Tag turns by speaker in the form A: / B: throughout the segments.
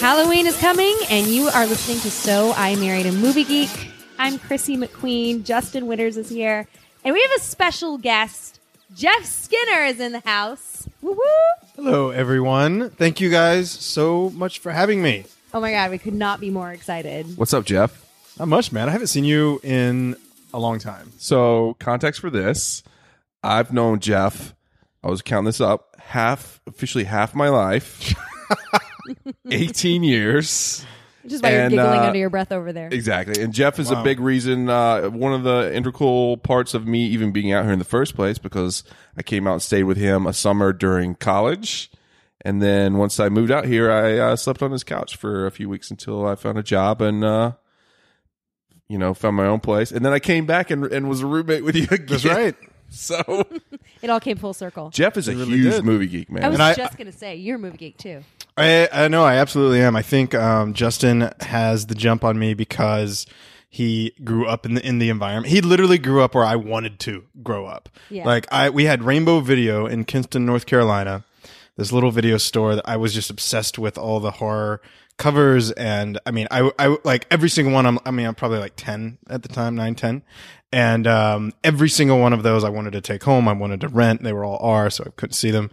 A: Halloween is coming, and you are listening to So I Married a Movie Geek. I'm Chrissy McQueen. Justin Winters is here, and we have a special guest. Jeff Skinner is in the house. Woo woo!
B: Hello, everyone. Thank you guys so much for having me.
A: Oh my god, we could not be more excited.
C: What's up, Jeff?
B: Not much, man. I haven't seen you in a long time.
C: So, context for this I've known Jeff, I was counting this up, half, officially half my life, 18 years.
A: Which is why you're
C: And,
A: giggling
C: uh,
A: under your breath over there.
C: Exactly. And Jeff is
B: Wow.
C: a big reason, uh, one of the integral parts of me even being out here in the first place because I came out and stayed with him a summer during college. And then once I moved out here, I uh, slept on his couch for a few weeks until I found a job and, uh, you know, found my own place. And then I came back and, and was a roommate with you again.
B: That's right.
C: So
A: It all came full circle.
C: Jeff is a
B: really
C: huge
B: did.
C: movie geek, man.
A: I was
B: And I-
A: just gonna say you're a movie geek too.
B: I, I know. I absolutely am. I think um, Justin has the jump on me because he grew up in the in the environment. He literally grew up where I wanted to grow up.
A: Yeah.
B: Like I, we had Rainbow Video in Kinston, North Carolina. This little video store that I was just obsessed with all the horror covers and I mean I, I like every single one I'm, I mean I'm probably like 10 at the time 9 10 and um every single one of those I wanted to take home I wanted to rent they were all R so I couldn't see them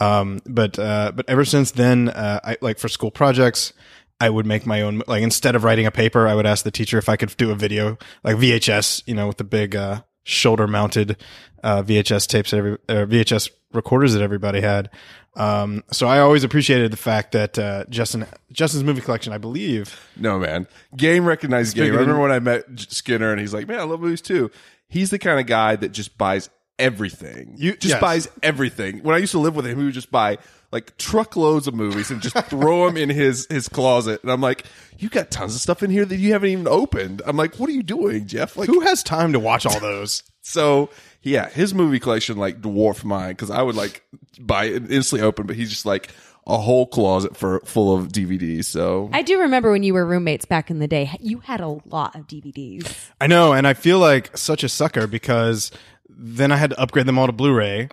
B: um but uh but ever since then uh I like for school projects I would make my own like instead of writing a paper I would ask the teacher if I could do a video like VHS you know with the big uh shoulder mounted uh, VHS tapes, that every uh, VHS recorders that everybody had. Um, so I always appreciated the fact that uh, Justin Justin's movie collection, I believe.
C: no, man. Game recognized game. I
B: bigger
C: remember
B: than-
C: when I met J- Skinner and he's like, man, I love movies too. He's the kind of guy that just buys everything.
B: You-
C: just
B: yes.
C: buys everything. When I used to live with him, he would just buy like truckloads of movies and just throw them in his his closet. And I'm like, you got tons of stuff in here that you haven't even opened. I'm like, what are you doing, Jeff? Like,
B: Who has time to watch all those?
C: So yeah, his movie collection like dwarfed mine because I would like buy it and instantly open, but he's just like a whole closet for full of DVDs. So
A: I do remember when you were roommates back in the day. You had a lot of DVDs.
B: I know, and I feel like such a sucker because then I had to upgrade them all to Blu-ray,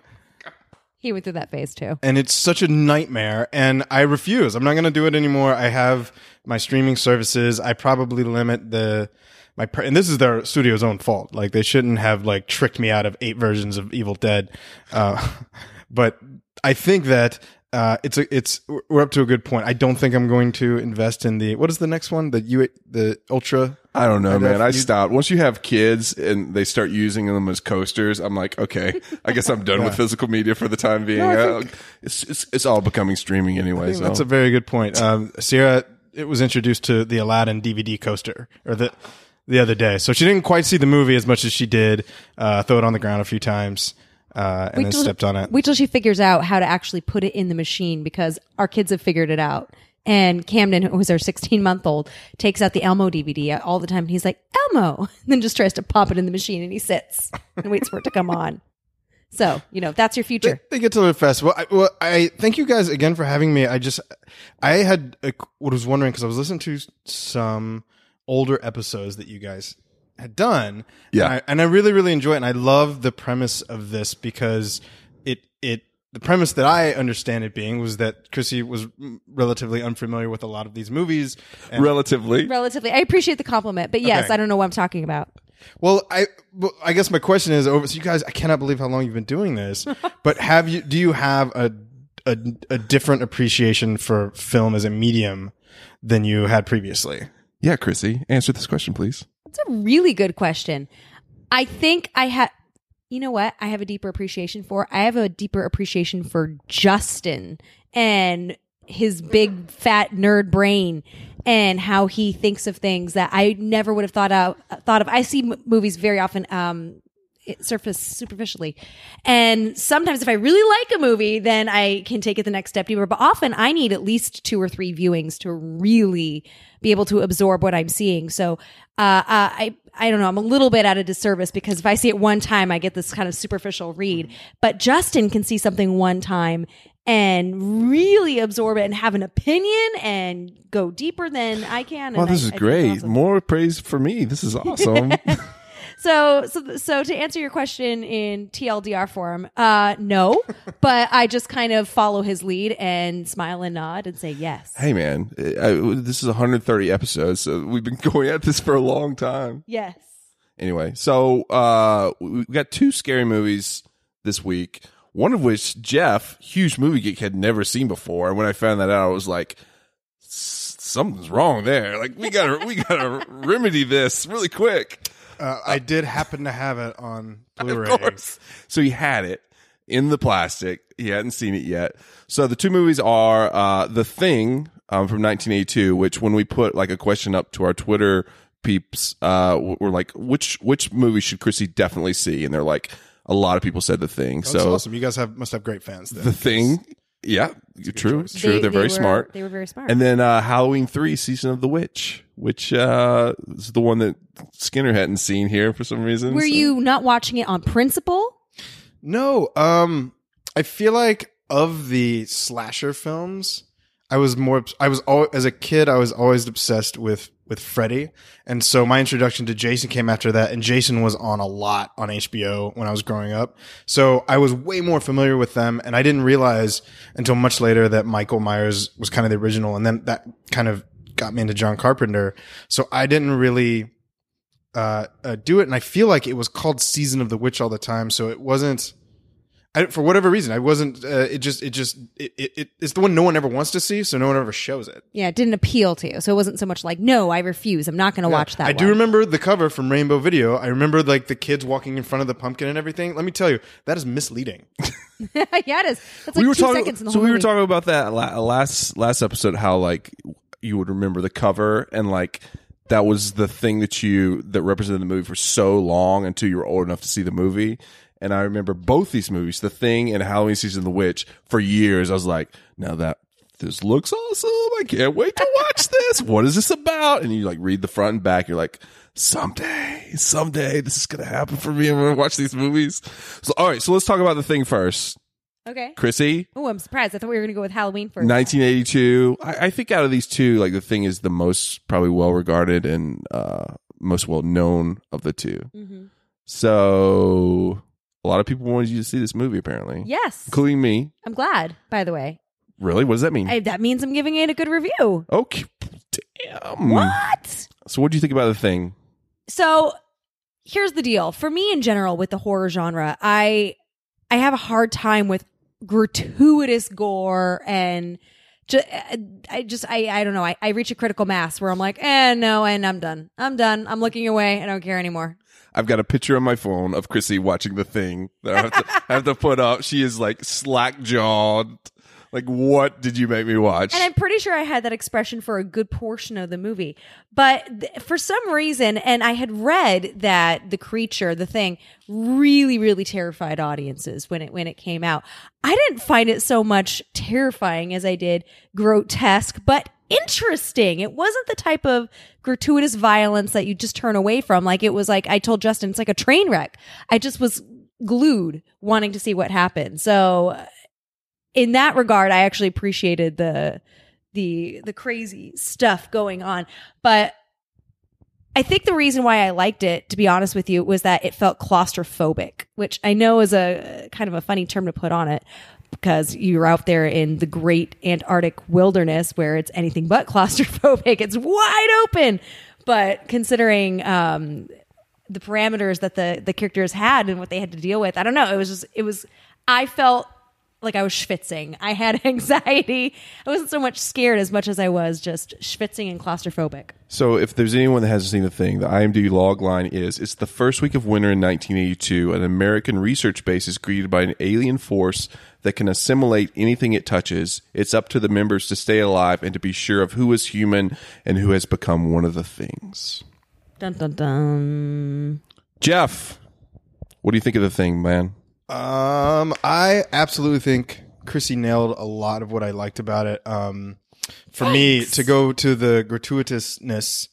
A: He went through that phase too.
B: and it's such a nightmare. And I refuse. I'm not going to do it anymore. I have my streaming services. I probably limit the. My pr- and this is their studio's own fault. Like they shouldn't have like tricked me out of eight versions of Evil Dead. Uh, but I think that uh, it's a, it's we're up to a good point. I don't think I'm going to invest in the what is the next one the U the Ultra.
C: I don't know, man. I
B: definitely-
C: stopped. Once you have kids and they start using them as coasters, I'm like, okay, I guess I'm done with physical media for the time being.
B: I
C: Uh, it's, it's it's all becoming streaming anyway. So
B: That's a very good point. Um, Sierra it was introduced to the Aladdin DVD coaster or the the other day, so she didn't quite see the movie as much as she did uh, throw it on the ground a few times uh, and then stepped on it.
A: Wait till she figures out how to actually put it in the machine because our kids have figured it out. And Camden, who was our 16 month old, takes out the Elmo DVD all the time. And he's like, Elmo, and then just tries to pop it in the machine and he sits and waits for it to come on. So, you know, that's your future.
B: They get to the festival. I, well, I thank you guys again for having me. I just, I had a, what was wondering because I was listening to some older episodes that you guys had done.
C: Yeah.
B: and I, and I really, really enjoy it, and I love the premise of this because it, it, the premise that I understand it being was that Chrissy was relatively unfamiliar with a lot of these movies. And
C: relatively.
A: Relatively, I appreciate the compliment, but yes,
B: Okay.
A: I don't know what I'm talking about.
B: Well, I well, I guess my question is over. So you guys, I cannot believe how long you've been doing this. but have you? Do you have a, a a different appreciation for film as a medium than you had previously?
C: yeah, Chrissy, answer this question, please.
A: That's a really good question. I think I had, you know what? I have a deeper appreciation for. I have a deeper appreciation for Justin and his big fat nerd brain and how he thinks of things that I never would have thought out thought of. I see m- movies very often. Um, it surface superficially. And sometimes if I really like a movie, then I can take it the next step deeper. But often I need at least two or three viewings to really be able to absorb what I'm seeing. So uh, uh, I I don't know. I'm a little bit at a disservice because if I see it one time, I get this kind of superficial read. But Justin can see something one time and really absorb it and have an opinion and go deeper than I can. and I-
C: Wow, Oh, this is
A: I think
C: great.
A: awesome.
C: More praise for me. This is awesome.
A: So, so, so to answer your question in TLDR form, uh, no, but I just kind of follow his lead and smile and nod and say yes.
C: hey, man, I, I- this is 130 episodes, so we've been going at this for a long time.
A: Yes.
C: Anyway, so uh, we we got two scary movies this week. One of which Jeff, huge movie geek, had never seen before, and when I found that out, I was like, "S- "Something's wrong there. Like we gotta, we gotta remedy this really quick."
B: Uh, I did happen to have it on Blu-ray.
C: Of course. So he had it in the plastic. He hadn't seen it yet. So the two movies are uh, The Thing um, from 1982, which when we put like a question up to our Twitter peeps, uh, we're like, which which movie should Chrissy definitely see? And they're like, a lot of people said The Thing.
B: That's
C: so
B: awesome. You guys have must have great fans. Then.
C: The Thing, yeah, true, true.
A: They-
C: they're
A: they
C: very
A: were-
C: smart.
A: They were very smart.
C: And then uh, Halloween three, season of the witch, which uh, is the one that Skinner hadn't seen here for some reason.
A: were
C: so-
A: you not watching it on principle?
B: No, um, I feel like of the slasher films, I was more. obs- I was al as a kid. I was always obsessed with with Freddy, and so my introduction to Jason came after that. And Jason was on a lot on HBO when I was growing up, so I was way more familiar with them. And I didn't realize until much later that Michael Myers was kind of the original, and then that kind of got me into John Carpenter. So I didn't really uh, uh, do it, and I feel like it was called Season of the Witch all the time. So it wasn't, I, for whatever reason, I wasn't. Uh, it just, it just, it, it, it, it's the one no one ever wants to see, so no one ever shows it.
A: Yeah, it didn't appeal to you. So it wasn't so much like, no, I refuse. I'm not going to watch that.
B: I do
A: one.
B: remember the cover from Rainbow Video. I remember like the kids walking in front of the pumpkin and everything. Let me tell you, that is misleading.
A: yeah, it is. That's like two seconds in the
C: so
A: whole
C: we were
A: movie.
C: talking about that la- last last episode how like you would remember the cover and like that was the thing that you that represented the movie for so long until you were old enough to see the movie and i remember both these movies the thing and halloween season of the witch for years i was like now that this looks awesome i can't wait to watch this what is this about and you like read the front and back you're like someday someday this is gonna happen for me i'm gonna watch these movies so all right so let's talk about the thing first
A: Okay.
C: chrissy
A: Oh, I'm surprised. I thought we were going to go with Halloween first.
C: 1982. I, I think out of these two, like the thing is the most probably well regarded and uh, most well known of the 2
A: Mhm.
C: So a lot of people wanted you to see this movie, apparently,
A: Yes.
C: including me.
A: I'm glad, by the way.
C: Really? What does that mean?
A: I, that means I'm giving it a good review.
C: okay, damn.
A: What?
C: So what do you think about the thing?
A: so here's the deal for me in general with the horror genre i i have a hard time with gratuitous gore and ju- i just i i don't know I, I reach a critical mass where i'm like eh no and i'm done i'm done i'm looking away i don't care anymore
C: I've got a picture on my phone of Chrissy watching the thing that I have to, I have to put up. She is like slack jawed. Like, what did you make me watch?
A: And I'm pretty sure I had that expression for a good portion of the movie. But th- for some reason, and I had read that the creature, the thing, really, really terrified audiences when it when it came out. I didn't find it so much terrifying as I did grotesque, but interesting. It wasn't the type of gratuitous violence that you just turn away from. Like it was like I told Justin, it's like a train wreck. I just was glued wanting to see what happened. So in that regard, I actually appreciated the the the crazy stuff going on. But I think the reason why I liked it, to be honest with you, was that it felt claustrophobic, which I know is a kind of a funny term to put on it because you're out there in the great Antarctic wilderness where it's anything but claustrophobic. It's wide open. But considering um, the parameters that the the characters had and what they had to deal with. I don't know. It was just it was I felt like I was schwitzing. I had anxiety. I wasn't so much scared as much as I was just schwitzing and claustrophobic.
C: So, if there's anyone that hasn't seen the thing, the IMDb log line is It's the first week of winter in 1982. An American research base is greeted by an alien force that can assimilate anything it touches. It's up to the members to stay alive and to be sure of who is human and who has become one of the things.
A: Dun dun dun.
C: Jeff, what do you think of the thing, man?
B: Um, I absolutely think Chrissy nailed a lot of what I liked about it. Um, for me to go to the gratuitousness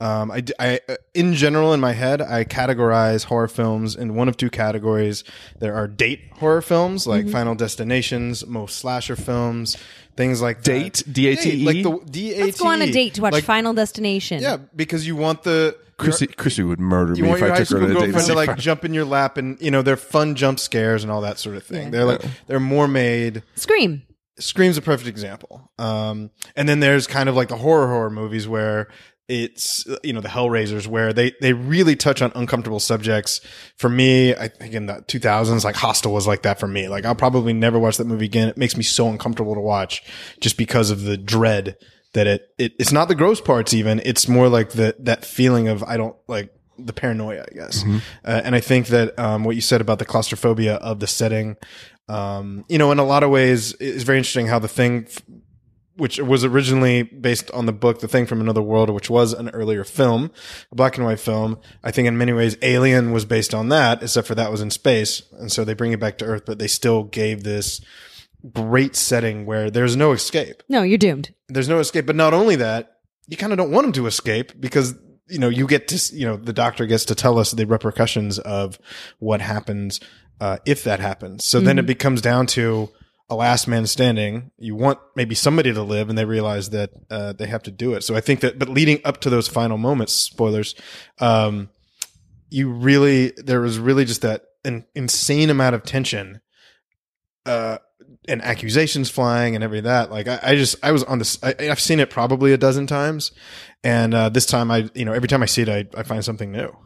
B: um, I, d- I- uh, in general in my head i categorize horror films in one of two categories there are date horror films
A: Mm-hmm.
B: like final destinations most slasher films things like
C: Date?
B: that.
C: D-A-T-E?
B: like the d-a-t-e
A: Let's go on a date to watch
B: E. Like,
A: Final Destination.
B: yeah because you want the
C: Chrissy, Chrissy would murder
B: you
C: me
B: want
C: if
B: your
C: I
B: high
C: took
B: school
C: her to a date.
B: girlfriend to
C: see
B: like
C: Friday.
B: jump in your lap, and you know they're fun jump scares and all that sort of thing. They're like they're more made
A: Scream.
B: Scream's a perfect example. Um, and then there's kind of like the horror horror movies where it's you know the Hellraisers where they they really touch on uncomfortable subjects. For me, I think in the 2000s, like Hostel was like that for me. Like I'll probably never watch that movie again. It makes me so uncomfortable to watch just because of the dread that it, it it's not the gross parts even. It's more like the that feeling of I don't like the paranoia, I guess. Uh, and I think that um, what you said about the claustrophobia of the setting, um, you know, in a lot of ways, is very interesting how the thing, f- which was originally based on the book The Thing from Another World, which was an earlier film, a black and white film. I think in many ways, Alien was based on that, except for that was in space. And so they bring it back to Earth, but they still gave this great setting where there's no escape
A: No, you're doomed.
B: there's no escape. But not only that, you kind of don't want him to escape because you know you get to s- you know the doctor gets to tell us the repercussions of what happens uh, if that happens. So then it becomes down to a last man standing. You want maybe somebody to live, and they realize that uh, they have to do it. So I think that, but leading up to those final moments, spoilers. Um, you really there was really just that an insane amount of tension uh and accusations flying and every that like i, I just i was on this I, i've seen it probably a dozen times and uh this time i you know every time i see it i, I find something new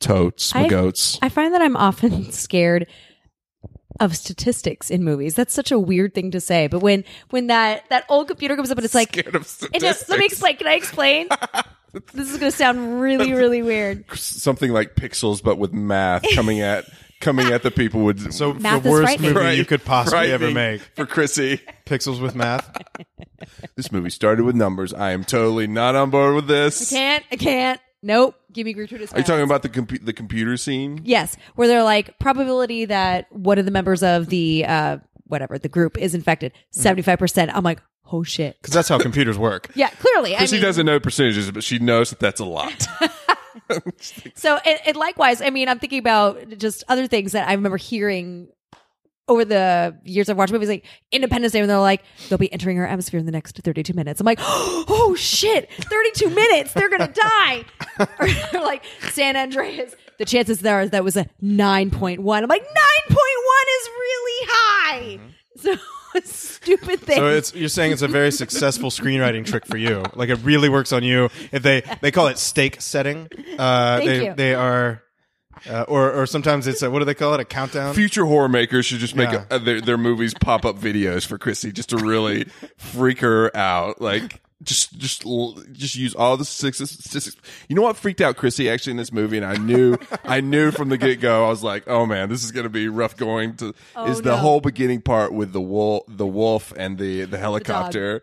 C: Totes, my
A: I-
C: goats.
A: I find that I'm often scared of statistics in movies. That's such a weird thing to say. But when when that that old computer comes up and it's like
C: Scared of
A: it just, let me
C: statistics.
A: explain. Can I explain? this is going to sound really really weird.
C: something like pixels, but with math coming at coming at the people with
B: so
A: Math
B: the
A: is
B: worst
A: frightening.
B: movie you could possibly ever
C: frightening
B: make
C: for Chrissy.
B: pixels with math
C: This movie started with numbers. I am totally not on board with this. Are
A: Can't. I can't. Nope. Give me gratuitous.
C: you
A: violence.
C: talking about the compu- the computer scene?
A: Yes, where they're like probability that one of the members of the uh whatever the group is infected seventy five percent. I'm like, oh shit.
B: because that's how computers work
A: Yeah, clearly. I
C: Chrissy
A: mean,
C: doesn't know percentages, but she knows that that's a lot.
A: So, and, and likewise, I mean, I'm thinking about just other things that I remember hearing over the years I've watched movies, like Independence Day, when they're like, they'll be entering our atmosphere in the next 32 minutes. I'm like, oh shit, 32 minutes, they're gonna die. or they're like San Andreas. The chances there is that was a 9.1. I'm like, 9.1 is really high. So, stupid thing.
B: so it's you're saying it's a very successful screenwriting trick for you like it really works on you if they they call it stake setting uh
A: Thank
B: they
A: you.
B: they are uh, or or sometimes it's a, what do they call it a countdown
C: Future horror makers should just make
B: Yeah.
C: uh their, their movies pop up videos for Chrissy just to really freak her out. Like just just l- just use all the statistics. You know what freaked out Chrissy actually in this movie, and I knew I knew from the get go. I was like, oh man, this is gonna be rough going. To is the
A: no.
C: whole beginning part with the wolf, the wolf, and the the helicopter.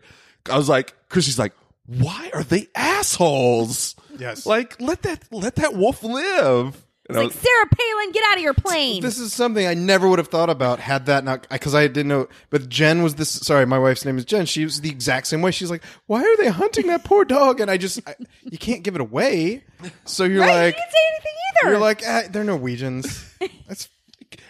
C: I was like, Chrissy's like. Why are they assholes?
B: Yes.
C: like let that let that wolf live. And I
A: like,
C: was-
A: Sarah Palin, get out of your plane.
B: This is something I never would have thought about had that not because I didn't know. But Jen was this. Sorry, my wife's name is Jen. She was the exact same way. She's like, "Why are they hunting that poor dog?" And I just, I, you can't give it away. So you're
A: right?
B: like,
A: you didn't say anything either.
B: you're like, ah, they're Norwegians. That's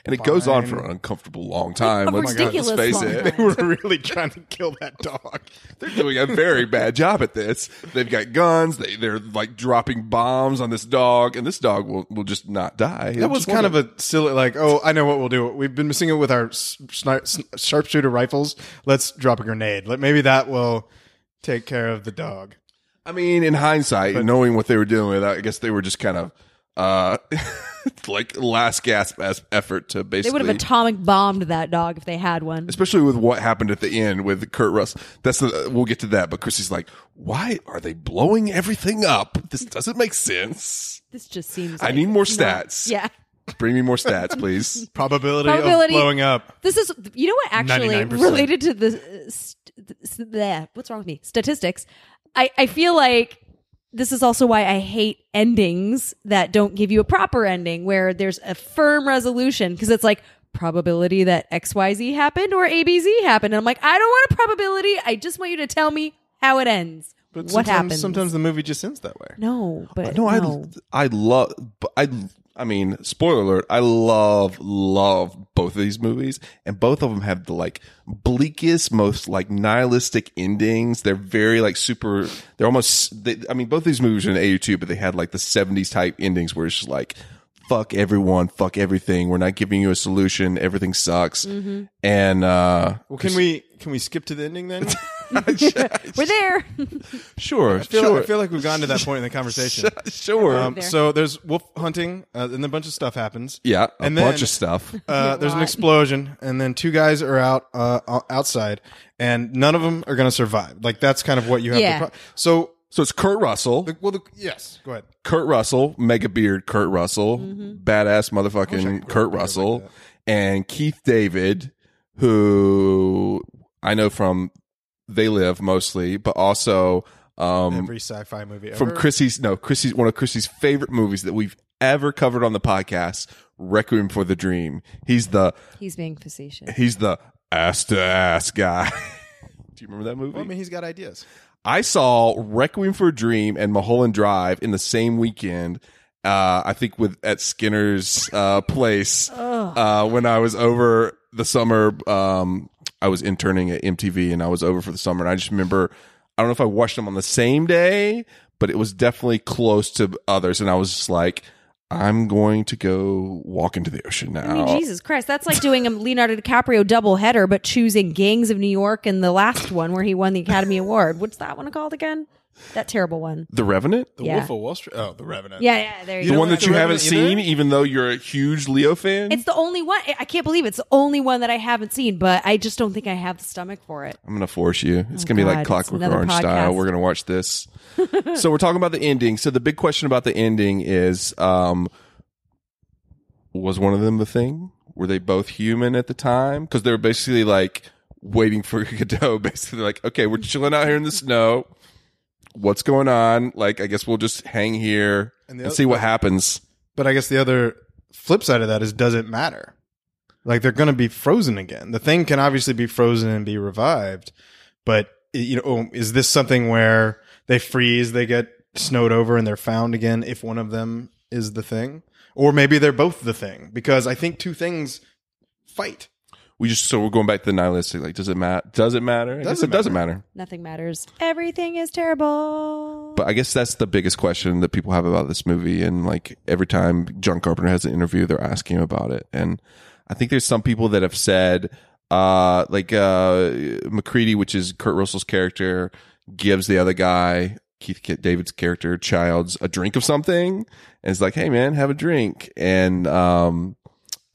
C: And it goes on for an uncomfortable long time.
A: A
C: let's, let's
A: ridiculous
C: face
A: long
C: it.
A: time.
B: they were really trying to kill that dog.
C: They're doing a very bad job at this. They've got guns. They, they're like dropping bombs on this dog, and this dog will, will just not die.
B: That was kind of a silly, like, oh, I know what we'll do. We've been missing it with our s- sni- s- sharpshooter rifles. Let's drop a grenade. Let maybe that will take care of the dog.
C: I mean, in hindsight, knowing what they were doing with, I guess they were just kind of uh, like last gasp as effort to
A: They
C: basically.
A: would have atomic bombed that dog if they had one.
C: especially with what happened at the end with Kurt Russell. That's the we'll get to that. But Chrissy's like, why are they blowing everything up? This doesn't make sense.
A: This just seems.
C: I
A: like
C: need more
A: it's not-
C: stats.
A: yeah.
C: Bring me more stats, please.
B: Probability,
A: Probability-
B: of blowing up.
A: This is, you know what, actually,
B: 99%.
A: related to the, uh, st- st- bleh, what's wrong with me? Statistics. I, I feel like this is also why I hate endings that don't give you a proper ending where there's a firm resolution because it's like, probability that XYZ happened or ABZ happened. And I'm like, I don't want a probability. I just want you to tell me how it ends.
B: But
A: what
B: sometimes,
A: happens?
B: Sometimes the movie just ends that way.
A: No, but
C: no,
A: no,
C: I I love I I mean, spoiler alert, I love love both of these movies and both of them have the like bleakest most like nihilistic endings. They're very like super they're almost they, I mean, both these movies are in AU2, but they had like the 70s type endings where it's just like fuck everyone, fuck everything. We're not giving you a solution. Everything sucks.
B: Mm-hmm.
C: And uh
B: Well, can we can we skip to the ending then?
A: we're there.
C: sure,
B: I feel,
C: sure.
B: I feel like we've gotten to that point in the conversation.
C: sure.
B: Um, so there's wolf hunting, uh, and a bunch of stuff happens.
C: yeah, a
B: and
C: bunch
B: then-
C: of stuff.
B: Uh, there's an explosion, and then two guys are out uh, o- outside, and none of them are going to survive. Like that's kind of what you have.
A: Yeah.
B: To pro- so,
C: So it's Kurt Russell.
B: the, well, the, yes, go ahead.
C: Kurt Russell, mega beard Kurt Russell,
B: Mm-hmm.
C: badass motherfucking Kurt Russell, and Keith David, who I know from They Live mostly, but also um,
B: Every sci-fi movie ever.
C: from Chrissy's no Chrissy's one of Chrissy's favorite movies that we've ever covered on the podcast, Requiem for the Dream. He's the
A: He's being facetious.
C: he's the ass to ass guy. Do you remember that movie?
B: Well, I mean, he's got ideas.
C: I saw Requiem for a Dream and Mulholland Drive in the same weekend. Uh, I think with at Skinner's uh, place uh, when I was over the summer. Um, I was interning at MTV and I was over for the summer, and I just remember I don't know if I watched them on the same day, but it was definitely close to others, and I was just like, I'm going to go walk into the ocean now.
A: I mean, Jesus Christ, that's like doing a Leonardo DiCaprio double header, but choosing Gangs of New York and the last one where he won the Academy Award. What's that one called again? That terrible one.
C: the Revenant.
B: The
A: Yeah.
B: Wolf of Wall Street. Oh, The Revenant.
A: Yeah, yeah, there you,
C: the
A: go.
C: one
B: like
C: that
B: The
C: you haven't
B: Revenant
C: seen,
B: either?
C: even though you're a huge Leo fan.
A: It's the only one. I can't believe it's the only one that I haven't seen, but I just don't think I have the stomach for it.
C: I'm gonna force you. It's gonna be
A: Oh, God,
C: like
A: it's
C: Clockwork
A: another
C: Orange
A: podcast.
C: style. We're gonna watch this. so we're talking about the ending. So the big question about the ending is, um, was one of them the thing? Were they both human at the time? Because they were basically like waiting for Godot. Basically, they're like, okay, we're chilling out here in the snow. What's going on? Like, I guess we'll just hang here
B: And
C: and,
B: the oth-
C: see what happens.
B: But I guess the other flip side of that is, does it matter? Like they're going to be frozen again. The thing can obviously be frozen and be revived, but you know, oh, is this something where they freeze, they get snowed over, and they're found again if one of them is the thing, or maybe they're both the thing? Because I think two things fight.
C: We just so we're going back to the nihilistic. Like, does it matter? Does it matter? I guess
B: Doesn't
C: it doesn't matter.
A: Nothing matters. Everything is terrible.
C: But I guess that's the biggest question that people have about this movie. And like every time John Carpenter has an interview, they're asking him about it. And I think there's some people that have said, uh, like uh, McCready, which is Kurt Russell's character, gives the other guy, Keith K- David's character, Childs, a drink of something. And it's like, hey, man, have a drink. And um,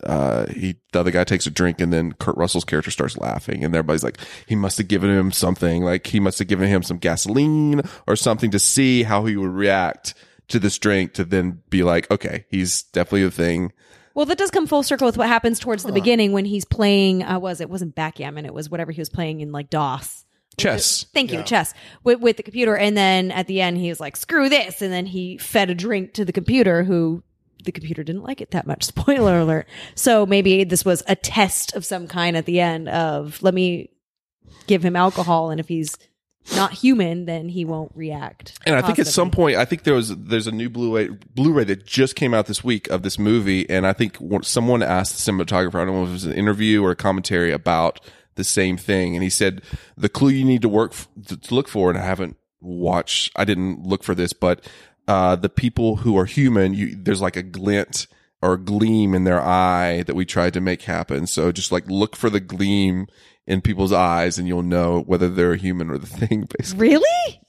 C: uh, he the other guy takes a drink and then Kurt Russell's character starts laughing and everybody's like he must have given him something like he must have given him some gasoline or something to see how he would react to this drink to then be like okay he's definitely the thing
A: Well, that does come full circle with what happens towards the beginning when he's playing. Uh, was it wasn't backgammon? It was whatever he was playing in like DOS.
C: chess
A: Thank you, chess with, with the computer. And then at the end, he was like, "Screw this!" And then he fed a drink to the computer, who the computer didn't like it that much. Spoiler alert. So maybe this was a test of some kind at the end of let me give him alcohol, and if he's not human, then he won't react.
C: and I think at
A: positively.
C: some point, I think there was there's a new Blu-ray Blu-ray that just came out this week of this movie, and I think one- someone asked the cinematographer, I don't know if it was an interview or a commentary about the same thing, and he said the clue you need to work f- to look for, and I haven't watched, I didn't look for this, but uh, the people who are human, you, there's like a glint or a gleam in their eye that we tried to make happen. So just like look for the gleam in people's eyes, and you'll know whether they're a human or the thing. Basically,
A: really.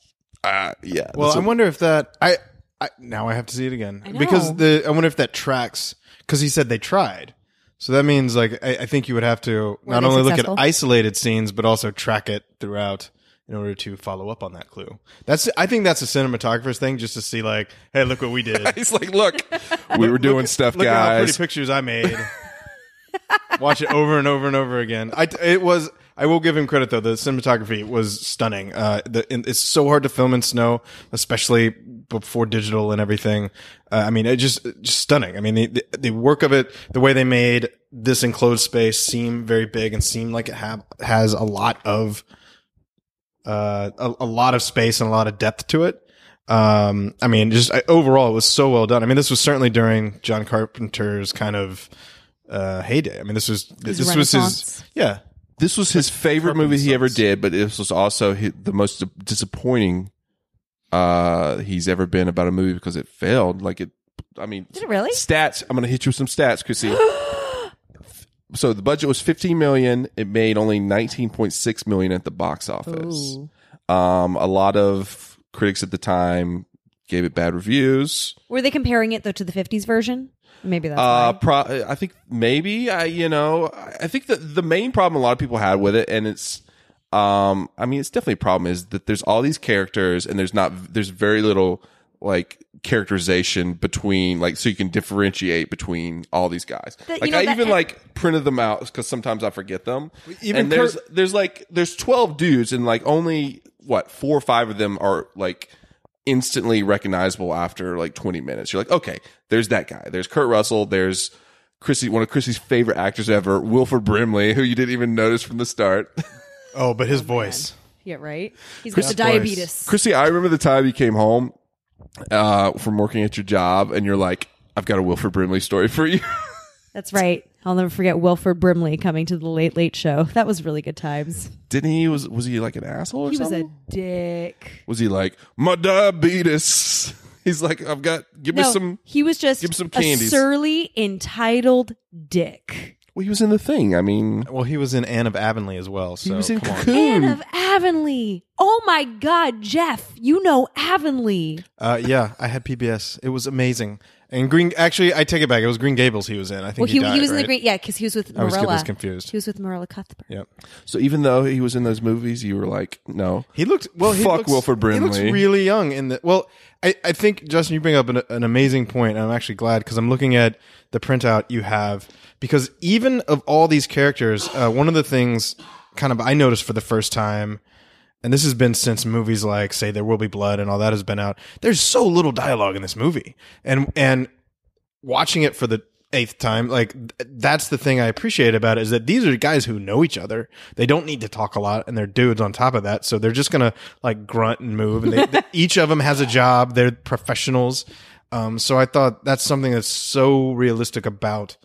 C: uh, yeah.
B: Well,
C: That's
B: I
C: a-
B: wonder if that I, I now I have to see it again
A: know.
B: because the I wonder if that tracks because he said they tried. So that means like I, I think you would have to not
A: they
B: only
A: successful?
B: look at isolated scenes but also track it throughout in order to follow up on that clue. That's I think that's a cinematographer's thing just to see like hey look what we did look
C: He's like, look, we were doing stuff,
B: at how pretty
C: guys.
B: pictures I made. Watch it over and over and over again. I it was I will give him credit though the cinematography was stunning. Uh, the and it's so hard to film in snow, especially before digital and everything. Uh, I mean, it just just stunning. I mean the, the the work of it, the way they made this enclosed space seem very big and seem like it have has a lot of uh a, a lot of space and a lot of depth to it. Um, I mean, just I, overall, it was so well done. I mean, this was certainly during John Carpenter's kind of uh heyday. I mean, this was this, was his
A: renaissance.
B: yeah.
C: This was his favorite movie he ever did, but this was also hi the most di- disappointing uh, he's ever been about a movie because it failed. Like it, I mean,
A: Did it really?
C: Stats. I'm going to hit you with some stats, Chrissy. so the budget was 15 million. It made only 19.6 million at the box office.
A: Ooh.
C: Um, a lot of critics at the time gave it bad reviews.
A: Were they comparing it though to the '50s version? Maybe that's
C: Uh,
A: why.
C: pro- I think maybe I, you know, I I think that the main problem a lot of people had with it, and it's, um, I mean, it's definitely a problem is that there's all these characters, and there's not, there's very little like characterization between, like, so you can differentiate between all these guys.
A: That- you
C: like,
A: know,
C: I
A: that- e-
C: even like printed them out because sometimes I forget them.
B: Even
C: and there's
B: Kurt-
C: there's like there's 12 dudes and like only what four or five of them are like instantly recognizable after like 20 minutes you're like okay there's that guy there's kurt russell there's Chrissy, one of Chrissy's favorite actors ever, Wilford Brimley, who you didn't even notice from the start.
B: Oh, but his voice.
A: yeah, right. He's got the
B: That voice.
A: diabetes.
C: Chrissy, I remember the time you came home uh, from working at your job, and you're like, "I've got a Wilford Brimley story for you."
A: That's right. I'll never forget Wilford Brimley coming to the Late Late Show. That was really good times.
C: Didn't he? Was was he like an asshole? Or
A: He was
C: something?
A: a dick.
C: Was he like my diabetes? He's like, I've got. Give me
A: No,
C: some.
A: he was just
C: give me some
A: a
C: candies.
A: surly, entitled dick.
C: Well, he was in the thing. I mean,
B: Well, he was in Anne of Avonlea as well. So
C: he was in
B: come on.
A: Anne
C: Cocoon.
A: of Avonlea. Oh my God, Jeff, you know Avonlea.
B: Uh, yeah, I had PBS. It was amazing. And Green, actually, I take it back. It was Green Gables. He was in. I think
A: Well, he,
B: died,
A: he was in the
B: right?
A: great, yeah, because he was with
B: always get
A: Marilla.
B: this confused.
A: He was with Marilla Cuthbert.
B: Yep.
C: so even though he was in those movies, you were like, no.
B: He looked well. He
C: Fuck
B: looks,
C: Wilford
B: He looks
C: Brimley.
B: really young in the. Well, I, I think Justin, you bring up an, an amazing point, and I'm actually glad because I'm looking at the printout you have because even of all these characters, uh, one of the things kind of I noticed for the first time, and this has been since movies like say There Will Be Blood and all that has been out. There's so little dialogue in this movie, and and watching it for the eighth time like th- that's the thing i appreciate about it is that these are guys who know each other they don't need to talk a lot and they're dudes on top of that so they're just gonna like grunt and move and they, they- each of them has a job they're professionals um, so i thought that's something that's so realistic about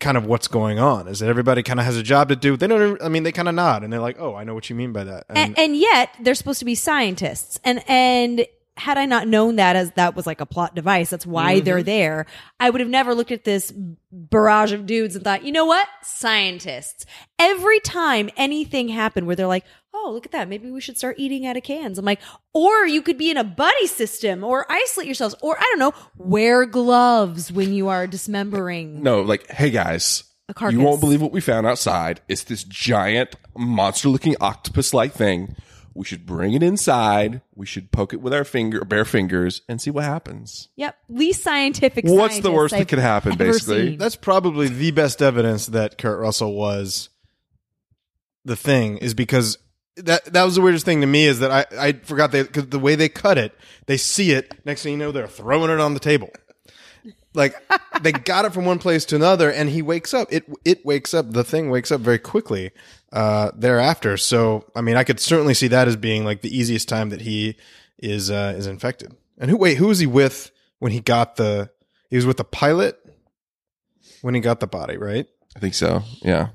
B: kind of what's going on is that everybody kind of has a job to do they don't i mean they kind of nod and they're like oh i know what you mean by that
A: And, and yet they're supposed to be scientists. And and had I not known that as that was like a plot device, that's why
C: Mm-hmm.
A: they're there. I would have never looked at this barrage of dudes and thought, you know what, scientists. Every time anything happened where they're like, oh, look at that, maybe we should start eating out of cans. I'm like, or you could be in a buddy system, or isolate yourselves, or I don't know, wear gloves when you are dismembering.
C: No, like, hey guys,
A: A carcass.
C: you won't believe what we found outside. It's this giant monster looking octopus like thing. We should bring it inside. We should poke it with our finger, bare fingers, and see what happens.
A: Yep, least scientific.
C: What's the
A: scientists
C: worst that
A: I've
C: could happen,
A: ever
C: basically?
A: seen.
B: that's probably the best evidence that Kurt Russell was the thing is because that that was the weirdest thing to me is that I I forgot they because the way they cut it they see it next thing you know they're throwing it on the table like they got it from one place to another and he wakes up it it wakes up the thing wakes up very quickly uh thereafter so I mean I could certainly see that as being like the easiest time that he is uh is infected and who wait who was he with when he got the he was with the pilot when he got the body, right?
C: I think so. Yeah.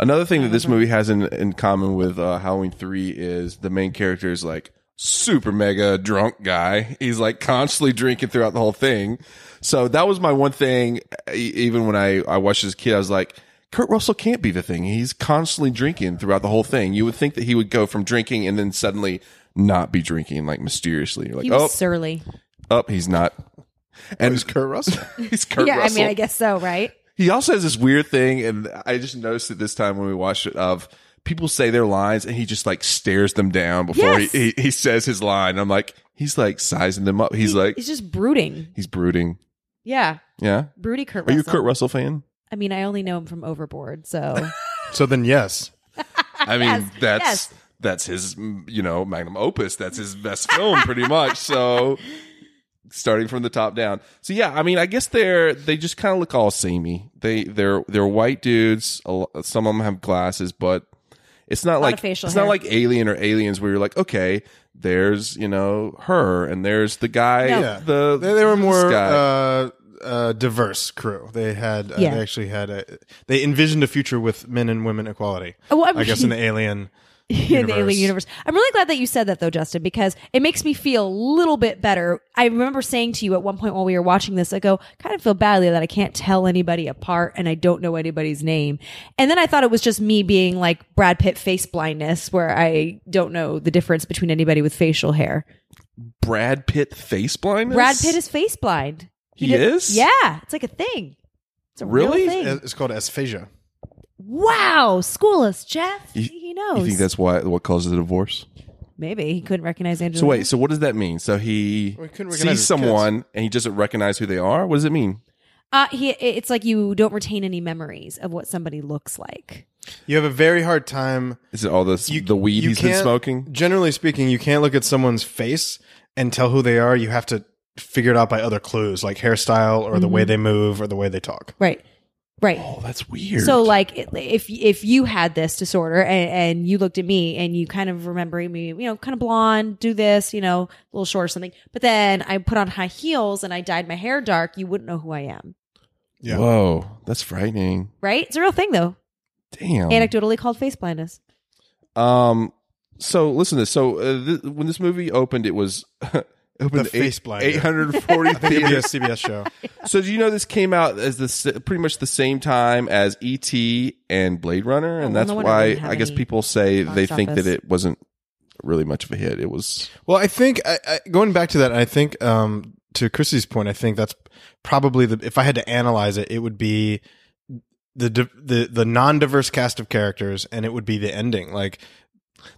C: Another thing that this movie has in, in common with uh, Halloween 3 is the main character is like super mega drunk guy. He's like constantly drinking throughout the whole thing. So that was my one thing. E- Even when I, I watched as a kid, I was like, Kurt Russell can't be the thing. He's constantly drinking throughout the whole thing. You would think that he would go from drinking and then suddenly not be drinking like mysteriously. You're like,
A: He
C: oh,
A: was surly.
C: oh, he's not. And
B: Who's Kurt Russell?
C: he's Kurt
A: yeah,
C: Russell.
A: I mean, I guess so, right?
C: He also has this weird thing, and I just noticed it this time when we watched it of people say their lines, and he just like stares them down before
A: Yes.
C: he, he he says his line. I'm like, he's like sizing them up. He's like,
A: he's just brooding.
C: he's brooding.
A: Yeah,
C: Yeah.
A: broody Kurt.
C: Are you a
A: Russell.
C: Kurt Russell fan?
A: I mean, I only know him from Overboard, so
B: so then, yes.
C: I mean,
A: Yes,
C: that's
A: yes.
C: that's his mm, you know magnum opus. That's his best film, pretty much. So starting from the top down. So yeah, I mean, I guess they're they just kind of look all samey. They they're they're white dudes. A lo- Some of them have glasses, but it's not like
A: facial
C: it's
A: hair.
C: not like Alien or Aliens where you're like, okay, there's you know her and there's the guy.
B: Yeah.
C: The
B: they, they were more
C: this guy.
B: uh, uh, diverse crew. They had uh,
A: Yeah.
B: they actually had a, they envisioned a future with men and women equality.
A: Oh, well, I'm-
B: I guess in the alien
A: in the alien universe. I'm really glad that you said that though, Justin, because it makes me feel a little bit better. I remember saying to you at one point while we were watching this, I go, kind of feel badly that I can't tell anybody apart and I don't know anybody's name. And then I thought it was just me being like Brad Pitt face blindness where I don't know the difference between anybody with facial hair.
C: Brad Pitt face blindness.
A: Brad Pitt is face blind.
C: he is
A: Yeah, it's like a thing. It's a real
C: Really?
A: thing.
B: It's called asphasia.
A: wow, school us, Jeff. he knows.
C: You think that's why what causes the divorce?
A: Maybe he couldn't recognize Angela.
C: So wait, so what does that mean? So he
B: Well, he couldn't recognize
C: sees
B: his kids.
C: someone and he doesn't recognize who they are. What does it mean?
A: Uh, he, it's like you don't retain any memories of what somebody looks like.
B: You have a very hard time.
C: Is it all this
B: You,
C: the weed
B: you
C: he's been
B: can't-
C: smoking?
B: Generally speaking, you can't look at someone's face and tell who they are. You have to figure it out by other clues, like hairstyle or
A: Mm-hmm.
B: the way they move or the way they talk.
A: Right. Right.
C: Oh, that's weird.
A: So like it- if if you had this disorder and, and you looked at me and you kind of remember me, you know, kind of blonde, do this, you know, a little short or something. But then I put on high heels and I dyed my hair dark, you wouldn't know who I am.
B: Yeah.
C: whoa, that's frightening.
A: Right? It's a real thing though.
C: Damn.
A: Anecdotally called face blindness.
C: Um. So listen to this. So uh, th- when this movie opened, it was it opened
B: The face blinder.
C: eight hundred forty
B: I think it'd be a
C: theaters.
B: CBS show.
C: So do you know this came out as the s- pretty much the same time as ET and Blade Runner, and
A: Oh, well,
C: that's
A: no wonder it
C: why
A: didn't have
C: I guess
A: any
C: people say
A: box
C: they think
A: office.
C: that it wasn't really much of a hit. It was
B: Well, I think I, I, going back to that, I think um, to Chrissy's point, I think that's probably the. If I had to analyze it, it would be the di- the the non diverse cast of characters, and it would be the ending. Like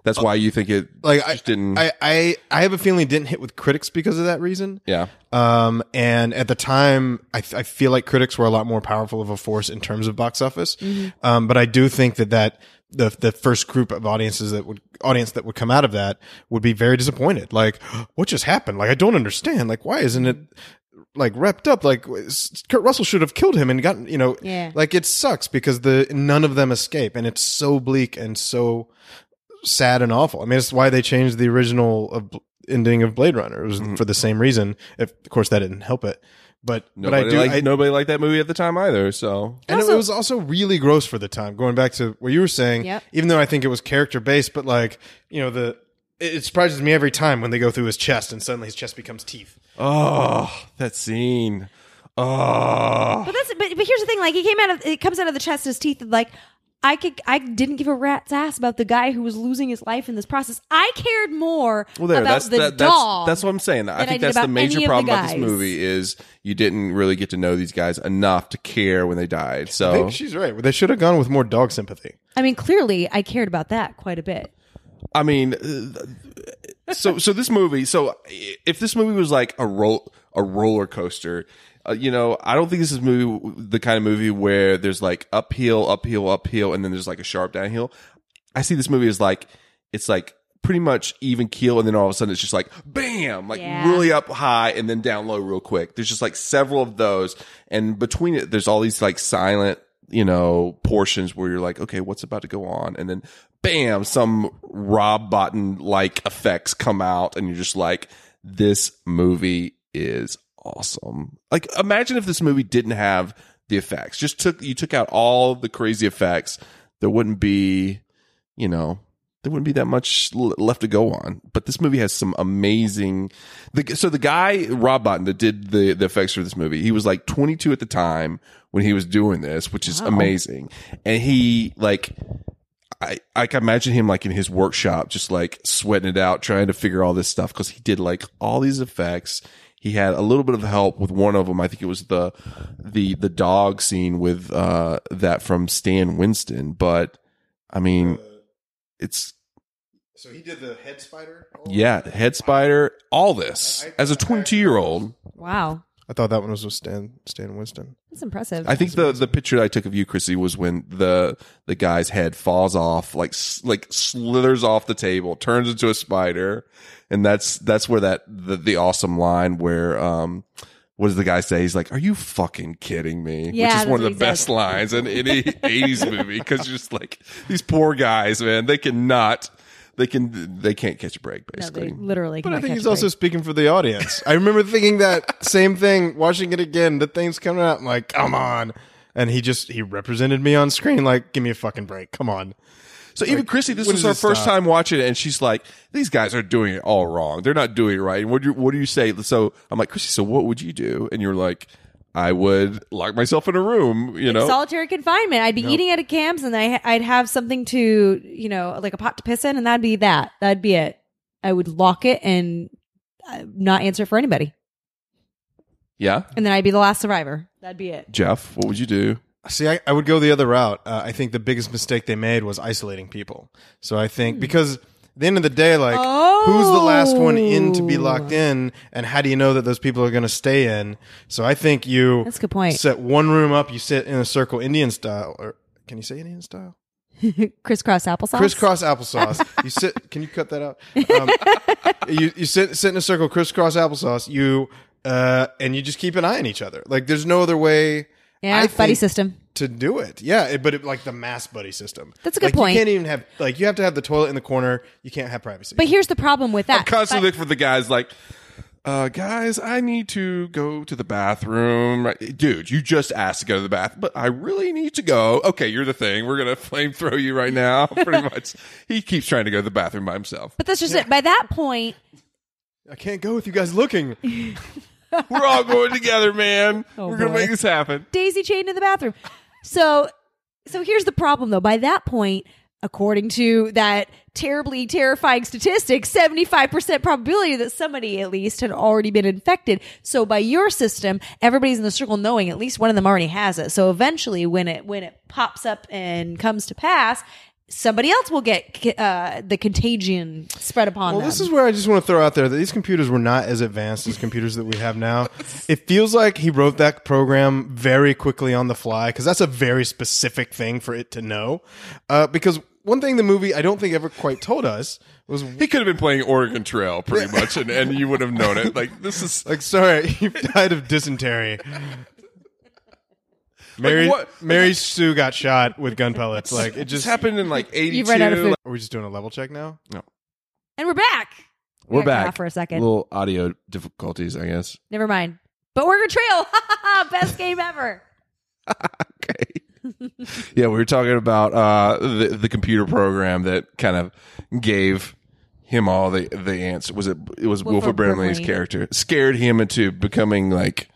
C: that's why you think it
B: like I
C: just didn't.
B: I, I I have a feeling it didn't hit with critics because of that reason.
C: yeah.
B: Um, and at the time, I, th- I feel like critics were a lot more powerful of a force in terms of box office. Um, but I do think that that the the first group of audiences that would audience that would come out of that would be very disappointed. Like, what just happened? Like, I don't understand. Like, why isn't it like wrapped up? Like, s- Kurt Russell should have killed him and gotten you know.
A: Yeah.
B: Like, it sucks because the none of them escape, and it's so bleak and so sad and awful. I mean, it's why they changed the original of Bl- ending of Blade Runner. It was
C: Mm-hmm.
B: for the same reason. If, of course, that didn't help it. But
C: Nobody
B: but I do.
C: liked,
B: I,
C: nobody liked that movie at the time either. So
B: and
A: Also-
B: it was also really gross for the time. Going back to what you were saying,
A: Yep.
B: even though I think it was character based, but like you know the. It it surprises me every time when they go through his chest and suddenly his chest becomes teeth.
C: Oh, that scene. Oh.
A: But that's but, but here's the thing, like he came out of it comes out of the chest his teeth and like I could I didn't give a rat's ass about the guy who was losing his life in this process. I cared more
C: Well, there.
A: about
C: That's
A: the
C: that,
A: dog.
C: that's that's what I'm saying. I
A: than I
C: think
A: did
C: that's the
A: about
C: major
A: any of the
C: problem about this
A: guys.
C: movie is you didn't really get to know these guys enough to care when they died.
B: I
C: So
B: think she's right. They should have gone with more dog sympathy.
A: I mean, clearly I cared about that quite a bit.
C: I mean, uh, so so this movie. So if this movie was like a roll a roller coaster. Uh, you know, I don't think this is movie the kind of movie where there's like uphill, uphill, uphill, and then there's like a sharp downhill. I see this movie as like it's like pretty much even keel, and then all of a sudden it's just like bam, like
A: Yeah.
C: really up high and then down low real quick. There's just like several of those, and between it, there's all these like silent, you know, portions where you're like, okay, what's about to go on, and then bam, some Rob Botton like effects come out, and you're just like, this movie is awesome. Like, imagine if this movie didn't have the effects, just took you took out all the crazy effects, there wouldn't be you know there wouldn't be that much l- left to go on but this movie has some amazing the, so the guy rob Bottin, that did the, the effects for this movie he was like 22 at the time when he was doing this which is amazing and he like I, I can imagine him like in his workshop, just like sweating it out, trying to figure all this stuff because he did like all these effects. He had a little bit of help with one of them. I think it was the the the dog scene with uh that from Stan Winston. But I mean, it's
B: So he did the head spider.
C: Oh. yeah, head spider, all this as a twenty two year old.
A: Wow.
B: I thought that one was with Stan Stan Winston.
A: That's impressive.
C: I think the the picture I took of you, Chrissy, was when the the guy's head falls off, like s- like slithers off the table, turns into a spider, and that's that's where that the, the awesome line where um. What does the guy say? He's like, "Are you fucking kidding
A: Yeah,
C: me?" Which
A: that's
C: is one of
A: what
C: the
A: he
C: best
A: says.
C: lines in any '80s movie because you're just like these poor guys, man. They cannot, they can, they can't catch a break.
A: no, they
C: Basically,
A: literally.
B: But I
A: cannot
B: think
A: catch
B: he's
A: a
B: also
A: break.
B: speaking for the audience. I remember thinking that same thing, watching it again. The thing's coming out. I'm like, come on. And he just he represented me on screen. Like, give me a fucking break. Come on.
C: So even Chrissy, this
B: when
C: was
B: does it
C: her first
B: stop?
C: time watching it, and she's like, "These guys are doing it all wrong. They're not doing it right." And what do you, what do you say? So I'm like, Chrissy, so what would you do? And you're like, I would lock myself in a room, you know.
A: solitary confinement. I'd be eating at a camps, and I, I'd have something to, you know, like a pot to piss in, and that'd be that. That'd be it. I would lock it and uh, not answer for anybody,
C: yeah,
A: and then I'd be the last survivor. That'd be it.
C: Jeff, what would you do?
B: See, I, I would go the other route. Uh, I think the biggest mistake they made was isolating people. So I
A: Hmm.
B: think because at the end of the day, like, who's the last one in to be locked
A: Oh.
B: in, and how do you know that those people are going to stay in? So I think you
A: That's a good point.
B: set one room up. You sit in a circle, Indian style, or can you say Indian style?
A: Crisscross applesauce.
B: crisscross applesauce. you sit. Can you cut that out? Um, you you sit sit in a circle, crisscross applesauce. You uh, and you just keep an eye on each other. Like there's no other way.
A: Yeah,
B: I
A: buddy
B: think,
A: system.
B: to do it. Yeah, it, but it, like the mass buddy system.
A: That's a good
B: Like,
A: point.
B: You can't even have like you have to have the toilet in the corner. You can't have privacy.
A: But here's the problem with that.
C: Constantly look for the guys like. Uh, guys, I need to go to the bathroom. Right, dude, you just asked to go to the bathroom, but I really need to go. Okay, you're the thing. We're gonna flame throw you right now. Pretty much, he keeps trying to go to the bathroom by himself.
A: But that's just it. By that point,
B: I can't go with you guys looking.
C: We're all going together, man. We're gonna
A: Oh, boy.
C: make this happen.
A: daisy chained in the bathroom. So so here's the problem though. By that point, according to that terribly terrifying statistic, 75% probability that somebody at least had already been infected. So by your system, everybody's in the circle knowing at least one of them already has it. So eventually when it when it pops up and comes to pass, somebody else will get uh, the contagion spread upon
B: Well,
A: them.
B: this is where I just want to throw out there that these computers were not as advanced as computers that we have now. It feels like he wrote that program very quickly on the fly because that's a very specific thing for it to know. Uh, because one thing the movie I don't think ever quite told us was
C: He could have been playing Oregon Trail pretty much, and, and you would have known it. Like this is like
B: like, sorry, you died of dysentery. Mary,
C: what-
B: Mary Sue got shot with gun pellets. Like it
C: this
B: just
C: happened in like eighty two.
A: run out of food.
B: Are we just doing a level check now?
A: and we're back.
C: We're
A: I got cut
C: back
A: off for a second.
C: Little audio difficulties, I guess.
A: Never mind. But Oregon Trail, best game ever.
C: Okay. yeah, we were talking about uh, the the computer program that kind of gave him all the the answer. Was it it was Wilford,
A: Wilford
C: Brimley's
A: Brimley.
C: character scared him into becoming like,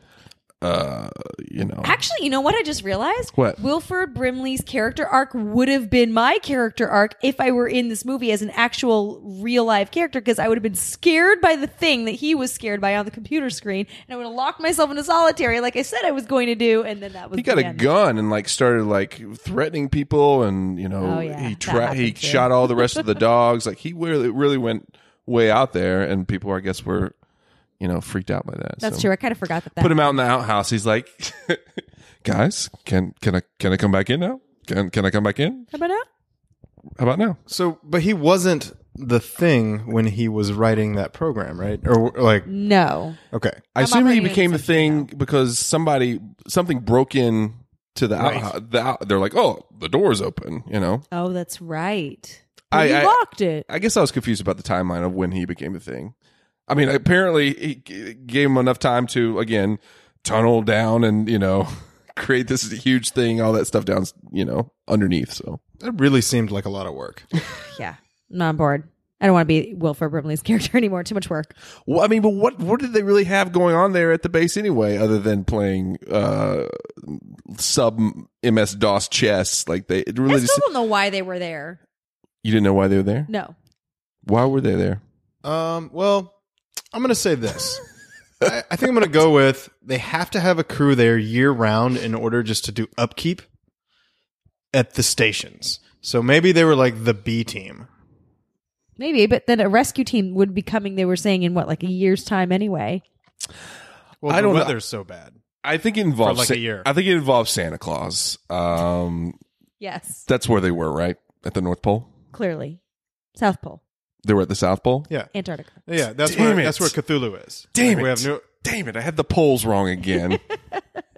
C: uh, you know,
A: Actually, you know what I just realized?
C: What?
A: Wilford Brimley's character arc would have been my character arc if I were in this movie as an actual real life character because I would have been scared by the thing that he was scared by on the computer screen and I would have locked myself into solitary like I said I was going to do and then that was
C: he got
A: the
C: a
A: end.
C: gun and like started like threatening people and you know
A: Oh, yeah.
C: he
A: That
C: tra- he
A: happened, too.
C: shot all the rest of the dogs like he really really went way out there and people i guess were you know freaked out by that
A: That's
C: So,
A: true. I kind of forgot that. that
C: put him out in the outhouse he's like guys can can i can i come back in now can can i come back in
A: How about that?
C: how about now
B: So, but he wasn't the thing when he was writing that program, right? Or like,
A: No.
B: okay,
C: i assume he
A: operating on
C: became the thing
A: something
C: because somebody something broke in to the, out, the out they're like oh the door's open you know
A: Oh, that's right.
C: I-
A: you
C: I-
A: locked it.
C: I guess I was confused about the timeline of when he became a thing. I mean, apparently he g- gave him enough time to again tunnel down and you know create this huge thing, all that stuff down you know underneath. So
B: that really seemed like a lot of work.
A: Yeah. I'm not on board. I don't want to be Wilford Brimley's character anymore. Too much work.
C: well, I mean, but what what did they really have going on there at the base anyway, other than playing uh sub MS DOS chess? Like they it
A: I
C: really
A: still
C: just,
A: don't know why they were there.
C: you didn't know why they were there.
A: No.
C: Why were they there?
B: Um, well, I'm gonna say this. I, I think I'm gonna go with they have to have a crew there year round in order just to do upkeep at the stations. So maybe they were like the B team.
A: Maybe, but then a rescue team would be coming. They were saying in what, like a year's time, anyway.
B: Well,
C: I don't
B: the
C: know.
B: weather's so bad.
C: I think it involves
B: like a year.
C: I think it involves Santa Claus. Um,
A: Yes,
C: that's where they were, right? At the North Pole.
A: clearly. South Pole,
C: They were at the South Pole.
B: Yeah,
A: Antarctica.
B: yeah. That's
C: Damn
B: where
C: it.
B: that's where Cthulhu is.
C: Damn
B: Like,
C: it!
B: We have new.
C: Damn it! I had the poles wrong again.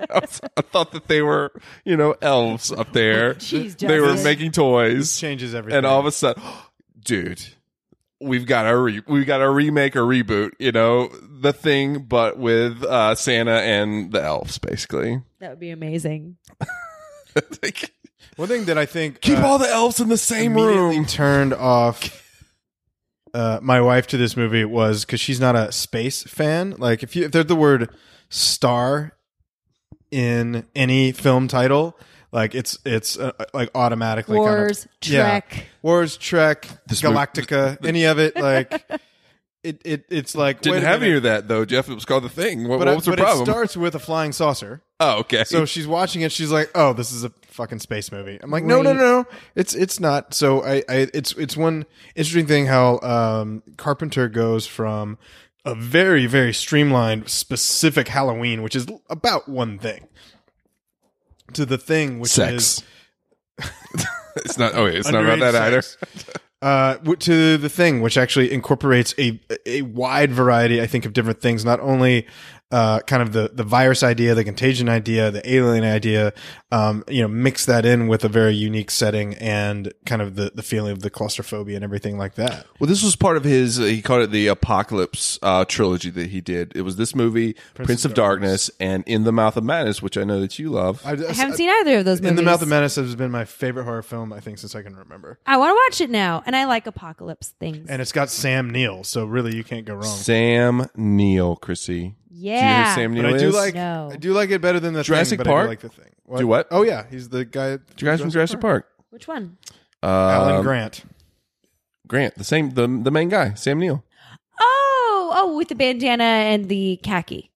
C: I, was- I thought that they were, you know, elves up there.
A: Jeez,
C: they were
A: Justin.
C: making toys,
B: Changes everything.
C: and all of a sudden, dude, we've got a re- we've got a remake or reboot. You know, the thing, but with uh, Santa and the elves, basically.
A: That would be amazing.
C: Like,
B: one thing that I think
C: keep
B: uh,
C: all the elves in the same
B: immediately
C: room.
B: turned off uh, my wife to this movie was because she's not a space fan. Like if you if there's the word star in any film title, like it's it's uh, like automatically kind of-
A: Wars,
B: Yeah.
A: Trek.
B: Wars, Trek,
C: mov-
B: Galactica, any of it. Like it, it it's like
C: Didn't
B: wait a
C: have any
B: minute.
C: of that though, Jeff. It was called the thing. What,
B: But,
C: what
B: I-
C: was the
B: but it
C: problem?
B: starts with a flying saucer.
C: oh, okay.
B: So she's watching it. She's like, "Oh, this is a fucking space movie." I'm like, "No, no, no, it's it's not." So I, I it's it's one interesting thing how um, Carpenter goes from a very very streamlined specific Halloween, which is l- about one thing, to the thing which is
C: sex. it's not. Oh, yeah, it's not about that either.
B: either. Uh, w- to the thing, which actually incorporates a a wide variety, I think, of different things. Not only uh, kind of the the virus idea, the contagion idea, the alien idea. Um, you know, mix that in with a very unique setting and kind of the the feeling of the claustrophobia and everything like that.
C: Well, this was part of his. Uh, he called it the Apocalypse uh, trilogy that he did. It was this movie, Prince, of Darkness, and In the Mouth of Madness, which I know that you love.
B: I,
A: I haven't seen either of those movies.
B: In the Mouth of Menace has been my favorite horror film, I think, since I can remember.
A: I want to watch it now, and I like apocalypse things.
B: And it's got Sam Neill, so really you can't go wrong.
C: Sam Neill, Chrissy. Do you know
A: yeah,
C: who Sam Neill
B: But I do
C: is?
B: like
A: No.
B: I do like it better than the
C: Jurassic
B: thing, but I
C: Park?
B: do like the thing.
C: Do what?
B: Oh yeah, he's the guy.
C: Do you guys from Jurassic Park?
A: which one?
B: Alan
C: Um,
B: Grant.
C: Grant, the same, the the main guy, Sam Neill.
A: Oh, oh, with the bandana and the khaki.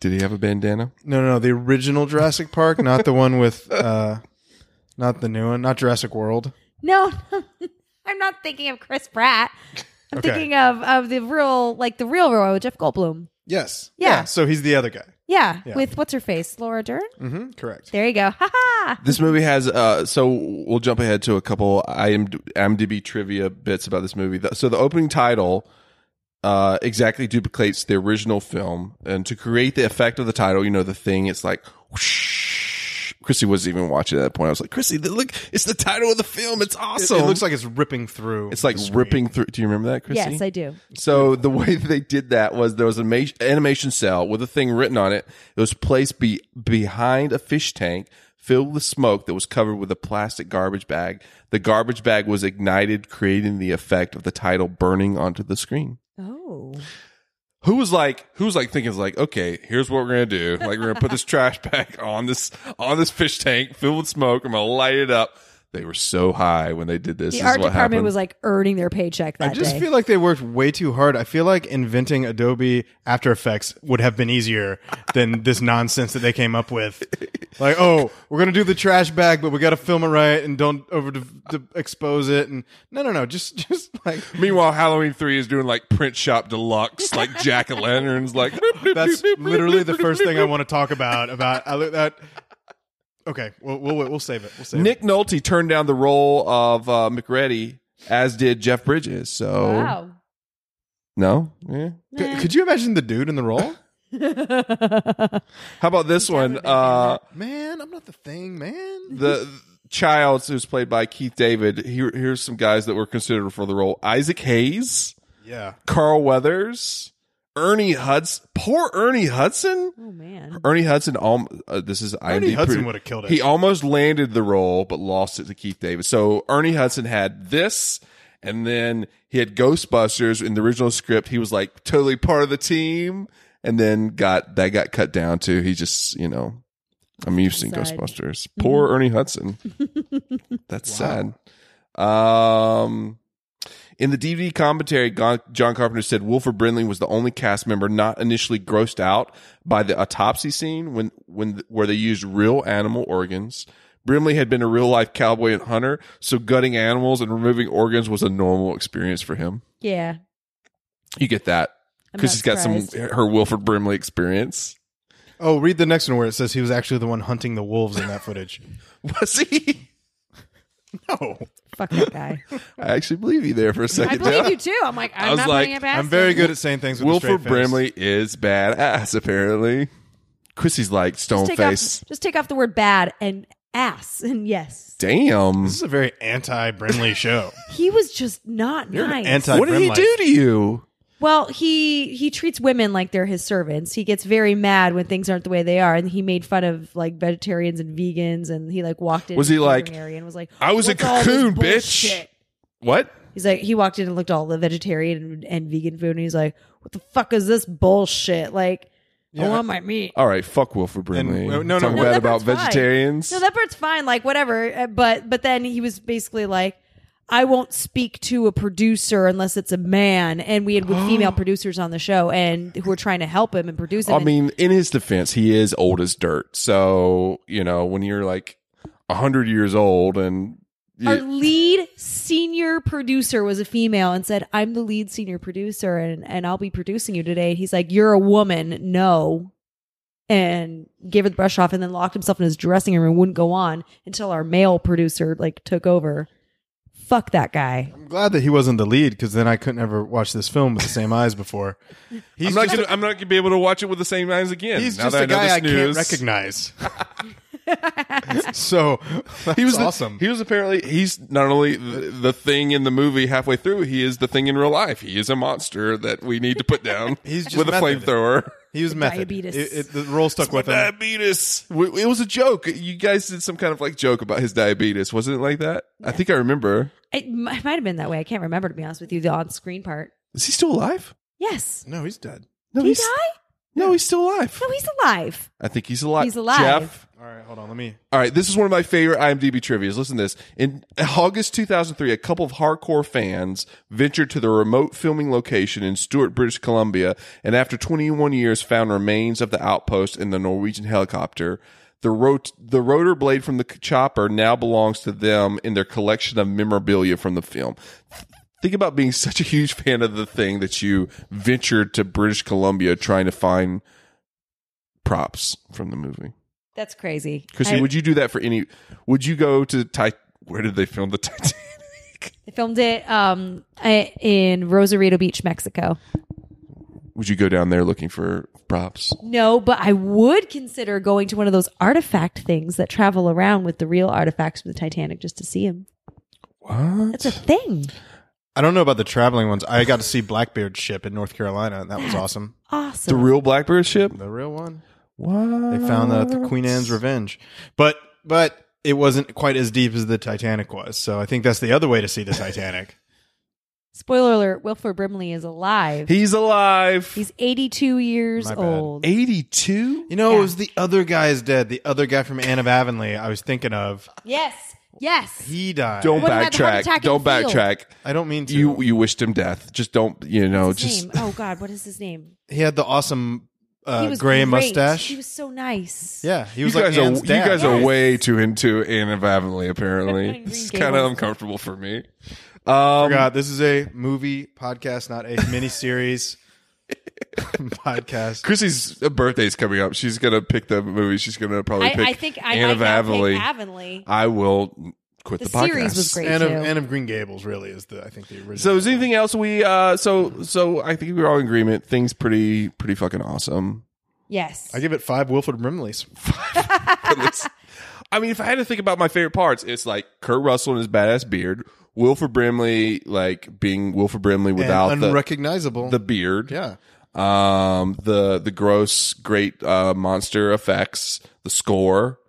C: Did he have a bandana?
B: No, no, no, the original Jurassic Park, not the one with, uh, not the new one, not Jurassic World.
A: No, I'm not thinking of Chris Pratt. I'm
B: Okay.
A: thinking of of the real, like the real Roy, Jeff Goldblum.
B: Yes.
A: Yeah.
B: so he's the other guy.
A: Yeah,
B: Yeah.
A: with what's her face, Laura Dern.
B: Mm-hmm. Correct.
A: There you go. Ha ha.
C: This movie has uh, so we'll jump ahead to a couple IMD- IMDb trivia bits about this movie. The- So the opening title uh, exactly duplicates the original film, and to create the effect of the title, you know the thing. It's like. Whoosh. Chrissy wasn't even watching at that point. I was like, Chrissy, the- look, it's the title of the film. It's
B: It,
C: awesome.
B: it looks like it's ripping through.
C: it's like
B: the screen.
C: ripping through. Do you remember that, Chrissy?
A: Yes, I do.
C: So the way that they did that was there was an ama- animation cell with a thing written on it. It was placed be- behind a fish tank filled with smoke that was covered with a plastic garbage bag. The garbage bag was ignited, creating the effect of the title burning onto the screen.
A: Oh,
C: Who was like, who was like thinking is like, okay, here's what we're gonna do. Like we're gonna put this trash bag on this on this fish tank filled with smoke. I'm gonna light it up. They were so high when they did this.
A: the
C: This is
A: art
C: what
A: department
C: happened.
A: was like earning their paycheck that
B: I just
A: day.
B: feel like they worked way too hard. I feel like inventing Adobe After Effects would have been easier than this nonsense that they came up with. Like, oh, we're gonna do the trash bag, but we gotta film it right and don't over to, expose it. And no, no, no, just just like
C: Meanwhile, Halloween three is doing like print shop deluxe, like jack o' lanterns, like
B: That's literally the first thing I want to talk about. About I look that. Okay, we'll we'll we'll save it. We'll save
C: Nick Nolte turned down the role of uh, McReady, as did Jeff Bridges. So
A: wow.
C: no, yeah.
B: it. Could, could you imagine the dude in the role?
C: How about this one? Uh,
B: man, I'm not the thing, man.
C: the Childs, who's played by Keith David. Here, here's some guys that were considered for the role: Isaac Hayes,
B: Yeah,
C: Carl Weathers, Ernie Hudson. Poor Ernie Hudson.
A: oh man.
C: Ernie Hudson. Al- uh, this is
B: Ernie
C: IMDb
B: Hudson
C: produ-
B: would have killed it.
C: He almost landed the role, but lost it to Keith David. So Ernie Hudson had this, and then he had Ghostbusters in the original script. He was like totally part of the team, and then got that got cut down to he just you know. I'm used to
A: Sad. Mm-hmm.
C: Ghostbusters. Poor Ernie Hudson. That's sad. Um, in the DVD commentary, Gon- John Carpenter said Wilford Brimley was the only cast member not initially grossed out by the autopsy scene when when where they used real animal organs. Brimley had been a real life cowboy and hunter, so gutting animals and removing organs was a normal experience for him.
A: Yeah.
C: You get that
A: I'm
C: because
A: not
C: he's got some
A: surprised.
C: her Wilford Brimley experience.
B: Oh, read the next one where it says he was actually the one hunting the wolves in that footage.
C: Was he?
B: no.
A: Fuck that guy.
C: I actually believe you there for a second.
A: I believe
C: there.
A: you too. I'm like, I'm
C: was
A: not
C: like,
A: putting it past.
B: I'm very
A: him.
B: good at saying things with a straight
C: Wilford
B: face.
C: Brimley is badass, apparently. Chrissy's like stone
A: Just take,
C: face.
A: off, just take off the word bad and ass and yes.
C: Damn.
B: This is a very anti-Brimley show.
A: He was just not
B: an
A: nice.
B: anti-
C: What did he
B: Brimley.
C: do to you?
A: well, he he treats women like they're his servants. He gets very mad when things aren't the way they are, and he made fun of like vegetarians and vegans, and he like walked in.
C: Was
A: to
C: he
A: the
C: like,
A: catering area and was like,
C: "I was a
A: "What's all this
C: cocoon, bitch."
A: bullshit?"
C: What?
A: He's like, he walked in and looked at all the vegetarian and, and vegan food, and he's like, "What the fuck is this bullshit?" Like, I want my meat.
C: All right, fuck Wilford
B: And-
C: Brimley.
B: no, no,
C: Talk
B: no.
C: bad
A: that
C: about
A: part's fine.
C: vegetarians.
A: No, that part's fine. Like whatever. Uh, But but then he was basically like, I won't speak to a producer unless it's a man. And we had with female producers on the show and who were trying to help him and produce him.
C: I
A: And
C: mean, in his defense, he is old as dirt. So you know, when you're like hundred years old and you-
A: our lead senior producer was a female and said, I'm the lead senior producer and, and I'll be producing you today. And he's like, You're a woman. No. And gave her the brush off and then locked himself in his dressing room and wouldn't go on until our male producer like took over. Fuck that guy.
B: I'm glad that he wasn't the lead because then I couldn't ever watch this film with the same eyes before. He's
C: I'm not
B: just,
C: gonna, I'm not gonna be able to watch it with the same eyes again.
B: he's
C: now
B: just
C: that
B: a
C: I know
B: guy
C: this
B: I
C: news.
B: can't recognize. so that's
C: He was the-
B: awesome.
C: he was apparently he's not only the, the thing in the movie halfway through, he is the thing in real life. He is a monster that we need to put down
B: He's just
C: with a
B: method.
C: flamethrower.
B: he was method.
A: Diabetes.
B: It, it, the role stuck with him.
C: diabetes. W- It was a joke. You guys did some kind of like joke about his diabetes, wasn't it? Like that? I think I remember.
A: It, m- it might have been that way. I can't remember, to be honest with you, the on screen part.
C: Is he still alive?
A: Yes.
B: No, he's dead.
C: No,
A: Did he
C: Oh, he's
A: die?
C: no, he's still alive.
A: No, he's alive.
C: I think he's alive.
A: He's alive.
C: Jeff,
B: All right, hold on. Let me.
C: All right, this is one of my favorite IMDb trivias. Listen to this. In August 2003, a couple of hardcore fans ventured to the remote filming location in Stuart, British Columbia, and after 21 years found remains of the outpost and the Norwegian helicopter. The, rot- the rotor blade from the chopper now belongs to them in their collection of memorabilia from the film. Think about being such a huge fan of the thing that you ventured to British Columbia trying to find props from the movie.
A: That's crazy.
C: Chrissy,
A: I-
C: would you do that for any? Would you go to Tit? Where did they film the Titanic?
A: They filmed it um, I, in Rosarito Beach, Mexico.
C: Would you go down there looking for props?
A: No, but I would consider going to one of those artifact things that travel around with the real artifacts from the Titanic just to see him.
C: What?
A: It's a thing.
B: I don't know about the traveling ones. I got to see Blackbeard's ship in North Carolina, and that was awesome.
A: Awesome.
C: The real Blackbird ship?
B: The real one.
C: What?
B: They found out the Queen Anne's Revenge, but but it wasn't quite as deep as the Titanic was. So I think that's the other way to see the Titanic.
A: Spoiler alert Wilford Brimley is alive.
C: He's alive.
A: He's 82 years
B: My bad.
A: old.
C: 82?
B: You know,
A: Yeah.
B: it was the other guy's dead. The other guy from Anne of Avonlea. I was thinking of
A: Yes. Yes.
B: he died.
C: Don't
A: Would've had the heart attack
C: backtrack.
A: in
C: Don't
A: the field.
C: backtrack.
B: I don't mean to.
C: You you wished him death. Just don't, you know,
A: What's his
C: just
A: name? Oh, God. What is his name?
B: he had the awesome
A: he
B: uh,
A: was
B: gray
A: great.
B: mustache.
A: He was so nice.
B: yeah, he
C: you
B: was like
C: guys, are,
B: Anne's
C: you
B: dad.
C: guys are
A: Yes.
C: way too into Anne of Avonlea, apparently.
A: Green
C: it's
A: Gables.
C: kind of uncomfortable for me. Um,
B: God, this is a movie podcast, not a mini series podcast.
C: Chrissy's birthday's coming up. She's gonna pick the movie. She's gonna probably
A: I,
C: pick.
A: I think I
C: Anne
A: might
C: of
A: not
C: Avonlea.
A: pick Avonlea.
C: I will quit the,
A: The series
C: podcast.
A: was great.
B: Anne of,
A: too.
B: Anne of Green Gables really is the I think the original.
C: So is there anything else we? uh So so I think we're all in agreement. Things pretty pretty fucking awesome.
A: yes.
B: I give it five Wilford Brimleys.
C: At least- I mean, if I had to think about my favorite parts, it's like Kurt Russell and his badass beard, Wilford Brimley like being Wilford Brimley without
B: and unrecognizable.
C: the the beard,
B: yeah,
C: Um, the the gross great uh monster effects, the score,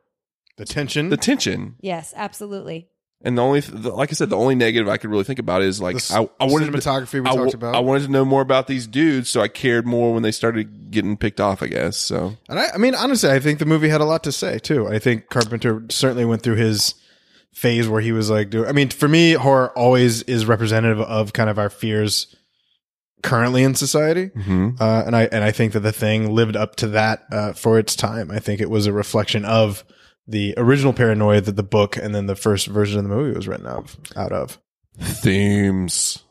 B: the tension,
C: the tension.
A: yes, absolutely.
C: And the only, th- the, like I said, the only negative I could really think about is like
B: The
C: I, I wanted
B: cinematography
C: to,
B: we
C: I,
B: talked
C: wa-
B: about.
C: I wanted to know more about these dudes, so I cared more when they started getting picked off. I guess so.
B: and I, I mean honestly, I think the movie had a lot to say too. I think Carpenter certainly went through his phase where he was like, "Do I mean for me, horror always is representative of kind of our fears currently in society."
C: Mm-hmm.
B: Uh, and I and I think that the thing lived up to that uh, for its time. I think it was a reflection of the original paranoia that the book and then the first version of the movie was written of out of.
C: Themes,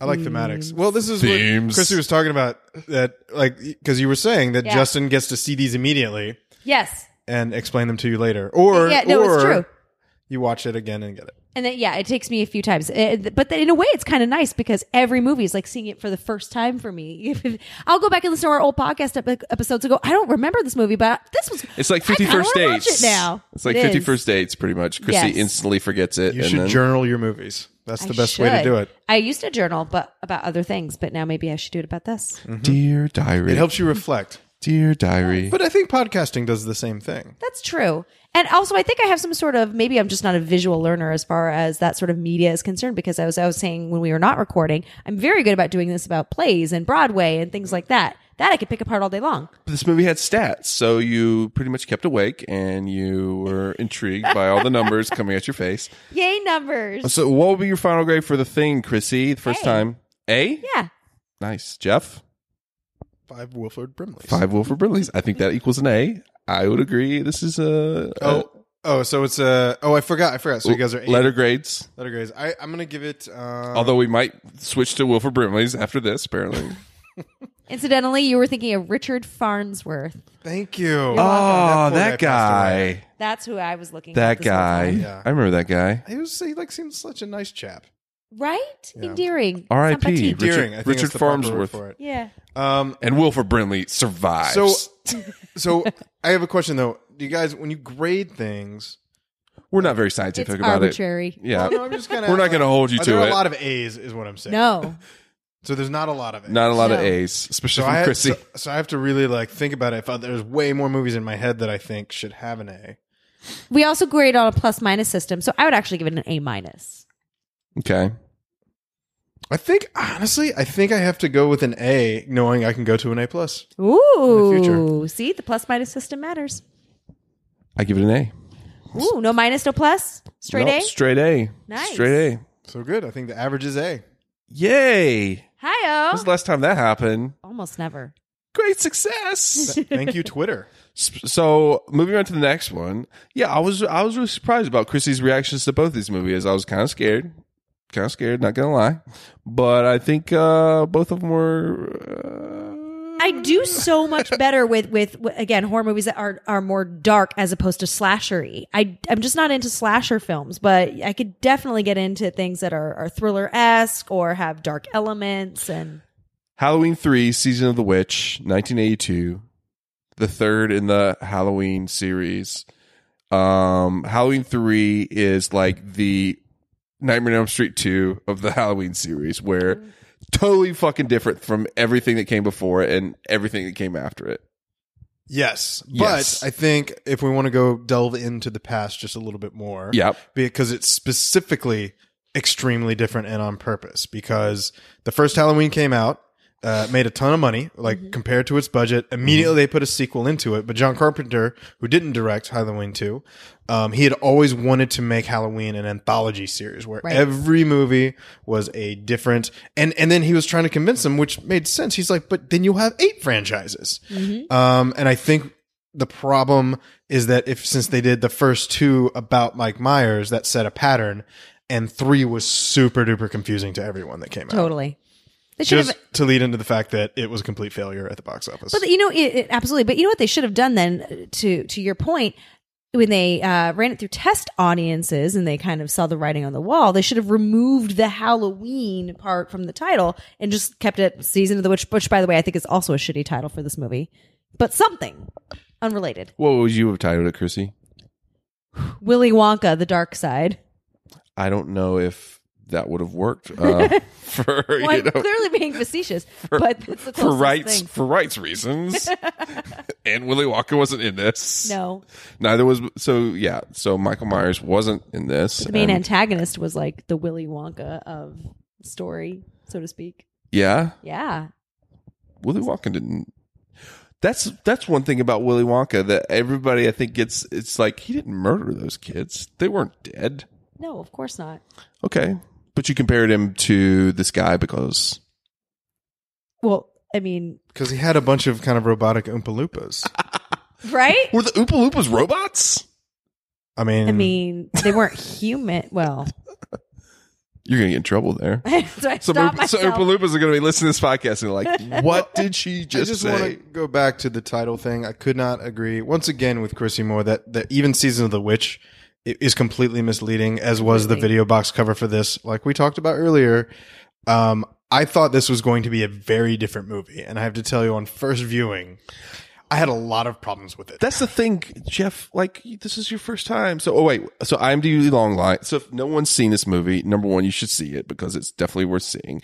B: I like thematics. Well, this is what
C: Themes.
B: Chrissy was talking about that, like, because you were saying that
A: Yeah.
B: Justin gets to see these immediately
A: Yes.
B: and explain them to you later, or
A: yeah, no,
B: or
A: it's true.
B: You watch it again and get it.
A: And then, yeah, it takes me a few times. Uh, th- But then in a way, it's kind of nice because every movie is like seeing it for the first time for me. I'll go back and listen to our old podcast ep- episodes and go, I don't remember this movie, but this was.
C: It's like
A: I
C: fifty
A: kinda
C: first
A: wanna watch
C: dates.
A: it now.
C: It's like
A: It is.
C: fifty first dates, pretty much. Chrissy
A: Yes.
C: instantly forgets it.
B: You
C: and
B: should
C: then,
B: journal your movies. That's the
A: I
B: best way to
A: should.
B: do it.
A: I used to journal, but about other things. But now maybe I should do it about this.
C: "Mm-hmm. Dear diary,
B: It helps you reflect.
C: dear diary.
B: But I think podcasting does the same thing.
A: That's true. And also, I think I have some sort of maybe I'm just not a visual learner as far as that sort of media is concerned. Because I was I was saying when we were not recording, I'm very good about doing this about plays and Broadway and things like that. That I could pick apart all day long.
C: this movie had stats, so you pretty much kept awake and you were intrigued by all the numbers coming at your face.
A: Yay numbers!
C: So, what would be your final grade for the thing, Chrissy? The first
A: A.
C: time, A.
A: Yeah,
C: Nice, Jeff.
B: Five Wilford Brimleys.
C: Five Wolf for Brimley's. I think that equals an A. I would agree. This is a, a-
B: Oh, oh, so it's a. Oh, I forgot. I forgot. So you guys are eight.
C: uh, letter grades.
B: letter grades. I, I'm gonna give it. Um,
C: Although we might switch to Wilford Brimley's after this, apparently.
A: Incidentally, you were thinking of Richard Farnsworth.
B: thank you.
C: oh,
B: At
C: that
B: point, I passed away.
C: guy.
A: That's who I was looking at.
C: That
A: this whole
C: guy.
A: time.
B: Yeah.
C: I remember that guy.
B: He was. He like seems such a nice chap.
A: Right? Endearing.
C: R.I.P.
A: Sympathetic.
C: Richard-
B: Deering, I think
C: Richard
B: is the proper word
C: Farnsworth.
B: for it.
A: Yeah.
B: Um.
C: And Wilford Brimley survives.
B: So, so I have a question though. Do you guys, when you grade things,
C: we're not very
A: It's
C: scientific about
A: arbitrary.
C: it. Yeah.
B: Well, no, I'm just kind of.
C: We're not gonna hold you to
B: there are
C: it.
B: A lot of A's is what I'm saying.
A: No.
B: So there's not a lot of A's.
C: Not a lot of
A: No.
C: A's, especially
B: So
C: from
B: I,
C: Chrissy.
B: so, so I have to really like think about it. If I, there's way more movies in my head that I think should have an A.
A: We also grade on a plus minus system, so I would actually give it an A minus.
C: okay.
B: I think honestly, I think I have to go with an A, knowing I can go to an A plus.
A: Ooh.
B: In the
A: See, the plus minus system matters.
C: I give it an A.
A: Ooh, no minus, no plus? Straight
C: Nope,
A: A?
C: Straight A.
A: Nice.
C: Straight A.
B: So good. I think the average is A.
C: Yay.
A: Hi
C: When's
A: Ah.
C: the last time that happened?
A: Almost never.
C: Great success.
B: Thank you, Twitter.
C: S- so moving on to the next one. Yeah, I was I was really surprised about Chrissy's reactions to both these movies. I was kind of scared, kind of scared. Not gonna lie, but I think uh, both of them were. Uh,
A: I do so much better with with with- again horror movies that are are more dark as opposed to slashery. I I'm just not into slasher films, but I could definitely get into things that are are thriller esque or have dark elements. And
C: Halloween three, season of the witch, nineteen eighty two, the third in the Halloween series. Um, Halloween three is like the Nightmare on Elm Street two of the Halloween series, where
A: Mm-hmm.
C: totally fucking different from everything that came before it and everything that came after it.
B: Yes,
C: Yes.
B: but I think if we want to go delve into the past just a little bit more,
C: Yep.
B: because it's specifically extremely different and on purpose. Because the first Halloween came out, uh, made a ton of money, like compared to its budget. Immediately they put a sequel into it. But John Carpenter, who didn't direct Halloween two, um, he had always wanted to make Halloween an anthology series where
A: Right.
B: every movie was a different and and then he was trying to convince them, which made sense. He's like, but then you'll have eight franchises. Um, and I think the problem is that if since they did the first two about Mike Myers, that set a pattern, and three was super duper confusing to everyone that came out.
A: totally, they should
B: Just
A: have.
B: to lead into the fact that it was a complete failure at the box office.
A: But you know, it, it- absolutely. But you know what they should have done then? uh, To to your point. When they uh, ran it through test audiences and they kind of saw the writing on the wall, they should have removed the Halloween part from the title and just kept it Season of the Witch, which, by the way, I think is also a shitty title for this movie, but something unrelated.
C: What would you have titled it, Chrissy?
A: Willy Wonka, The Dark Side.
C: I don't know if that would have worked uh, for
A: Well,
C: you
A: I'm
C: know
A: clearly being facetious, but that's the
C: for
A: closest
C: rights
A: thing.
C: for rights reasons. and Willy Walker wasn't in this.
A: No,
C: neither was. So yeah, so Michael Myers wasn't in this.
A: the main
C: and-
A: antagonist was like the Willy Wonka of story, so to speak.
C: Yeah,
A: Yeah,
C: Willy Wonka didn't. That's that's one thing about Willy Wonka that everybody I think gets. It's like he didn't murder those kids; they weren't dead.
A: no, of course not.
C: Okay, but you compared him to this guy because
A: Well, I mean,
B: because he had a bunch of kind of robotic Oompa Loompas.
A: right?
C: were the Oompa Loompas robots?
B: I mean,
A: I mean, they weren't human. Well,
C: You're gonna get in trouble there.
A: so I
C: So,
A: stopped
C: Oop- so
A: myself.
C: Oopaloopas are gonna be listening to this podcast and like, what did she
B: I
C: just,
B: just want to
C: say?
B: go back to the title thing. I could not agree once again with Chrissy Moore that that even season of the witch i- is completely misleading, as was the video box cover for this. Like we talked about earlier, um, I thought this was going to be a very different movie, and I have to tell you, on first viewing, I had a lot of problems with it.
C: That's the thing, Jeff. Like, this is your first time. So, oh wait. So, IMDb long line. So, if no one's seen this movie, number one, you should see it because it's definitely worth seeing.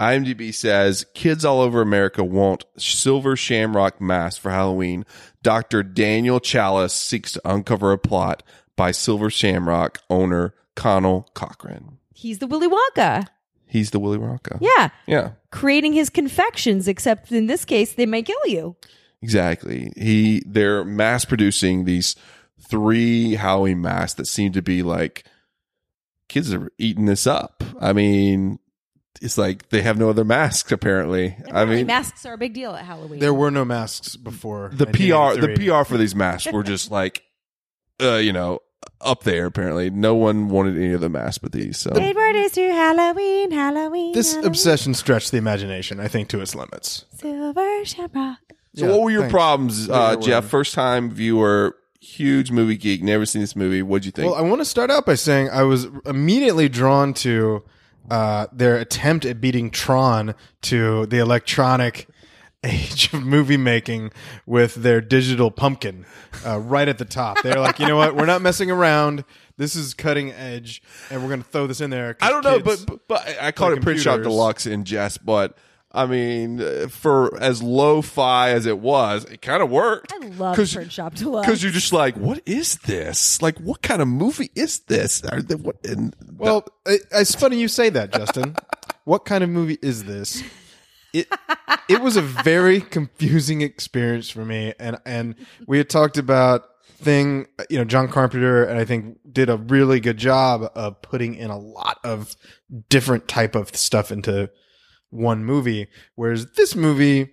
C: IMDb says kids all over America want silver shamrock mask for Halloween. Dr. Daniel Chalice seeks to uncover a plot by silver shamrock owner Connell Cochran.
A: He's the Willy Wonka.
C: He's the Willy Wonka.
A: Yeah.
C: Yeah.
A: Creating his confections, except in this case, they may kill you.
C: Exactly. He they're mass producing these three Halloween masks that seem to be like kids are eating this up. I mean, it's like they have no other masks apparently. I
A: Apparently
C: mean,
A: masks are a big deal at Halloween.
B: there were no masks before
C: the PR the
B: 1983.
C: PR for these masks were just like uh, you know, up there apparently. No one wanted any of the masks but these. So
A: Eight word is to Halloween, Halloween.
B: This
A: Halloween,
B: obsession stretched the imagination, I think, to its limits.
A: Silver shamrock.
C: So
B: Yeah,
C: what were your
B: thanks.
C: problems,
B: What were
C: uh,
B: your
C: Jeff?
B: worries?
C: First time viewer, huge movie geek, never seen this movie. What'd you think?
B: Well, I want to start out by saying I was immediately drawn to uh, their attempt at beating Tron to the electronic age of movie making with their digital pumpkin uh, right at the top. They're like, you know what? We're not messing around. This is cutting edge, and we're going to throw this in there. 'cause
C: I don't know,
B: kids-
C: but but- but I- I call
B: play
C: it print shot
B: computers.
C: deluxe in jest, but I mean, uh, for as lo-fi as it was, it kind of worked.
A: I love print shop to love.
C: because you're just like, what is this? Like, what kind of movie is this? Are they, what, and
B: Well, it, it's funny you say that, Justin. what kind of movie is this? It it was a very confusing experience for me, and and we had talked about thing you know John Carpenter and I think did a really good job of putting in a lot of different type of stuff into one movie whereas this movie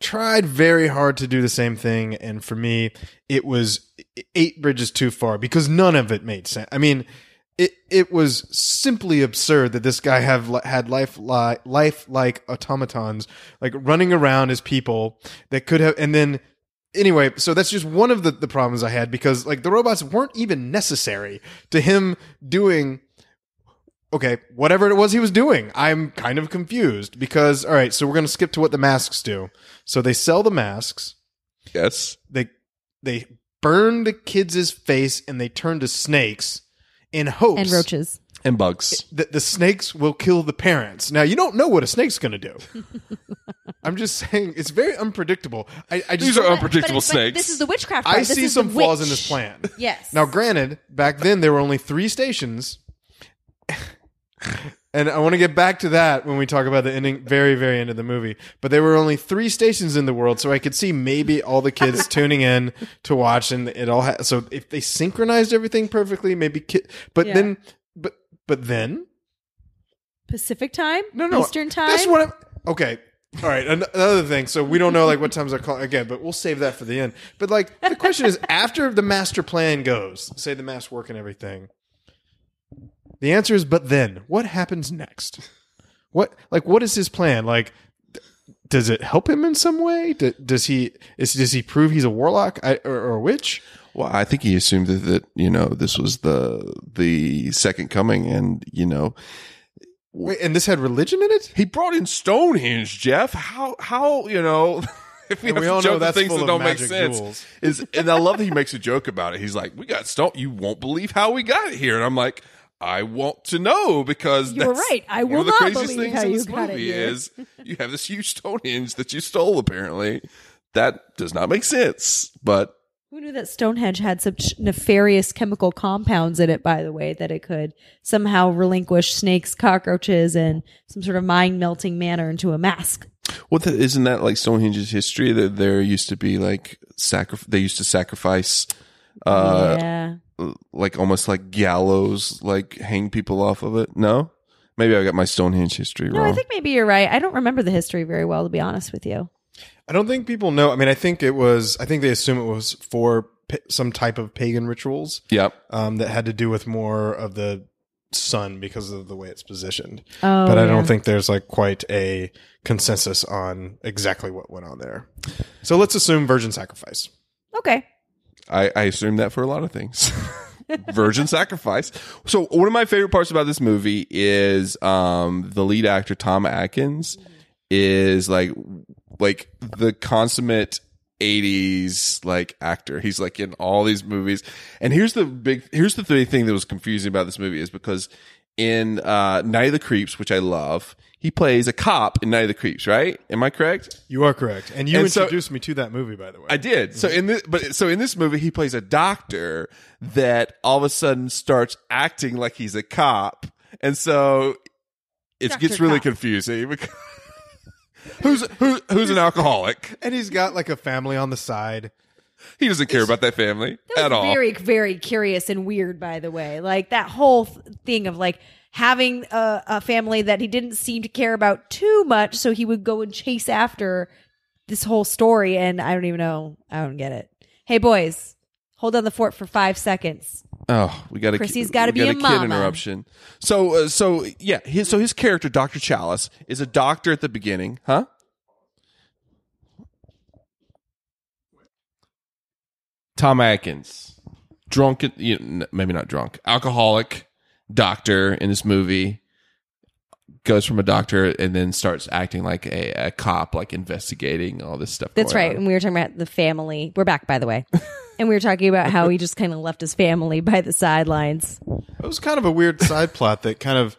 B: tried very hard to do the same thing and for me it was eight bridges too far because none of it made sense i mean it it was simply absurd that this guy have li- had life li- life like automatons like running around as people that could have and then anyway so that's just one of the, the problems i had because like the robots weren't even necessary to him doing okay, whatever it was he was doing, I'm kind of confused because all right, so we're going to skip to what the masks do. So they sell the masks.
C: yes,
B: They they burn the kids' face and they turn to snakes in hopes
A: and roaches.
C: and bugs.
B: that the snakes will kill the parents. Now you don't know what a snake's going to do. I'm just saying it's very unpredictable. I, I just
C: These are
A: But-
C: unpredictable
A: but it's- but
C: snakes.
A: this is the witchcraft.
B: I
A: part. This
B: see
A: is the
B: some flaws in
A: witch.
B: this plan.
A: Yes.
B: Now, granted, back then there were only three stations, and I want to get back to that when we talk about the ending, very, very end of the movie. But there were only three stations in the world, so I could see maybe all the kids tuning in to watch, and it all. Ha- so if they synchronized everything perfectly, maybe. Ki- but
A: Yeah.
B: then, but but then,
A: Pacific time?
B: no, no,
A: Eastern time?
B: That's what I'm. Okay. All right, an- another thing. So we don't know like what times I call again, but we'll save that for the end. But like the question is, after the master plan goes, say the mass work and everything, the answer is, but then what happens next? What like what is his plan? Like, th- does it help him in some way? D- does he is does he prove he's a warlock I, or, or a witch?
C: Well, I think he assumed that, that you know this was the the second coming, and you know
B: Wait, and this had religion in it.
C: he brought in Stonehenge, Jeff. How how you know? If we,
B: And
C: have
B: we
C: to
B: all know
C: joke the
B: that's
C: things
B: full
C: that
B: of
C: don't make
B: magic
C: sense,
B: jewels.
C: is and I love that he makes a joke about it. He's like, "We got stone. You won't believe how we got it here." And I'm like, "I want to know because
A: You were
C: that's
A: right. I
C: one
A: will
C: of the
A: not
C: craziest
A: believe
C: things
A: how
C: in
A: you
C: this
A: got it
C: movie
A: here.
C: is you have this huge Stonehenge that you stole. Apparently, that does not make sense, but."
A: Who knew that Stonehenge had such nefarious chemical compounds in it, by the way, that it could somehow relinquish snakes, cockroaches, and some sort of mind melting manner into a mask?
C: What the, isn't that like Stonehenge's history that there used to be like sacri- they used to sacrifice uh
A: yeah.
C: like almost like gallows like hang people off of it? No? Maybe I got my Stonehenge history
A: No,
C: wrong.
A: I think maybe you're right. I don't remember the history very well, to be honest with you.
B: I don't think people know. I mean, I think it was. I think they assume it was for pa- some type of pagan rituals.
C: yep.
B: um, that had to do with more of the sun because of the way it's positioned.
A: Oh,
B: but I
A: yeah.
B: don't think there's like quite a consensus on exactly what went on there. So let's assume virgin sacrifice.
A: Okay.
C: I, I assume that for a lot of things. Virgin sacrifice. So one of my favorite parts about this movie is um, the lead actor Tom Atkins is like like the consummate 80s like actor. He's like in all these movies. And here's the big here's the three thing that was confusing about this movie is because in uh Night of the Creeps, which I love, he plays a cop in Night of the Creeps, right? Am I correct?
B: You are correct. And you
C: And so-
B: introduced me to that movie, by the way.
C: I did. So in this, but so in this movie, he plays a doctor that all of a sudden starts acting like he's a cop, and so it
A: Dr.
C: gets really
A: Cop.
C: confusing. Because who's who, who's an alcoholic?
B: and he's got like a family on the side.
C: He doesn't care about that family
A: That
C: at
A: was
C: all.
A: Very, very curious and weird, by the way. Like that whole th- thing of like having a, a family that he didn't seem to care about too much, so he would go and chase after this whole story. And I don't even know. I don't get it. Hey, boys, hold on the fort for five seconds.
C: Oh, we got a
A: Chrissy's
C: ki-
A: gotta
C: we got
A: be
C: a
A: a
C: kid
A: mama.
C: interruption. So uh, so yeah, his, so his character Doctor Chalice is a doctor at the beginning, huh? Tom Atkins, drunk, you know, n- maybe not drunk, alcoholic doctor in this movie goes from a doctor and then starts acting like a, a cop, like investigating all this stuff.
A: That's
C: going
A: right.
C: on.
A: And we were talking about the family. We're back, by the way. and we were talking about how he just kind of left his family by the sidelines.
B: It was kind of a weird side plot that kind of.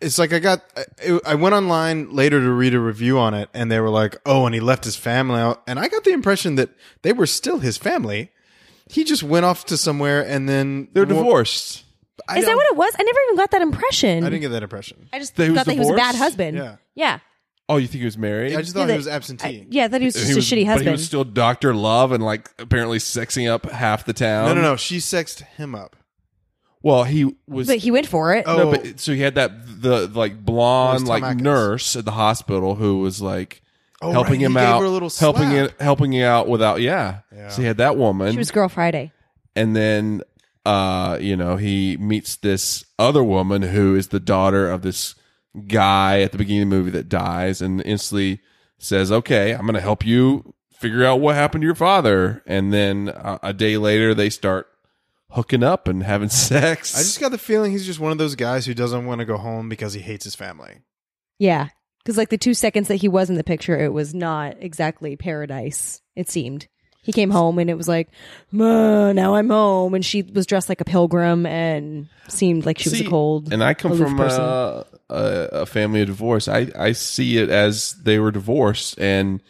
B: It's like I got. I- I went online later to read a review on it, and they were like, "Oh, and he left his family out." And I got the impression that they were still his family. He just went off to somewhere, and then
C: They're divorced.
B: I
A: Is that
B: don't-
A: what it was? I never even got that impression.
B: I didn't get that impression.
A: I just
C: That he was
A: thought that he was a bad
C: divorced?
A: husband.
B: Yeah.
A: Yeah.
C: Oh, you think he was married?
B: I just thought
A: that-
B: he was absentee.
A: Yeah, I thought he was just a shitty
C: But
A: husband.
C: he was still Doctor Love and like apparently sexing up half the town.
B: no, no, no. She sexed him up.
C: Well, he was.
A: but he went for it.
B: Oh,
C: no, but so he had that the like blonde
B: Tom
C: like
B: Atkins.
C: nurse at the hospital who was like
B: Oh,
C: helping
B: right. He
C: him
B: gave
C: out,
B: her a little
C: helping
B: slap.
C: it, helping it out without. Yeah.
B: Yeah.
C: So he had that woman,
A: she was Girl Friday.
C: and then uh, you know he meets this other woman who is the daughter of this guy at the beginning of the movie that dies, and instantly says, "Okay, I'm going to help you figure out what happened to your father." And then uh, a day later, they start hooking up and having sex.
B: I just got the feeling he's just one of those guys who doesn't want to go home because he hates his family.
A: Yeah. Because, like, the two seconds that he was in the picture, it was not exactly paradise, it seemed. He came home and it was like, "Ma, now I'm home. And she was dressed like a pilgrim and seemed like she was
C: See,
A: a cold.
C: and I come
A: aloof
C: from
A: person.
C: a, a, a family of divorce. I, I see it as they were divorced, and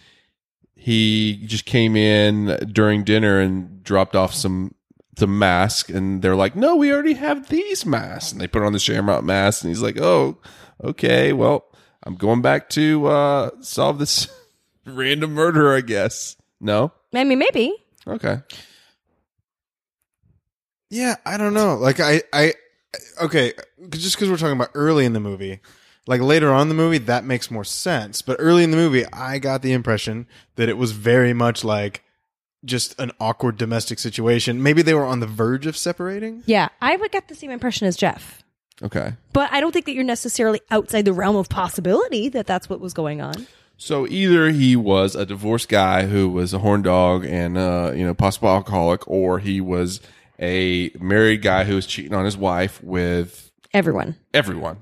C: he just came in during dinner and dropped off some the mask, and they're like, "No, we already have these masks," and they put on the Shamrock mask, and he's like, "Oh, okay, well, I'm going back to uh, solve this random murder, I guess." No,
A: I mean, maybe.
C: okay,
B: Yeah, I don't know. Like I, I, okay, just because we're talking about early in the movie, like later on in the movie, that makes more sense. But early in the movie, I got the impression that it was very much like just an awkward domestic situation. Maybe they were on the verge of separating.
A: Yeah. I would get the same impression as Jeff.
C: okay.
A: But I don't think that you're necessarily outside the realm of possibility that that's what was going on.
C: So either he was a divorced guy who was a horn dog and uh, you know possible alcoholic, or he was a married guy who was cheating on his wife with
A: Everyone.
C: everyone.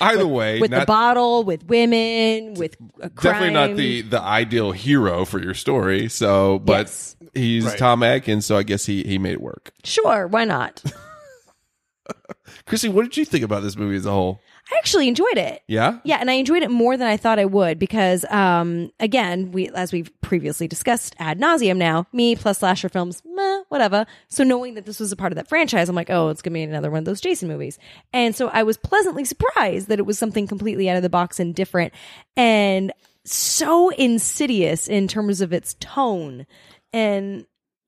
C: Either way,
A: With the
C: not,
A: bottle, with women, with a
C: definitely not
A: crime.
C: the the ideal hero for your story. So, but
A: Yes.
C: he's
B: Right.
C: Tom Atkins, so I guess he he made it work.
A: Sure, why not?
C: Chrissy, what did you think about this movie as a whole?
A: I actually enjoyed it.
C: Yeah,
A: Yeah, and I enjoyed it more than I thought I would because, um, again, we as we've previously discussed ad nauseum. Now, me plus slasher films, meh, whatever. So knowing that this was a part of that franchise, I'm like, oh, it's gonna be another one of those Jason movies. And so I was pleasantly surprised that it was something completely out of the box and different, and so insidious in terms of its tone. And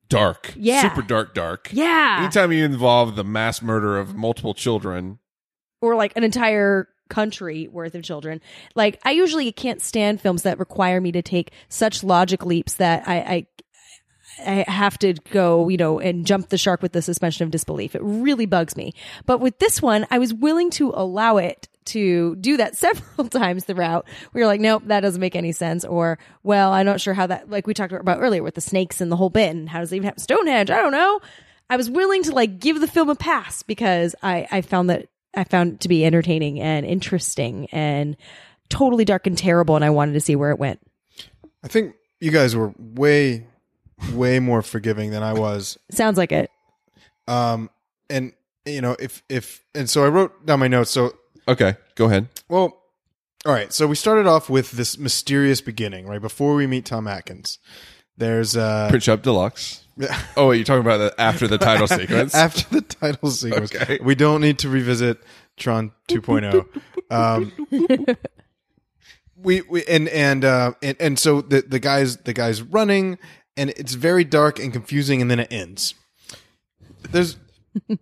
C: dark,
A: Yeah.
C: super dark, dark.
A: yeah,
C: Anytime you involve the mass murder of multiple children,
A: or like an entire country worth of children. Like I usually can't stand films that require me to take such logic leaps that I I I have to go, you know, and jump the shark with the suspension of disbelief. It really bugs me. But with this one, I was willing to allow it to do that several times throughout. We were like, nope, that doesn't make any sense. Or, well, I'm not sure how that, like we talked about earlier with the snakes and the whole bit and how does it even happen? Stonehenge, I don't know. I was willing to like give the film a pass because I, I found that I found it to be entertaining and interesting and totally dark and terrible. And I wanted to see where it went.
B: I think you guys were way, way more forgiving than I was.
A: Sounds like it.
B: Um, and you know, if if and so I wrote down my notes. So
C: Okay, go ahead.
B: well, all right. So we started off with this mysterious beginning, right before we meet Tom Atkins. There's uh,
C: Pitch up deluxe. Oh, wait, you're talking about the, after the title sequence.
B: after the title sequence.
C: Okay.
B: We don't need to revisit Tron 2.0. Um, we, we and and uh, and and so the the guys the guys running and it's very dark and confusing and then it ends. There's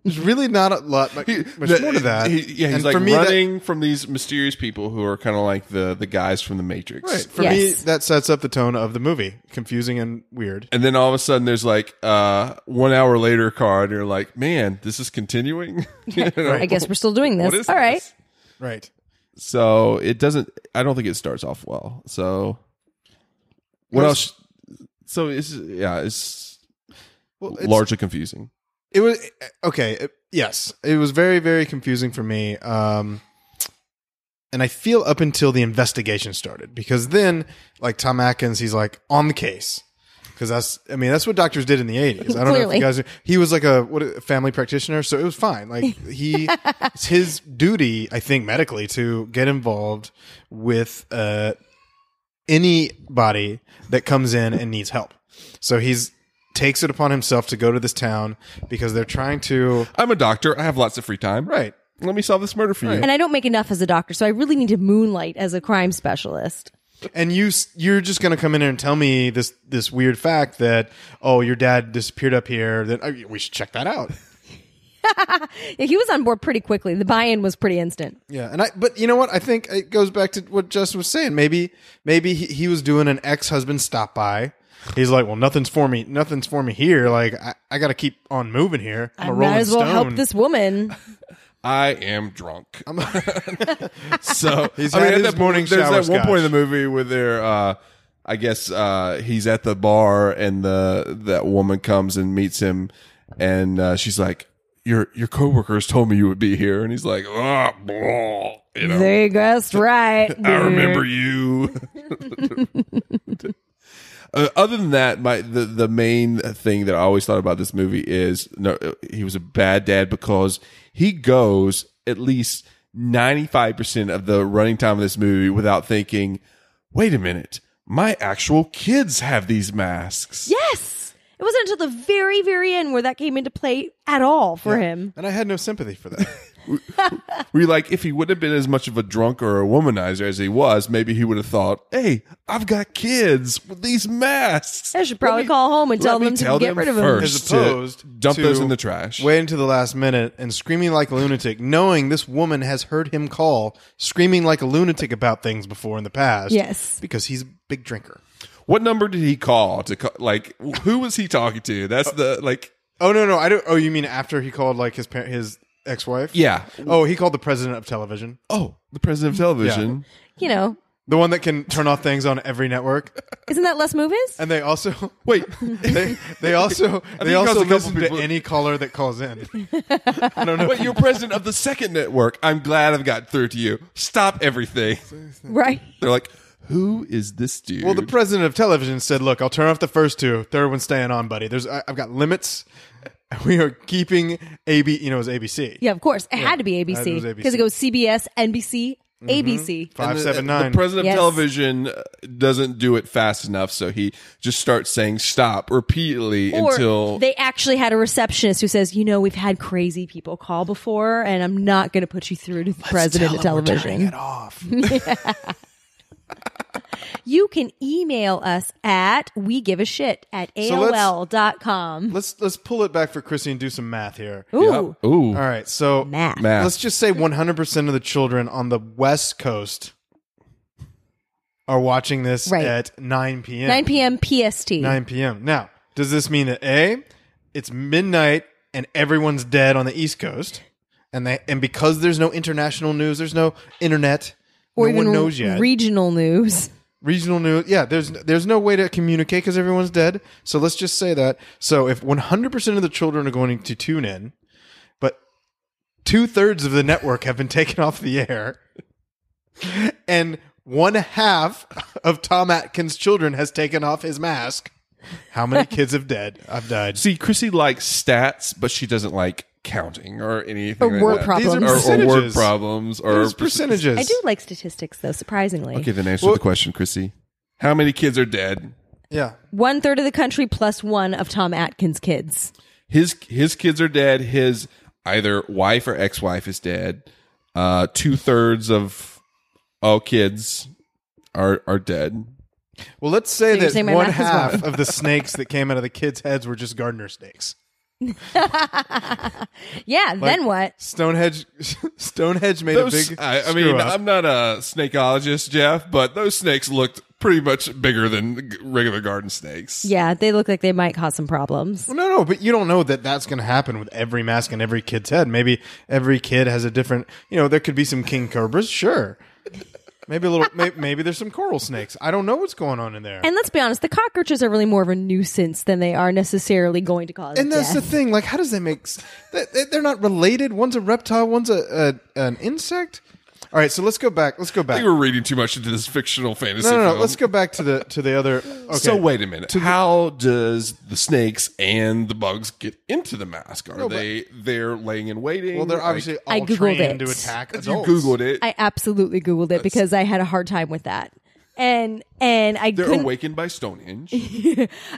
B: there's really not a lot much, much
C: The-
B: more to that.
C: he- yeah, he's
B: And
C: like
B: for me, that-
C: running from these mysterious people who are kind of like the the guys from the Matrix.
B: right, for
A: Yes.
B: me that sets up the tone of the movie. Confusing and weird.
C: And then all of a sudden, there's like uh, one hour later card. And you're like, man, this is continuing. You know?
A: I guess we're still doing
C: What
A: this.
C: is
A: All right.
C: this?
B: Right.
C: So it doesn't. I don't think it starts off well. So what else? So it's yeah, it's,
B: Well, it's-
C: largely confusing.
B: it was okay it- yes it was very very confusing for me um and i feel up until the investigation started because then like tom atkins he's like on the case because that's i mean that's what doctors did in the 80s i don't know if
A: Clearly.
B: you guys he was like a what a family practitioner so it was fine like he it's his duty i think medically to get involved with uh anybody that comes in and needs help. So he's takes it upon himself to go to this town because they're trying to
C: I'm a doctor. I have lots of free time.
B: right.
C: Let me solve this murder for you.
A: And I don't make enough as a doctor, so I really need to moonlight as a crime specialist.
B: And you s- you're just going to come in here and tell me this this weird fact that oh your dad disappeared up here that uh, we should check that out.
A: Yeah, he was on board pretty quickly. The buy-in was pretty instant.
B: Yeah, and I but you know what? I think it goes back to what Justin was saying. Maybe maybe he, he was doing an ex husband stop by. He's like, well, nothing's for me. Nothing's for me here. Like, I, I got to keep on moving here. I'm
A: I
B: a rolling
A: might as well
B: stone.
A: help this woman.
C: I am drunk. so he's
B: had his morning
C: There's
B: shower
C: that one point in the
B: scotch.
C: movie where they're, uh, I guess, uh, he's at the bar and the that woman comes and meets him, and uh, she's like, "Your your coworkers told me you would be here," and he's like, "Ah, blah," you know.
A: They guessed right.
C: I remember you. Uh, other than that, my the, the main thing that I always thought about this movie is no, uh, he was a bad dad because he goes at least ninety five percent of the running time of this movie without thinking. Wait a minute, my actual kids have these masks.
A: Yes. It wasn't until the very, very end where that came into play at all for him.
B: And I had no sympathy for that.
C: Were you like, if he would have been as much of a drunk or a womanizer as he was, maybe he would have thought, "Hey, I've got kids with these masks.
A: I should probably call home and
C: let
A: tell
C: me
A: them to
C: tell
A: get
C: them
A: rid of him.
C: first.
B: As
C: to
B: opposed
C: dump
B: to
C: those in the trash.
B: Wait until the last minute and screaming like a lunatic, knowing this woman has heard him call screaming like a lunatic about things before in the past.
A: Yes.
B: Because he's a big drinker.
C: What number did he call to call, like who was he talking to? That's the like
B: Oh no no, I don't oh you mean after he called like his par- his ex wife?
C: yeah.
B: Oh, he called the president of television.
C: Oh, the president of television.
A: You know,
B: The one that can turn off things on every network.
A: isn't that less movies?
B: And they also
C: Wait,
B: they, they also
C: he
B: they
C: calls a
B: also
C: couple
B: listen to
C: people.
B: any caller that calls in.
C: wait, you're president of the second network. I'm glad I've got through to you. Stop everything.
A: Right.
C: They're like, who is this dude?
B: Well, the president of television said, "Look, I'll turn off the first two. Third one's staying on, buddy. There's, I, I've got limits. We are keeping AB. You know, it was ABC.
A: Yeah, of course. It had to be
B: it was
A: ABC.
B: ABC.
A: Because it goes CBS, NBC, ABC.
B: Five
C: the,
B: seven nine.
C: the president
A: Yes.
C: of television uh, doesn't do it fast enough, so he just starts saying stop repeatedly
A: Or
C: until
A: they actually had a receptionist who says, "You know, we've had crazy people call before, and I'm not going to put you through to the president of television.
B: off.
A: You can email us at we give a shit at
B: let's-
A: aol.com.
B: let's let's pull it back for Chrissy and do some math here.
A: Ooh,
C: ooh
B: All right, so
A: math.
C: math.
B: let's just say 100 percent of the children on the West Coast are watching this
A: Right.
B: at 9 p.m.
A: 9 p.m. PST.
B: 9 p.m. Now, Does this mean that A, it's midnight and everyone's dead on the East Coast? And they and because there's no international news, there's no internet,
A: or
B: no
A: even
B: one knows yet.
A: regional news.
B: Regional news, yeah. There's there's no way to communicate because everyone's dead. So let's just say that. So if 100 percent of the children are going to tune in, but two thirds of the network have been taken off the air, and one half of Tom Atkins' children has taken off his mask. How many kids have dead? I've died.
C: See, Chrissy likes stats, but she doesn't like counting or anything.
A: Or
C: like
A: word
C: that.
A: problems.
B: These are
C: Or, or word
B: percentages.
C: problems. Or
B: There's
C: perc-
B: percentages.
A: I do like statistics, though. Surprisingly,
C: Okay, then answer
B: Well-
C: the question, Chrissy. How many kids are dead?
B: Yeah.
A: one third of the country plus one of Tom Atkins' kids.
C: His his kids are dead. His either wife or ex wife is dead. Uh, Two thirds of all kids are are dead.
B: Well, let's say
A: So you're
B: that
A: saying my
B: one
A: math is
B: half of the snakes that came out of the kids' heads were just gardener snakes.
A: Yeah. then what?
B: Stonehenge, Stonehenge made
C: Those,
B: a big.
C: I, I mean,
B: screw up.
C: I'm not a snakeologist, Jeff, but those snakes looked pretty much bigger than g- regular garden snakes.
A: Yeah, they look like they might cause some problems.
B: Well, No, no, but you don't know that that's going to happen with every mask and every kid's head. Maybe every kid has a different. You know, there could be some king cobras, sure. Maybe a little. Maybe, maybe there's some coral snakes. I don't know what's going on in there.
A: And let's be honest, the cockroaches are really more of a nuisance than they are necessarily going to cause.
B: And that's
A: death.
B: the thing. Like, how does that make? s- they- they- They're not related. One's a reptile. One's a, a an insect. All right, so let's go back. Let's go
C: I
B: back.
C: think we're reading too much into this fictional fantasy.
B: No, no, no.
C: film.
B: Let's go back to the to the other. Okay.
C: So wait a minute. How does the snakes and the bugs get into the mask? Are they they're laying and waiting?
B: Well, they're
C: Like,
B: obviously all
A: I Googled
B: trained
A: it.
B: to attack
C: you
B: adults.
C: googled it.
A: I absolutely googled it because I had a hard time with that, and and I
C: they're
A: couldn't
C: awakened by Stonehenge.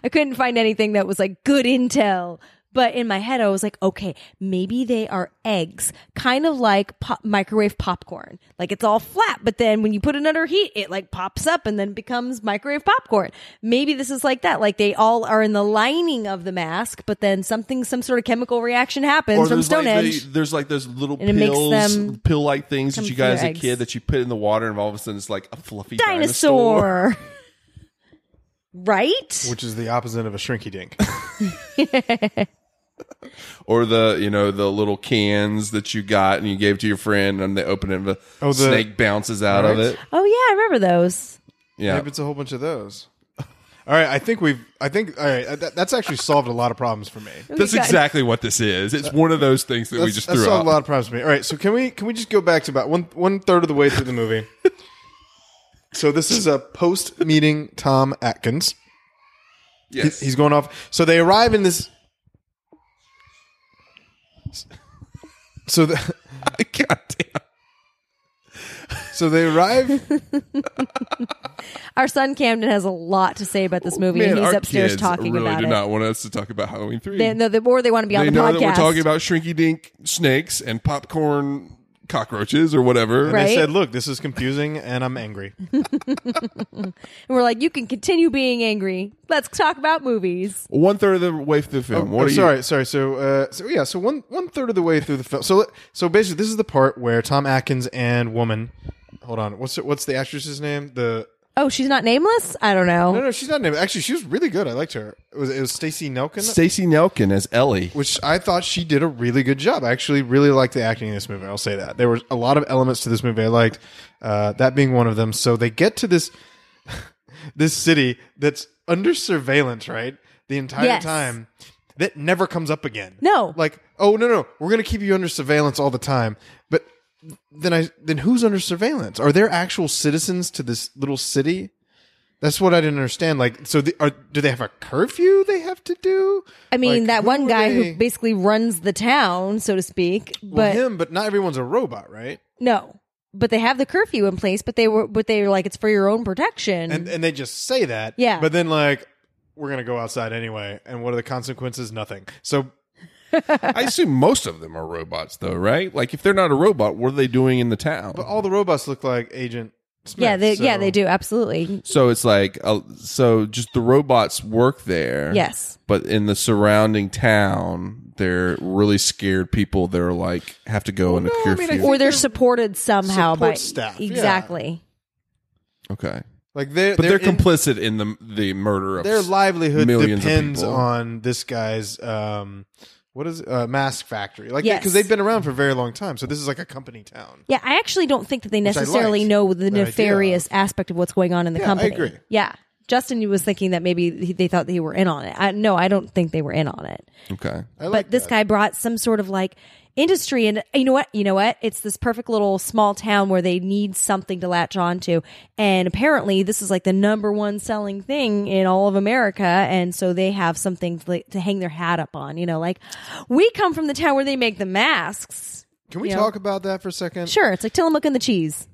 A: I couldn't find anything that was like good intel. But in my head, I was like, okay, maybe they are eggs, kind of like pop- microwave popcorn. Like it's all flat, but then when you put it under heat, it like pops up and then becomes microwave popcorn. Maybe this is like that. Like they all are in the lining of the mask, but then something, some sort of chemical reaction happens from
C: there's like,
A: Stonehenge.
C: the- there's like those little
A: And it makes
C: pills,
A: them
C: pill like things that
A: come
C: you got
A: through
C: as a
A: eggs.
C: kid that you put in the water, and all of a sudden it's like a fluffy dinosaur.
A: dinosaur. right?
B: which is the opposite of a shrinky dink.
C: Or the you know the little cans that you got and you gave to your friend, and they open it, and the,
B: Oh, the-
C: snake bounces out of
B: Right.
C: it.
A: Oh, yeah, I remember those.
C: Yeah,
B: Maybe it's a whole bunch of those. All right, I think we've. I think all right. That, that's actually solved a lot of problems for me.
C: that's
A: Okay, guys.
C: exactly what this is. It's one of those things that we
B: That's-
C: just
B: that
C: threw
B: solved
C: out.
B: a lot of problems for me. All right, so can we can we just go back to about one one third of the way through the movie? so this is a post meeting Tom Atkins.
C: Yes.
B: He's going off. So they arrive in this. So the,
C: God damn.
B: so they arrive
A: Our son Camden has a lot to say about this movie,
C: Man,
A: and he's
C: our
A: upstairs
C: kids
A: talking
C: really
A: about
C: do
A: it.
C: not want us to talk about Halloween three.
A: They, no, they, or they want to be on
C: They
A: the
C: know
A: podcast.
C: that we're talking about shrinky dink snakes and popcorn cockroaches or whatever.
A: Right.
B: They said, "Look, this is confusing, and I'm angry."
A: and we're like, you can continue being angry. Let's talk about movies.
C: One third of the way through the film. what
B: Oh,
C: are you?
B: sorry, sorry. So, uh, so yeah, so one one third of the way through the film. So, so basically, this is the part where Tom Atkins and woman. Hold on. What's the, what's the actress's name? The
A: Oh, she's not nameless. I don't know.
B: no, no, she's not named. Actually, she was really good. I liked her. It was it was Stacey Nelkin,
C: Stacy Nelkin as Ellie.
B: which I thought she did a really good job. I actually really liked the acting in this movie. I'll say that there were a lot of elements to this movie I liked. Uh, that being one of them. So they get to this this city that's under surveillance, right? The entire
A: Yes.
B: time. That never comes up again.
A: No.
B: Like, oh no, no, we're gonna keep you under surveillance all the time. But then I then who's under surveillance? Are there actual citizens to this little city? That's what I didn't understand. Like, so the, are, do they have a curfew they have to do?
A: I mean,
B: Like,
A: that
B: who
A: one
B: are
A: guy
B: they-
A: who basically runs the town, so to speak. But
B: well, him, but not everyone's a robot, right?
A: no, but they have the curfew in place. But they were, but they were like, it's for your own protection.
B: And and they just say that,
A: Mm-hmm. Yeah.
B: But then like, we're gonna go outside anyway, and what are the consequences? Nothing. So
C: I assume most of them are robots, though, right? Like, if they're not a robot, what are they doing in the town?
B: all the robots look like Agent. Smith,
A: yeah, they,
B: so-
A: yeah, they do absolutely.
C: so it's like, uh, so just the robots work there.
A: Yes.
C: But in the surrounding town, they're really scared people. They're like, have to go in a
B: no, I mean, I
C: curfew.
B: think-
A: Or they're supported somehow by
B: Support staff, yeah.
A: exactly.
C: okay.
B: Like they,
C: But they're,
B: in-
C: complicit in the the murder of
B: Their livelihood
C: millions of
B: depends
C: people.
B: on this guy's um, what is it? uh, mask factory? Like
A: Yes.
B: because they've been around for a very long time, so this is like a company town.
A: Yeah, I actually don't think that they
B: I
A: necessarily
B: liked,
A: know the
B: that idea
A: nefarious aspect of what's going on in the
B: Yeah, I
A: company.
B: agree.
A: Yeah. Justin was thinking that maybe he- they thought they were in on it. I, no, I don't think they were in on it.
C: Okay.
B: I like
A: but this
B: that.
A: guy brought some sort of like industry and you know what you know what it's this perfect little small town where they need something to latch on to and apparently this is like the number one selling thing in all of america and so they have something to, like, to hang their hat up on you know like we come from the town where they make the masks
B: Can we
A: you know.
B: talk about that for a second?
A: sure it's like tillamook and the cheese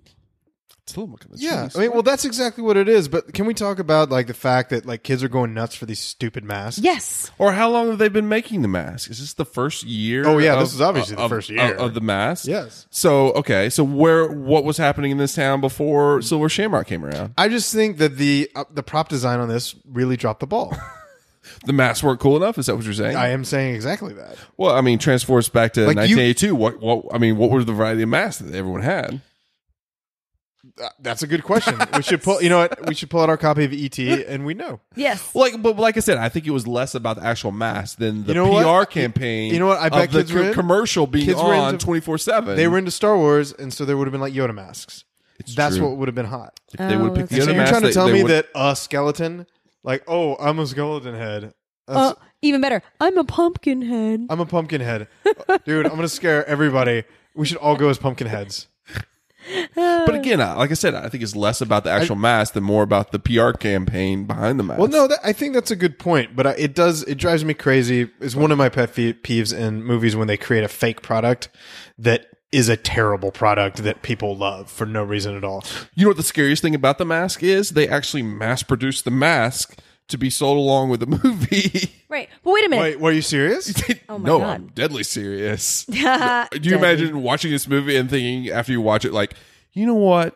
C: It's a little look at the
B: Yeah,
C: cheese.
B: I mean, well, that's exactly what it is. But can we talk about like the fact that like kids are going nuts for these stupid masks?
A: yes
C: Or how long have they been making the mask? Is this the first year?
B: Oh, yeah,
C: of-
B: this is obviously the
C: of-
B: first year.
C: of, of the mask.
B: Yes.
C: So okay, so where what was happening in this town before Silver Shamrock came around?
B: I just think that the uh, the prop design on this really dropped the ball.
C: The masks weren't cool enough. Is that what you're saying?
B: I am saying exactly that.
C: well, I mean, transforce back to
B: Like you-
C: 1982. what what I mean, what were the variety of masks that everyone had?
B: Uh, That's a good question. we should pull. You know what? We should pull out our copy of ET, and we know.
A: yes
C: Like, but like I said, I think it was less about the actual mask than the
B: You know
C: PR
B: what?
C: campaign.
B: You know what? I
C: of
B: bet
C: the
B: kids were in-
C: commercial being
B: kids were
C: on
B: into-
C: twenty four seven.
B: They were into Star Wars, and so there would have been like Yoda masks. That's
C: true.
B: what would have been hot.
C: If they would
A: Oh,
C: pick
A: that's
C: the
B: So
C: other
B: you're
C: mask.
B: trying to
C: they-
B: tell
C: they
B: me
C: would-
B: that a skeleton, like, oh, I'm a skeleton head. That's-
A: uh, even better i'm a pumpkin head
B: I'm a pumpkin head, dude. I'm gonna scare everybody. We should all go as pumpkin heads.
C: But again, I- like I said, I think it's less about the actual mask than more about the PR campaign behind the mask.
B: Well, no, that, I think that's a good point, but I, it does it drives me crazy. It's one of my pet fee- peeves in movies when they create a fake product that is a terrible product that people love for no reason at all.
C: You know what the scariest thing about the mask is? They actually mass produced the mask to be sold along with the movie.
A: right but wait a minute
B: Wait, were you serious?
A: Oh my
C: no,
A: God.
C: I'm deadly serious. No, Do you imagine watching this movie and thinking after you watch it, like, you know what?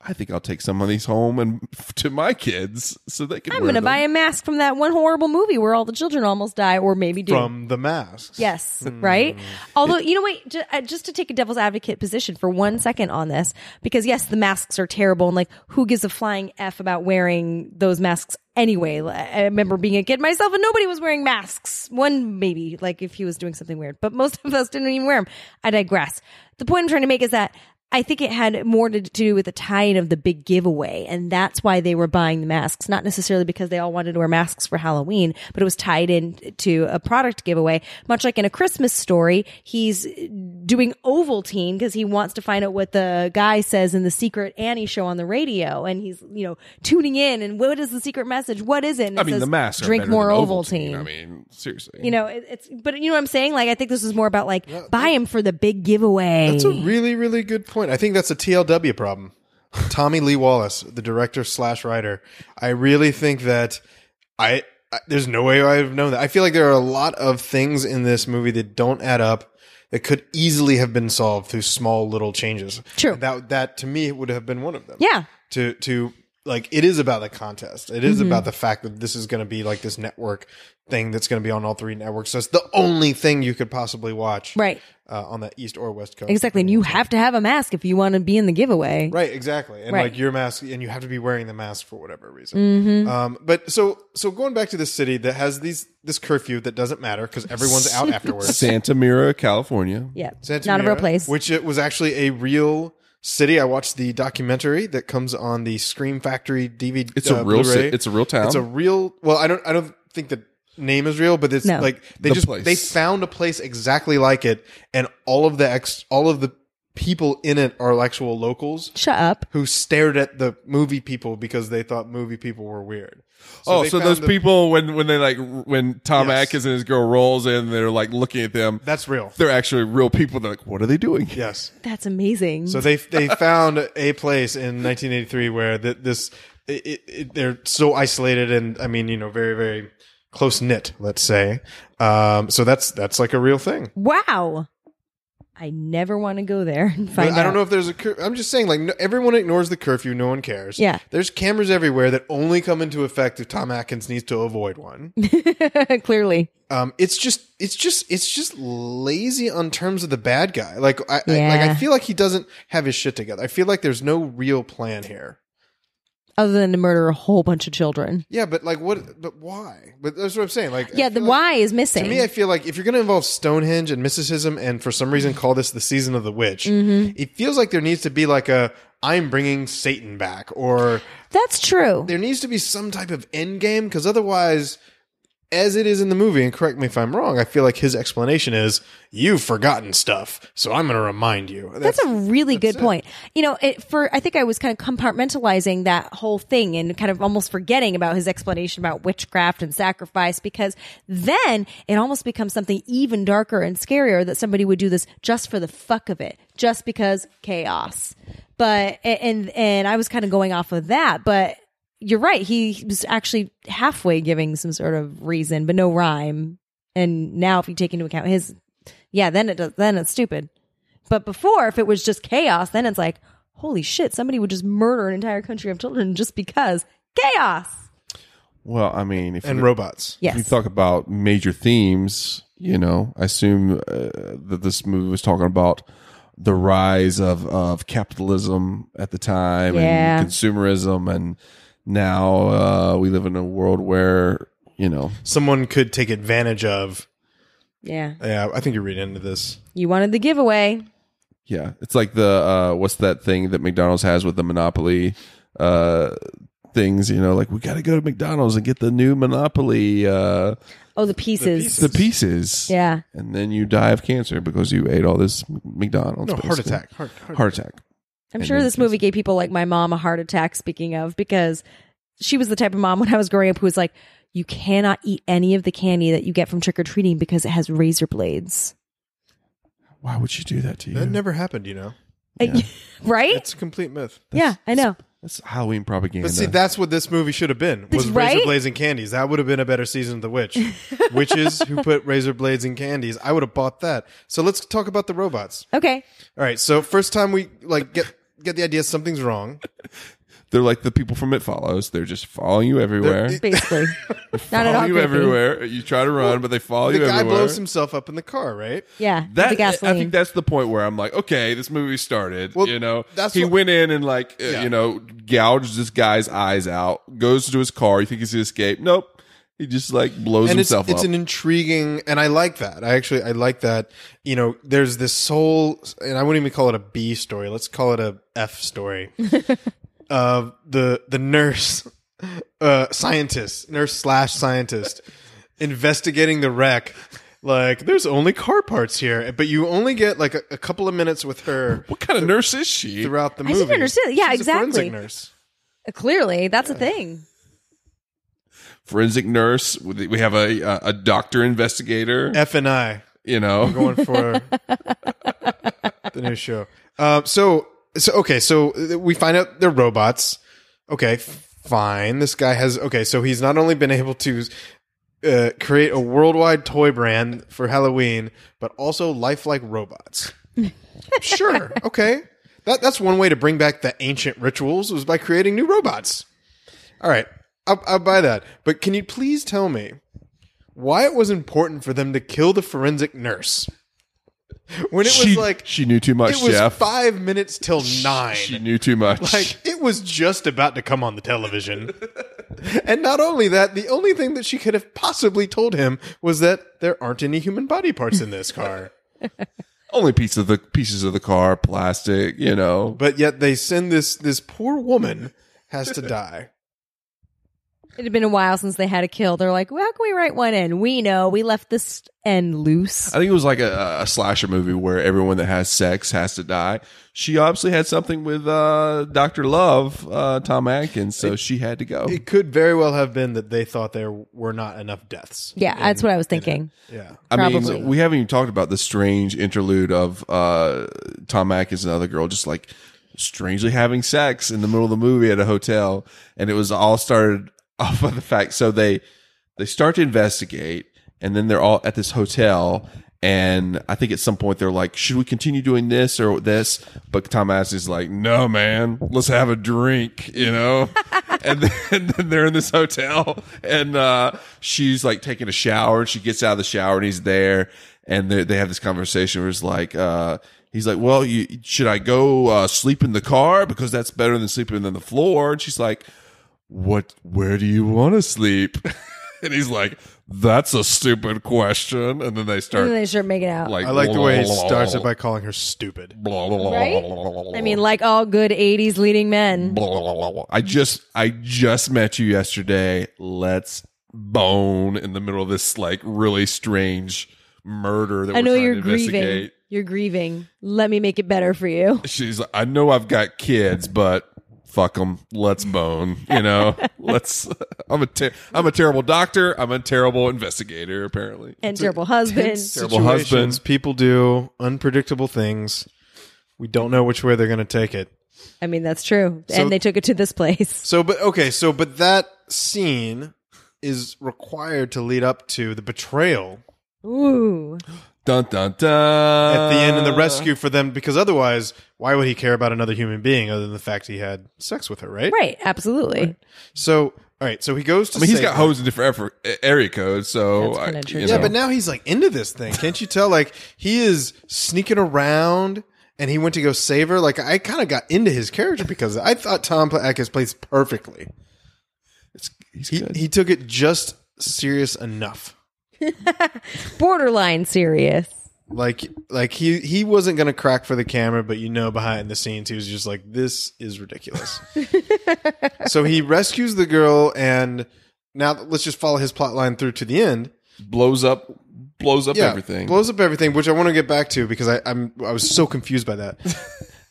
C: I think I'll take some of these home and to my kids so they can.
A: i'm
C: wear
A: gonna
C: them."
A: buy a mask from that one horrible movie where all the children almost die or maybe do
B: From Hmm. the masks.
A: Yes, right? Although, you know, wait, ju- uh, just to take a devil's advocate position for one second on this, because yes, the masks are terrible. And like, who gives a flying F about wearing those masks anyway? L- I remember being a kid myself and nobody was wearing masks. One maybe, like if he was doing something weird, but most of us didn't even wear them. I digress. The point I'm trying to make is that I think it had more to do with the tie-in of the big giveaway, and that's why they were buying the masks. Not necessarily because they all wanted to wear masks for Halloween, but it was tied in to a product giveaway. Much like in a Christmas story, he's doing Ovaltine because he wants to find out what the guy says in the Secret Annie show on the radio, and he's you know tuning in and what is the secret message? What is it? And
C: I
A: it
C: mean,
A: says,
C: the mask.
A: Drink more Ovaltine.
C: I mean, seriously.
A: you know, it, it's but you know what I'm saying. Like I think this is more about like buy him for the big giveaway.
B: That's a really, really good point. I think that's a TLW problem. Tommy Lee Wallace, the director slash writer. I really think that I, I there's no way I would have known that. I feel like there are a lot of things in this movie that don't add up that could easily have been solved through small little changes.
A: True.
B: And that that to me would have been one of them.
A: yeah.
B: To to like it is about the contest. It is
A: Mm-hmm.
B: about the fact that this is going to be like this network thing that's going to be on all three networks. That's the only thing you could possibly watch
A: Right.
B: uh, on the east or west coast.
A: Exactly. And you have to have a mask if you want to be in the giveaway.
B: Right, exactly, and
A: Right. Mm-hmm.
B: like your mask, and you have to be wearing the mask for whatever reason. Um, but so, so going back to this city that has these this curfew that doesn't matter because everyone's out afterwards.
C: Santa Mira, California.
A: Yeah.
B: Santa
A: Not a real
B: Maria,
A: place.
B: which it was actually a real city. I watched the documentary that comes on the Scream Factory DVD.
C: It's a
B: uh,
C: real.
B: Blu-ray.
C: ci- It's a real town.
B: It's a real. Well, I don't. I don't think the name is real, but it's
A: No.
B: like they
C: The
B: just
C: place.
B: they found a place exactly like it, and all of the ex, all of the people in it are actual locals
A: Shut up.
B: who stared at the movie people because they thought movie people were weird.
C: oh,
B: they
C: so
B: found
C: those
B: the-
C: people when when they like when Tom
B: Yes.
C: Atkins and his girl rolls in, they're like looking at them.
B: That's real.
C: they're actually real people. They're like, what are they doing?
B: Yes.
A: That's amazing.
B: So they they found a place in 1983 where th- this it, it, it, they're so isolated and I mean you know very very close knit let's say. Um, so that's that's like a real thing.
A: wow. I never want to go there and
B: But
A: find
B: I don't
A: out.
B: know if there's a. Cur- I'm just saying, like no, everyone ignores the curfew. No one cares.
A: Yeah.
B: there's cameras everywhere that only come into effect if Tom Atkins needs to avoid one.
A: Clearly.
B: um, it's just it's just it's just lazy on terms of the bad guy. Like I, I
A: Yeah.
B: like I feel like he doesn't have his shit together. I feel like there's no real plan here.
A: other than to murder a whole bunch of children.
B: Yeah, but like what? But why? But that's what I'm saying. Like, I
A: Yeah, the
B: feel like-
A: why is missing.
B: To me, I feel like if you're going to involve Stonehenge and mysticism, and for some reason call this the season of the witch,
A: Mm-hmm.
B: it feels like there needs to be like a I'm bringing Satan back, or
A: That's true.
B: there needs to be some type of end game because otherwise. As it is in the movie, and correct me if I'm wrong, I feel like his explanation is you've forgotten stuff, so I'm going to remind you.
A: That's a really good point. You know, it, for I think I was kind of compartmentalizing that whole thing and kind of almost forgetting about his explanation about witchcraft and sacrifice because then it almost becomes something even darker and scarier that somebody would do this just for the fuck of it, just because chaos. But and and I was kind of going off of that, but you're right. He was actually halfway giving some sort of reason, but no rhyme. And now, if you take into account his, yeah, then it does, then it's stupid. But before, if it was just chaos, then it's like, holy shit, somebody would just murder an entire country of children just because chaos.
C: Well, I mean, if
B: and
C: you-
B: robots.
C: If you
A: Yes.
C: talk about major themes, you know, I assume uh, that this movie was talking about the rise of, of capitalism at the time
A: Yeah.
C: and consumerism. And now uh, we live in a world where, you know,
B: Someone could take advantage of.
A: Yeah.
B: Yeah, I think you're reading into this.
A: You wanted the giveaway.
C: yeah, it's like the, uh, what's that thing that McDonald's has with the Monopoly uh, things, you know, like we got to go to McDonald's and get the new Monopoly, uh,
A: Oh, the pieces.
C: the pieces.
A: Yeah.
C: And then you die of cancer because you ate all this McDonald's.
B: No, heart
C: basically.
B: attack. Heart, heart,
C: heart attack.
A: I'm
C: And
A: sure
C: then
A: this
C: kids.
A: movie gave people like my mom a heart attack, speaking of, because she was the type of mom when I was growing up who was like, you cannot eat any of the candy that you get from trick or treating because it has razor blades.
C: Why would you do that to you?
B: That never happened, you know.
A: right?
B: It's a complete myth.
A: yeah, I know.
C: That's Halloween propaganda.
B: But see, that's what this movie should have been. Was
A: That's right.
B: razor blades and candies? That would have been a better season of The Witch. Witches who put razor blades in candies. I would have bought that. So let's talk about the robots.
A: Okay.
B: All right. So first time we like get get the idea something's wrong.
C: They're like the people from It Follows. They're just following you everywhere.
B: They're-
A: Basically. Not at all.
C: follow you
A: creepy.
C: everywhere. You try to run, but they follow
B: The
C: you
B: guy
C: everywhere.
B: blows himself up in the car, right?
A: Yeah. with
C: that,
A: the gasoline.
C: I think that's the point where I'm like, okay, this movie started.
B: Well,
C: you know,
B: that's
C: he
B: what-
C: went in and like, uh,
B: Yeah.
C: you know, gouged this guy's eyes out. Goes to his car. You think he's gonna escape? Nope. He just like blows
B: and it's,
C: himself
B: it's
C: up.
B: an intriguing and i like that i actually i like that you know there's this soul and i wouldn't even call it a b story let's call it a f story of the the nurse uh scientist nurse slash scientist investigating the wreck like there's only car parts here but you only get like a, a couple of minutes with her
C: what kind of nurse is she?
B: throughout the
A: I
B: movie
A: didn't understand. Yeah,
B: She's a forensic
A: exactly.
B: nurse
A: Clearly, that's a thing.
C: Forensic nurse. We have a a, a doctor investigator.
B: f and i
C: you know,
B: going for the new show. Um, so, so okay, so uh, we find out they're robots. Okay, f- fine. This guy has okay, so he's not only been able to uh, create a worldwide toy brand for Halloween, but also lifelike robots. sure, okay. That that's one way to bring back the ancient rituals was by creating new robots. All right, I'll, I'll buy that. But can you please tell me why it was important for them to kill the forensic nurse when it
C: she,
B: was like
C: she knew too much,
B: it was
C: Jeff.
B: five minutes till nine.
C: She knew too much.
B: like it was just about to come on the television. and not only that, the only thing that she could have possibly told him was that there aren't any human body parts in this car.
C: Only piece of the pieces of the car, plastic, you
B: Mm.
C: know.
B: but yet they send this this poor woman has to die.
A: It had been a while since they had a kill. They're like, well, how can we write one in? We know we left this end loose.
C: I think it was like a, a slasher movie where everyone that has sex has to die. She obviously had something with uh, Doctor Love, uh, Tom Atkins, so she had to go.
B: It could very well have been that they thought there were not enough deaths.
A: yeah, that's what I was thinking.
B: Yeah.
C: I
A: probably.
C: mean, we haven't even talked about the strange interlude of uh, Tom Atkins and another girl just like strangely having sex in the middle of the movie at a hotel, and it was all started off of the fact. So they they start to investigate, and then they're all at this hotel. And I think at some point they're like, "Should we continue doing this or this?" But Tom Atkins is like, "No, man, let's have a drink," you know. and, then, and then they're in this hotel, and uh, she's like taking a shower, and she gets out of the shower, and he's there, and they, they have this conversation where it's like, uh, he's like, "Well, you, should I go uh, sleep in the car because that's better than sleeping on the floor?" And she's like, what where do you want to sleep and he's like that's a stupid question and then they
A: And
C: start
A: then they start making out.
C: like
B: I like the way he starts it by calling her stupid.
A: Right? I mean, like all good 80s leading men.
C: I just I just met you yesterday. Let's bone in the middle of this like really strange murder that
A: I
C: we're
A: know
C: trying
A: you're
C: to
A: grieving.
C: investigate.
A: You're grieving. Let me make it better for you.
C: She's like, I know I've got kids, but fuck them. Let's bone. You know, let's. I'm a ter- I'm a terrible doctor. I'm a terrible investigator. Apparently,
A: And terrible husband.
C: Terrible
B: Situations,
C: husband.
B: People do unpredictable things. We don't know which way they're going to take it.
A: I mean, that's true.
B: So-
A: and they took it to this place.
B: So, but okay, so but that scene is required to lead up to the betrayal
A: Ooh.
C: Dun dun dun.
B: at the end and the rescue for them, because otherwise, why would he care about another human being other than the fact he had sex with her, right?
A: Right. Absolutely.
B: So, all right, so he goes to.
C: I mean, he's
B: save
C: got
B: her.
C: homes in different effort- area codes, so
A: That's kinda
C: I-
A: true,
C: you
B: Yeah,
C: know.
B: but now he's like into this thing. Can't you tell? Like he is sneaking around, and he went to go save her. Like I kind of got into his character because I thought Tom Atkins plays perfectly.
C: It's- he's
B: He
C: good.
B: he took it just serious enough.
A: Borderline serious.
B: Like like he he wasn't gonna crack for the camera, but you know behind the scenes he was just like this is ridiculous. so he rescues the girl, and now let's just follow his plot line through to the end.
C: blows up, blows up everything.
B: Blows up everything, which I want to get back to because I, I'm I was so confused by that.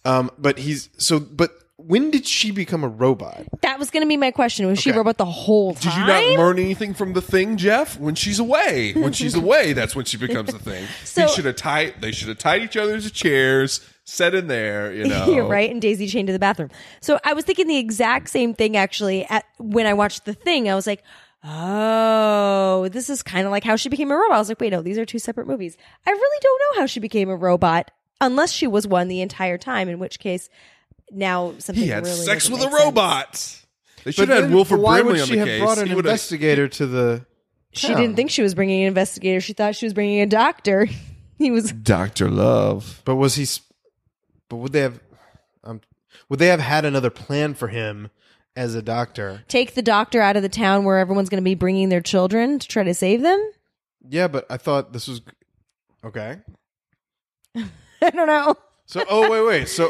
B: um, but he's so but when did she become a robot?
A: That was going to be my question. Was she robot the whole
C: Did you
A: time?
C: not learn anything from the thing, Jeff? When she's away, when she's away, that's when she becomes the thing.
A: So-
C: they should have tied. They should have tied each other's chairs, set in there. You know,
A: You're right, and Daisy chained to the bathroom. So I was thinking the exact same thing actually. At when I watched the thing, I was like, "Oh, this is kind of like how she became a robot." I was like, "Wait, no, these are two separate movies." I really don't know how she became a robot, unless she was one the entire time. In which case, now something
C: He had
A: really
C: sex
A: doesn't
C: with a
A: make sense.
C: robot. They should have
B: then
C: had Wilford
B: why
C: Brimley
B: would
C: on
B: she
C: the
B: have
C: case.
B: brought an
C: He would've-
B: investigator to the?
A: She didn't think she was bringing an investigator. She thought she was bringing a doctor. He was
C: Doctor Love.
B: But was he? s- But would they have? Um, would they have had another plan for him as a doctor?
A: take the doctor out of the town where everyone's going to be bringing their children to try to save them.
B: Yeah, but I thought this was okay.
A: I don't know.
B: So oh wait wait so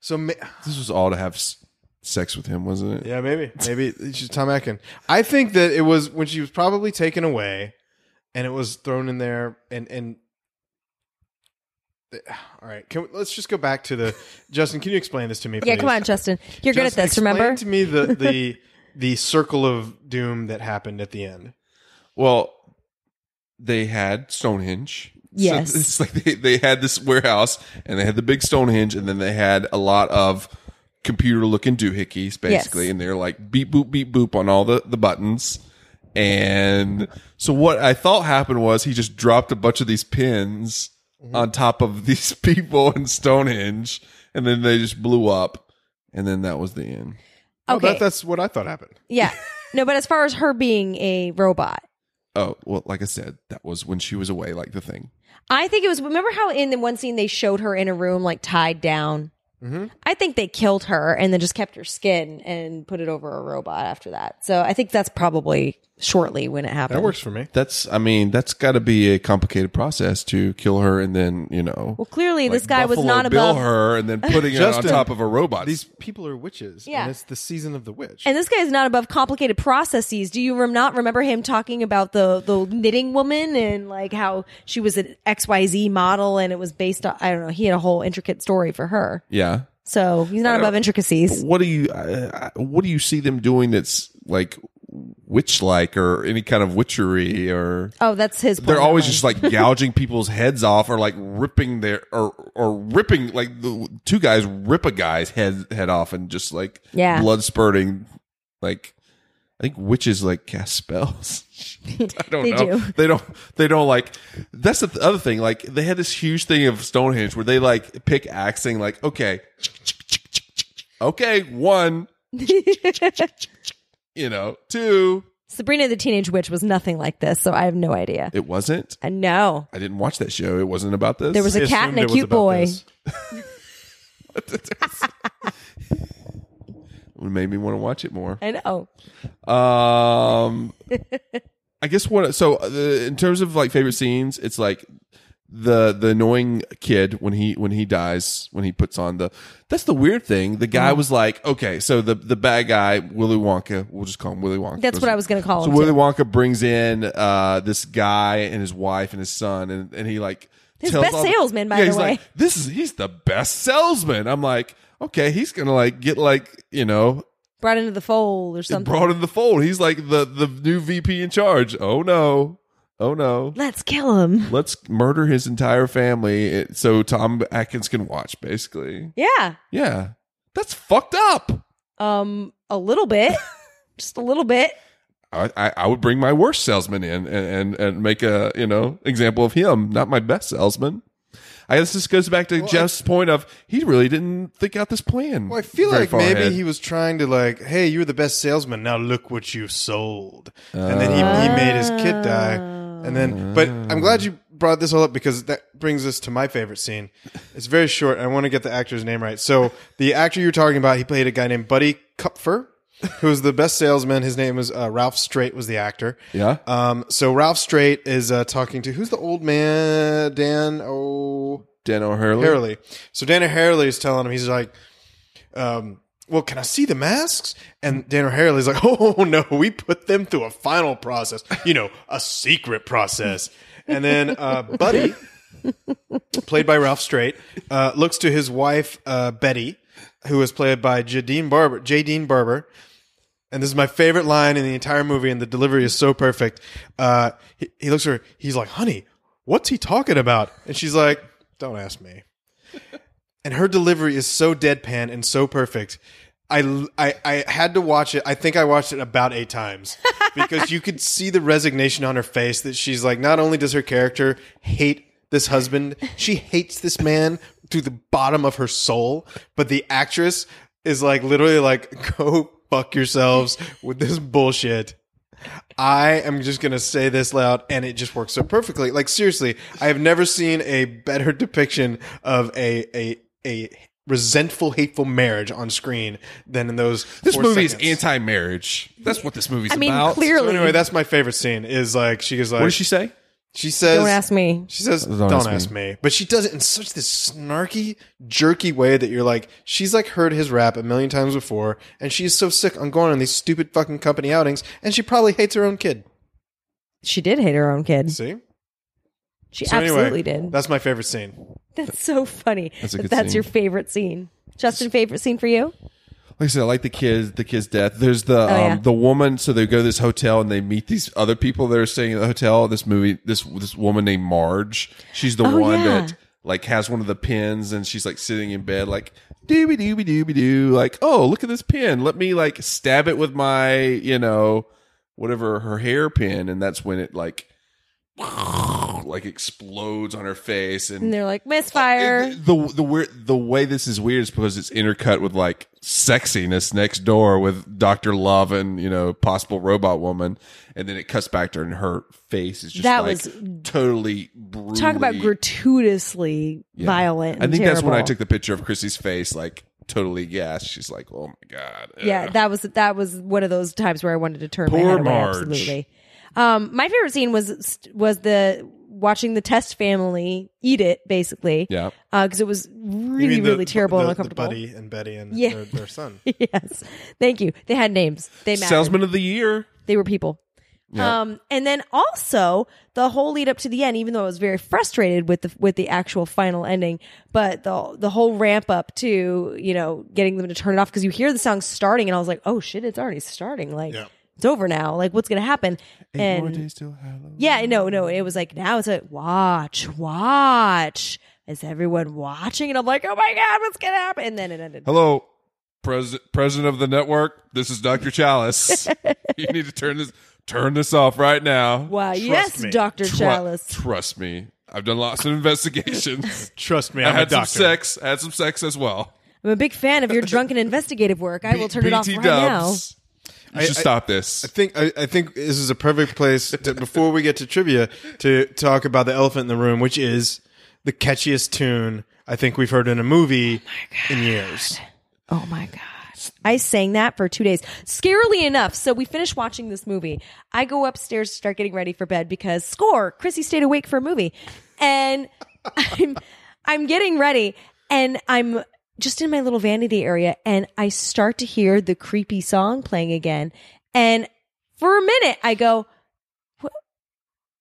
B: so ma-
C: This was all to have s- sex with him, wasn't it?
B: Yeah, maybe. Maybe it's just Tom Atkin. I think that it was when she was probably taken away and it was thrown in there and and all right, can we, let's just go back to the Justin. Can you explain this to me?
A: Yeah,
B: please?
A: come on, Justin. You're good at
B: Justin,
A: this. Remember?
B: explain to me the the the circle of doom that happened at the end.
C: Well, they had Stonehenge.
A: Yes.
C: So it's like they, they had this warehouse and they had the big Stonehenge and then they had a lot of computer looking doohickeys basically.
A: Yes.
C: And they're like beep boop beep boop on all the, the buttons. And so what I thought happened was he just dropped a bunch of these pins on top of these people in Stonehenge and then they just blew up. And then that was the end.
B: Oh,
A: Okay.
B: that, that's what I thought happened.
A: yeah. No, but as far as her being a robot,
C: Oh, well, like I said, that was when she was away, like the thing.
A: I think it was. Remember how in the one scene they showed her in a room like tied down?
B: Mm-hmm.
A: I think they killed her and then just kept her skin and put it over a robot after that. So I think that's probably shortly when it happened.
B: That works for me.
C: That's, I mean, that's got to be a complicated process to kill her and then, you know.
A: Well, clearly this guy was not
C: Bill
A: above.
C: her and then putting it on
B: Justin,
C: top of a robot.
B: These people are witches.
A: Yeah.
B: and it's the season of the witch.
A: And this guy is not above complicated processes. Do you rem- not remember him talking about the the knitting woman and like how she was an XYZ model and it was based on I don't know, he had a whole intricate story for her.
C: yeah.
A: So he's not above intricacies.
C: What do you uh, uh, what do you see them doing that's like witch like or any kind of witchery or
A: Oh, that's his point.
C: they're always
A: Never
C: just like gouging people's heads off or like ripping their or or ripping like the two guys rip a guy's head head off and just like
A: Yeah.
C: blood spurting like I think witches like cast spells. I don't
A: They
C: know.
A: do.
C: They don't. They don't like. That's the th- other thing. Like they had this huge thing of Stonehenge where they like pick axing. Like okay, okay, one. you know, two.
A: Sabrina the Teenage Witch was nothing like this, so I have no idea.
C: It wasn't.
A: And no.
C: I didn't watch that show. It wasn't about this.
A: There was
B: I
A: a cat
B: assumed
A: and
B: it
A: a
B: was
A: cute
B: about
A: boy.
B: this.
C: it made me want to watch it more.
A: I know.
C: Um, I guess what so uh, the, in terms of like favorite scenes, it's like the the annoying kid when he when he dies when he puts on the that's the weird thing. The
A: Mm-hmm.
C: guy was like, okay, so the the bad guy Willy Wonka, we'll just call him Willy Wonka.
A: That's what I was gonna call
C: So
A: him,
C: Willy
A: too.
C: Wonka brings in uh this guy and his wife and his son and and he like.
A: His
C: tells
A: best
C: all the-
A: salesman, by
C: Yeah,
A: the
C: he's like,
A: way.
C: this is he's the best salesman. I'm like, okay, he's gonna like get like you know
A: Brought into the fold or something.
C: brought in the fold. He's like the the new VP in charge. Oh no, oh no.
A: Let's kill him.
C: Let's murder his entire family it- so Tom Atkins can watch. Basically,
A: Yeah.
C: yeah, that's fucked up.
A: Um, a little bit. Just a little bit.
C: I, I, I would bring my worst salesman in and, and and make a you know example of him, not my best salesman. I guess this goes back to Jeff's point of he really didn't think out this plan.
B: Well, I feel
C: very
B: like
C: far
B: maybe
C: ahead.
B: he was trying to like, hey, you were the best salesman. Now look what you sold. and then he, he made his kid die. And then, but I'm glad you brought this all up because that brings us to my favorite scene. It's very short. I want to get the actor's name right. So the actor you're talking about, he played a guy named Buddy Kupfer, who was the best salesman. His name was uh, Ralph Straight was the actor.
C: Yeah.
B: Um. So Ralph Straight is uh, talking to who's the old man? Dan. Oh.
C: Dan O'Hurley.
B: Harley. So Dan O'Harley is telling him, he's like, um, well, can I see the masks? And Dan O'Harley's like, oh no, we put them through a final process, you know, a secret process. And then uh, Buddy, played by Ralph Straight, uh, looks to his wife uh, Betty, who is played by Jadine Barber. Jadine Barber. And this is my favorite line in the entire movie, and the delivery is so perfect. Uh, he, he looks at her. He's like, "Honey, what's he talking about?" And she's like, "Don't ask me." and her delivery is so deadpan and so perfect. I, I, I had to watch it. I think I watched it about eight times because you could see the resignation on her face that she's like, not only does her character hate this husband, she hates this man to the bottom of her soul. But the actress is like, literally, like, go fuck yourselves with this bullshit. I am just going to say this loud, and it just works so perfectly. Like, seriously, I have never seen a better depiction of a, a, a resentful, hateful marriage on screen than in those.
C: This
B: four
C: movie
B: seconds.
C: is anti-marriage. That's what this movie's
A: I mean,
C: about.
A: clearly-
B: So anyway, that's my favorite scene is like, she is like,
C: What does she say?
B: she says,
A: Don't ask me.
B: She says, "Don't, ask, me. but she does it in such this snarky, jerky way that you're like, she's like heard his rap a million times before, and she's so sick on going on these stupid fucking company outings, and she probably hates her own kid.
A: She did hate her own kid.
B: See,
A: She
B: So anyway,
A: absolutely did.
B: That's my favorite scene.
A: That's so funny.
C: That's a
A: that
C: good
A: that's
C: scene.
A: your favorite scene. Justin, favorite scene for you?
C: like I said, I like the kids, the kid's death. There's the um,
A: Oh, yeah.
C: the woman. So they go to this hotel and they meet these other people that are staying at the hotel. This movie, this this woman named Marge. She's the
A: Oh,
C: one
A: yeah.
C: that like has one of the pins, and she's like sitting in bed, like dooby dooby dooby doo. Like, oh, look at this pin. Let me like stab it with my you know whatever her hair pin, and that's when it like like explodes on her face and
A: And they're like, misfire.
C: the the- the weird the way this is weird is because it's intercut with like sexiness next door with Doctor Love and you know possible robot woman, and then it cuts back to her and her face is just
A: That
C: like,
A: was-
C: totally brutally,
A: Talk about gratuitously
C: Yeah.
A: violent.
C: I
A: and
C: think that's when I
A: terrible.
C: took the picture of Chrissy's face, like totally gassed. She's like, "Oh my god,
A: Yeah,
C: Ugh.
A: that was that was one of those times where I wanted to turn my
C: Poor
A: head away.
C: Marge.
A: Absolutely. Um, my favorite scene was was the watching the test family eat it basically.
C: Yeah.
A: because it was
B: You
A: really
B: mean the-
A: really terrible
B: the-
A: and
B: the
A: uncomfortable.
B: Buddy and Betty and
A: Yeah.
B: their, their son.
A: yes, thank you. They had names. They mattered.
C: salesman of the year."
A: They were people. Um, and then also the whole lead up to the end, even though I was very frustrated with the with the actual final ending, but the the whole ramp up to you know getting them to turn it off because you hear the song starting, and I was like, oh shit, it's already starting, like
B: Yeah.
A: it's over now, like what's gonna happen?
C: Eight more
A: and
C: days till Halloween.
A: yeah, no, no, it was like now it's like watch, watch, is everyone watching? And I'm like, oh my god, what's gonna happen? And then it ended.
C: Hello, pres- president of the network. This is Dr. Chalice. you need to turn this turn this off right now.
A: Wow, yes,
B: me.
A: Doctor
C: Tru-
A: Chalice.
C: Trust me. I've done lots of investigations.
B: Trust me,
C: I
B: I'm a
C: had some
B: doctor.
C: sex. I had some sex as well.
A: I'm a big fan of your drunken investigative work. I will turn it off
C: BT
A: right
C: dubs.
B: I-
C: You should
B: I-
C: stop this.
B: I think I, I think this is a perfect place to, before we get to trivia to talk about the elephant in the room, which is the Oh catchiest tune I think we've heard in a movie in years.
A: now. Oh my god. I sang that for two days. Scarily enough, so we finished watching this movie. I go upstairs to start getting ready for bed because score, Chrissy stayed awake for a movie. And I'm I'm getting ready and I'm just in my little vanity area and I start to hear the creepy song playing again. And for a minute I go, What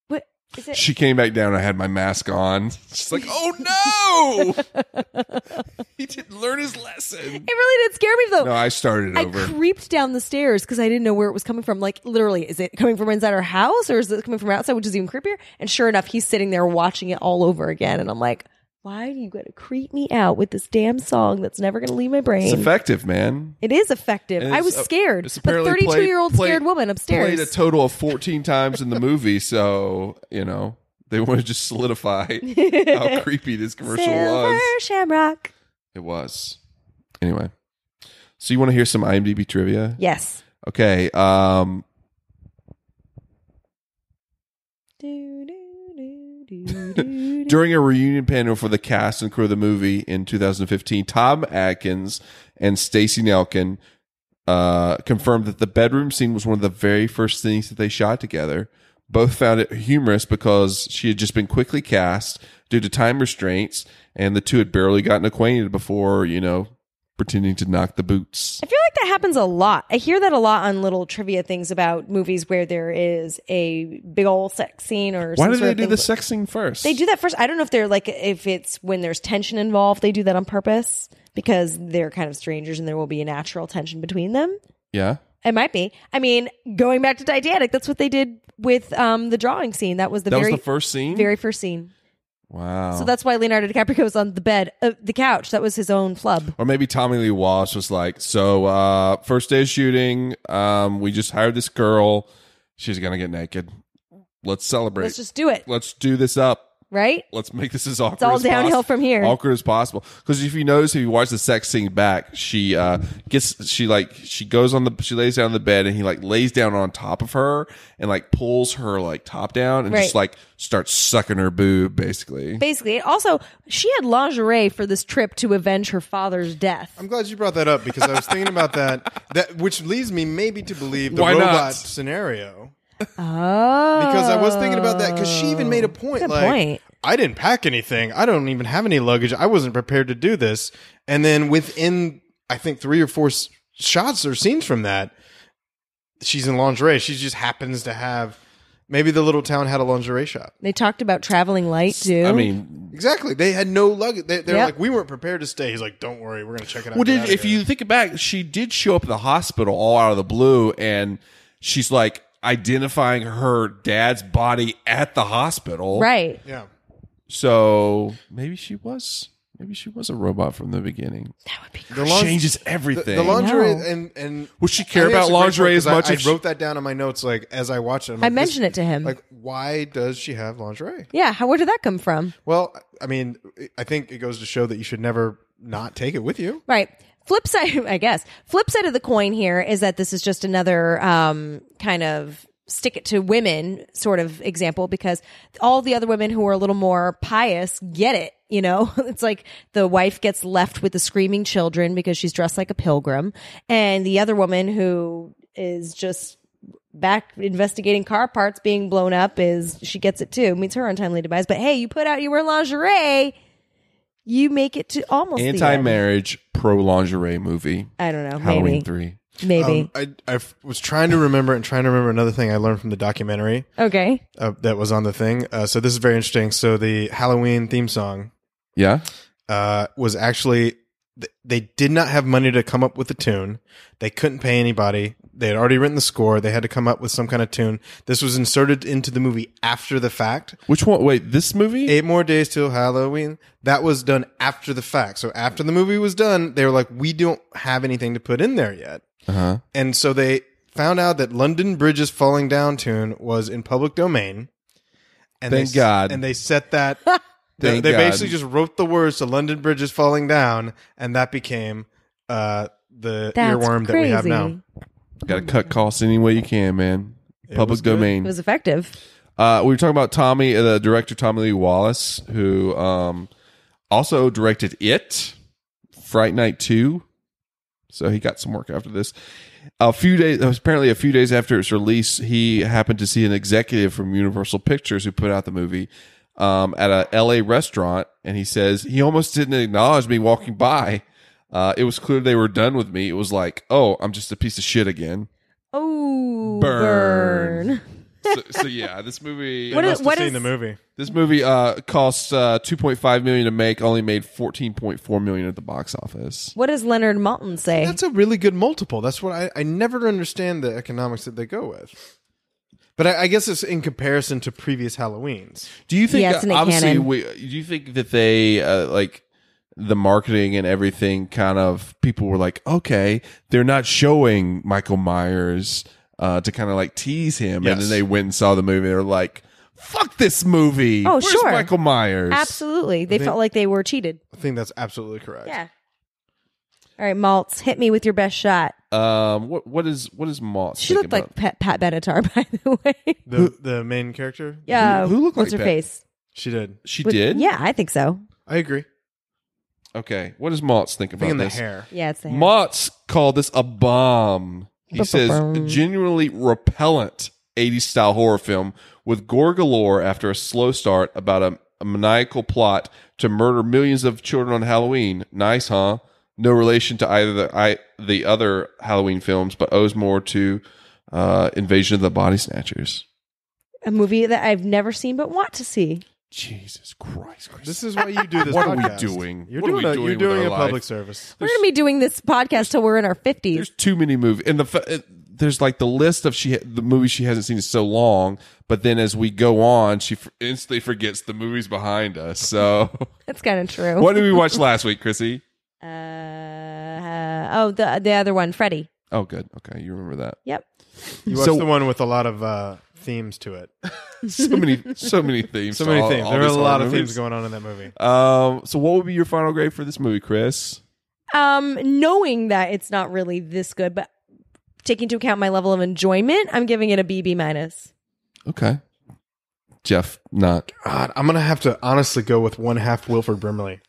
A: what is it?
C: She came back down. I had my mask on. She's like, "Oh no, he didn't learn his lesson."
A: It really did scare me though.
C: No, I started
A: I
C: over.
A: creeped down the stairs because I didn't know where it was coming from. Like, literally, is it coming from inside our house or is it coming from outside, which is even creepier? And sure enough, he's sitting there watching it all over again. And I'm like, why do you got to creep me out with this damn song that's never going to leave my brain?
C: It's effective, man.
A: It is effective.
C: And
A: I
C: it's- uh,
A: was scared.
C: it's
A: A
C: apparently
A: 32
C: played-
A: year old
C: played-
A: scared woman upstairs.
C: Played a total of fourteen times in the movie, so you know they want to just solidify how creepy this commercial
A: Silver
C: was.
A: Shamrock.
C: It was. Anyway, so you want to hear some IMDb trivia?
A: Yes.
C: Okay. Um,
A: Do, do, do, do, do, do.
C: During a reunion panel for the cast and crew of the movie in 2015, Tom Atkins and Stacy Nelkin uh, confirmed that the bedroom scene was one of the very first things that they shot together. Both found it humorous because she had just been quickly cast due to time restraints, and the two had barely gotten acquainted before, you know, pretending to knock the boots.
A: I feel like that happens a lot. I hear that a lot on little trivia things about movies where there is a big old sex scene or
C: Why
A: some
C: did
A: sort
C: they
A: of
C: do
A: thing.
C: the sex scene first?
A: They do that first. I don't know if they're like if it's when there's tension involved. They do that on purpose because they're kind of strangers and there will be a natural tension between them.
C: Yeah.
A: It might be. I mean, going back to Titanic, that's what they did with um the drawing scene. That was the
C: That
A: very
C: was the first scene?
A: very first scene.
C: wow.
A: So that's why Leonardo DiCaprio was on the bed, uh, the couch. That was his own flub.
C: Or maybe Tommy Lee Wallace was like, so uh first day of shooting, um, we just hired this girl. She's gonna get naked. Let's celebrate.
A: Let's
C: Let's,
A: just do it,
C: do this up.
A: right?
C: Let's make this as awkward.
A: all
C: as
A: downhill
C: possi-
A: from here.
C: Awkward as possible. Because if you notice, if you watch the sex scene back, she uh gets she like she goes on the she lays down on the bed and he like lays down on top of her and like pulls her like top down and
A: Right.
C: just like starts sucking her boob basically.
A: Basically, also she had lingerie for this trip to avenge her father's death.
B: I'm glad you brought that up because I was thinking about that. That which leads me maybe to believe the
C: Why not?
B: robot scenario
A: oh,
B: because I was thinking about that because she even made a point
A: Good
B: like
A: point.
B: I didn't pack anything. I don't even have any luggage. I wasn't prepared to do this. And then within I think three or four s- shots or scenes from that, she's in lingerie. She just happens to have. Maybe the little town had a lingerie shop.
A: They talked about traveling light too.
C: I mean,
B: Exactly. They had no luggage. They, they're
A: Yep.
B: like, we weren't prepared to stay. He's like, don't worry, we're gonna check it out.
C: Well,
B: Get
C: did,
B: out of
C: if
B: here."
C: you think back, she did show up at the hospital all out of the blue, and she's like identifying her dad's body at the hospital.
A: right.
B: yeah.
C: So maybe she was. Maybe she was a robot from the beginning.
B: The
C: It
B: lon-
C: changes
B: the,
C: everything.
B: the lingerie
A: No.
B: and and
C: Would she care
B: I think
C: about
B: that's a great
C: lingerie
B: point,
C: as
B: 'cause I-
C: much
B: I,
C: as-
B: wrote that down in my notes, like as I watched it. I'm
A: I
B: like, this-
A: mentioned it to him.
B: Like, why does she have lingerie?
A: yeah. How? Where did that come from?
B: Well, I mean, I think it goes to show that you should never not take it with you.
A: Right. Flip side, I guess. Flip side of the coin here is that this is just another um, kind of stick it to women sort of example because all the other women who are a little more pious get it. You know, it's like the wife gets left with the screaming children because she's dressed like a pilgrim, and the other woman who is just back investigating car parts being blown up is she gets it too meets her untimely demise but hey you put out you wear lingerie you make it to almost the end.
C: Anti-marriage, pro-lingerie movie.
A: I don't know.
C: Halloween
A: maybe.
C: three.
A: Maybe.
B: Um, I, I f- was trying to remember and trying to remember another thing I learned from the documentary
A: okay.
B: uh, that was on the thing. Uh, so this is very interesting. So the Halloween theme song
C: Yeah.
B: uh, was actually th- they did not have money to come up with a tune. They couldn't pay anybody. They had already written the score. They had to come up with some kind of tune. This was inserted into the movie after the fact.
C: Which one? Wait, this movie.
B: Eight more days till Halloween. That was done after the fact. So after the movie was done, they were like, we don't have anything to put in there yet.
C: Uh-huh.
B: And so they found out that London Bridges Falling Down tune was in public domain. And
C: Thank
B: they, s-
C: God.
B: And they set that. they
C: Thank
B: they
C: God.
B: basically just wrote the words to London Bridges Falling Down, and that became uh, the
A: That's
B: earworm that we have
A: crazy.
B: now.
C: Got to cut costs any way you can, man.
B: was
C: Public
B: good.
A: It
C: domain.
A: was effective.
C: Uh, we were talking about Tommy, uh, the director Tommy Lee Wallace, who um, also directed It, Fright Night Two, So he got some work after this. A few days, apparently, a few days after its release, he happened to see an executive from Universal Pictures who put out the movie um, at a LA restaurant, and he says he almost didn't acknowledge me walking by. Uh, it was clear they were done with me. It was like, oh, I'm just a piece of shit again.
A: Oh,
C: Burn.
A: burn.
C: so, so yeah, this movie.
A: What
B: They
A: is-
B: must have
A: what
B: seen
A: is-
B: the movie?
C: This movie uh, cost uh, 2.5 million to make, only made 14.4 million at the box office.
A: What does Leonard Malton say?
B: That's a really good multiple. That's what I, I never understand the economics that they go with. But I, I guess it's in comparison to previous Halloweens.
C: Do you think?
A: Yeah, it's
C: uh,
A: Nick
C: obviously,
A: Cannon.
C: we, do you think that they uh, like the marketing and everything? Kind of people were like, okay, they're not showing Michael Myers uh, to kind of like tease him, and
B: Yes.
C: then they went and saw the movie. They're like, fuck this movie.
A: Oh,
C: Where's
A: sure.
C: Michael Myers.
A: Absolutely. They felt like they were cheated.
B: I think that's absolutely correct.
A: Yeah. All right, Maltz, hit me with your best shot.
C: Um, what what is what is Moss?
A: She looked like Pat, Pat Benatar, by the way.
B: The the main character?
A: Yeah.
C: who looked
A: What's
C: like
A: her
C: Pat?
A: face?
B: She did.
C: she
A: With-
C: did.
A: Yeah, I think so.
B: I agree.
C: Okay. What does Maltz think
B: I
C: about
B: think in the
C: this?
B: hair.
A: Yeah, it's the hair.
C: Motz called this a bomb. He says
A: Ba-ba-bum.
C: genuinely repellent 80s style horror film with gore galore after a slow start about a, a maniacal plot to murder millions of children on Halloween. Nice, huh? No relation to either the, I, the other Halloween films, but owes more to uh, Invasion of the Body Snatchers.
A: a movie that I've never seen but want to see.
C: Jesus Christ, Chris.
B: This is why you do this.
C: What are we
B: podcast.
C: doing?
B: You're
C: What are
B: doing,
C: we
B: a,
C: doing
B: you're
C: with
B: doing
C: our
B: a
C: life?
B: public service.
A: We're going to be doing this podcast till we're in our 50s.
C: There's too many movies, and the fa- uh, there's like the list of she the movies she hasn't seen in so long. But then as we go on, she f- instantly forgets the movies behind us. So,
A: That's kind of true.
C: what did we watch last week, Chrissy?
A: Uh, uh, oh, the the other one, Freddy.
C: Oh, good. Okay, you remember that.
A: Yep.
B: You watched
C: So-
B: the one with a lot of uh, themes to it.
C: So many, so many themes.
B: So
C: to
B: many
C: all-
B: themes.
C: all
B: there are a
C: these
B: lot
C: horror
B: of
C: movies.
B: themes going on in that movie.
C: Um, so what would be your final grade for this movie, Chris?
A: Um, knowing that it's not really this good, but taking into account my level of enjoyment, I'm giving it a BB minus.
C: Okay, Jeff, not
B: God, I'm gonna have to honestly go with one half Wilford Brimley.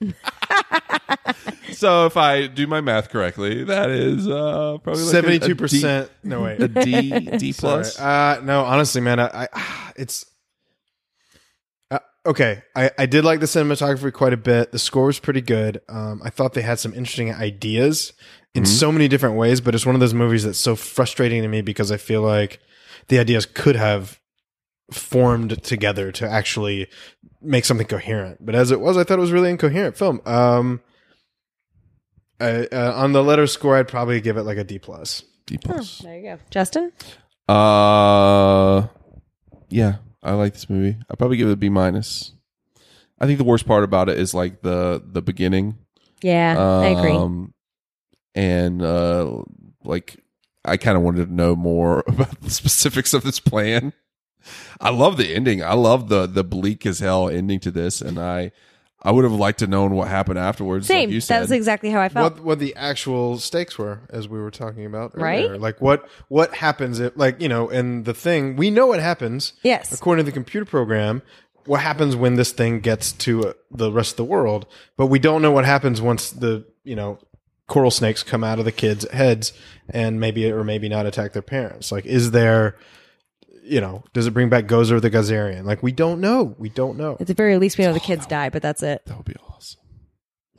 C: so. If I do my math correctly, that is uh, probably like a- a D-
B: Seventy-two percent. No wait.
C: A D,
B: Sorry.
C: D plus.
B: Uh, no, honestly, man, I, I it's uh, okay. I, I did like the cinematography quite a bit. The score was pretty good. Um, I thought they had some interesting ideas in so many different ways, but it's one of those movies that's so frustrating to me because I feel like the ideas could have formed together to actually make something coherent. But as it was, I thought it was a really incoherent film. Um, I, uh, on the letter score, I'd probably give it like a D plus.
C: D plus.
A: There you go, Justin.
C: Uh, yeah, I like this movie. I probably give it a B minus. I think the worst part about it is like the the beginning.
A: Yeah, I agree.
C: Um, and uh, like I kind of wanted to know more about the specifics of this plan. I love the ending. I love the the bleak as hell ending to this, and I I would have liked to known what happened afterwards. like
A: Same.
C: you
A: that
C: said.
A: was exactly how I felt.
B: what what the actual stakes were as we were talking about
A: Right?
B: earlier. like what what happens if like you know in the thing we know what happens
A: Yes.
B: according to the computer program what happens when this thing gets to uh, the rest of the world but we don't know what happens once the you know coral snakes come out of the kids heads and maybe or maybe not attack their parents like is there you know does it bring back gozer the gazarian like we don't know we don't know
A: At the very least, we know the kids die, but that's it.
C: that would be awesome.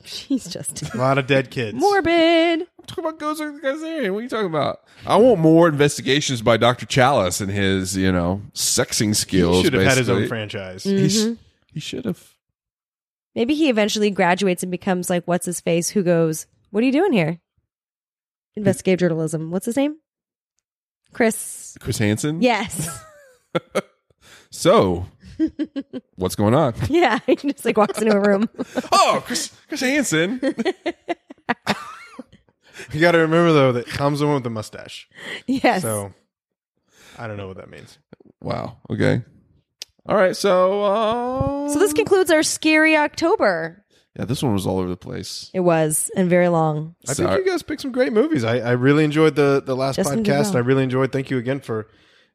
A: She's just
B: a lot of dead kids
A: morbid.
C: Talk about Gozer the Gazarian. What are you talking about? I want more investigations by Dr. Chalice and his, you know, sexing skills.
B: he should have had his own
C: basically.
B: franchise
A: Mm-hmm.
C: He's- He should have.
A: Maybe he eventually graduates and becomes like what's his face who goes, "What are you doing here?" Investigative journalism. What's his name? Chris.
C: Chris Hansen?
A: Yes.
C: So, what's going on?
A: Yeah, he just like walks into a room.
C: Oh, Chris Chris Hansen.
B: You got to remember though that Tom's the one with the mustache.
A: Yes.
B: So I don't know what that means.
C: Wow. Okay. All right. So, uh,
A: So this concludes our scary October.
C: yeah, this one was all over the place.
A: It was and very long.
B: I
C: Sorry.
B: think you guys picked some great movies. I, I really enjoyed the the last
A: Justin did
B: podcast, and I
A: well.
B: really enjoyed. Thank you again for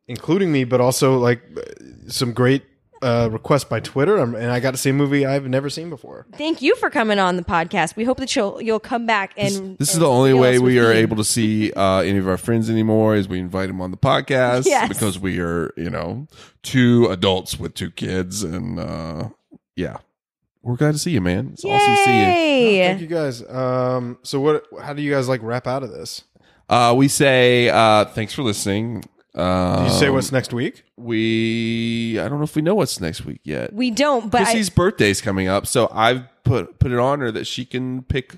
B: including me, but also like uh, some great uh, request by Twitter, um, and I got to see a movie I've never seen before.
A: Thank you for coming on the podcast. We hope that you'll you'll come back and
C: This
A: Mm-hmm.
C: is
A: and
C: the only
A: deal
C: way
A: us with
C: we are
A: me.
C: able to see uh, any of our friends anymore is we invite them on the podcast
A: Yes.
C: because we are, you know, two adults with two kids. And uh, yeah, we're glad to see you, man. It's awesome to see you.
A: Yay!
B: Thank you guys. Um, so what? How do you guys like wrap out of this?
C: Uh, we say uh, thanks for listening. Um,
B: Did you say what's next week?
C: we? I don't know if we know what's next week yet.
A: We don't, but I,
C: Chrissy's birthday's coming up, so I've put put it on her that she can pick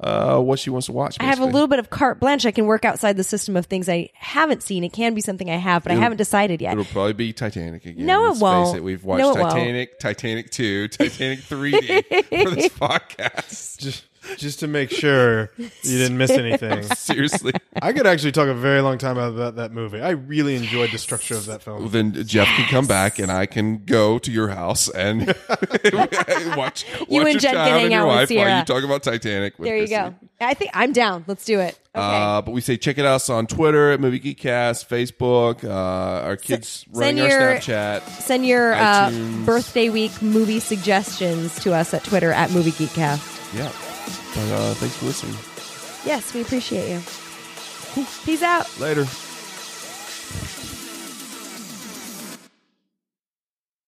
C: uh, what she wants to watch.
A: I have a
C: basically.
A: little bit of carte blanche. I can work outside the system of things I haven't seen. It can be something I have, but I haven't decided yet.
C: It'll probably be Titanic again.
A: No, it
C: Let's face
A: won't.
C: We've
A: No,
C: watched
A: it won't.
C: Titanic, Titanic 2, Titanic 3D for this podcast.
B: Just just to make sure you didn't miss anything.
C: Seriously.
B: I could actually talk a very long time about that movie. I really enjoyed the structure of that film.
C: then Jeff can come back and I can go to your house and watch, watch
A: You
C: your
A: and Jen can
C: child
A: hang
C: and your
A: out with
C: wife while
A: Sierra.
C: you talk about Titanic. With
A: There you
C: Chrissy.
A: go. I think I'm down. Let's do it. Okay.
C: Uh, but we say check it out on Twitter at Movie Geekcast, Facebook, uh, our kids running
A: send
C: our
A: your-
C: Snapchat.
A: Send your uh,
C: iTunes.
A: birthday week movie suggestions to us at Twitter at Movie Geekcast.
C: Yeah. But uh, thanks for listening.
A: Yes, we appreciate you. Peace out.
C: Later.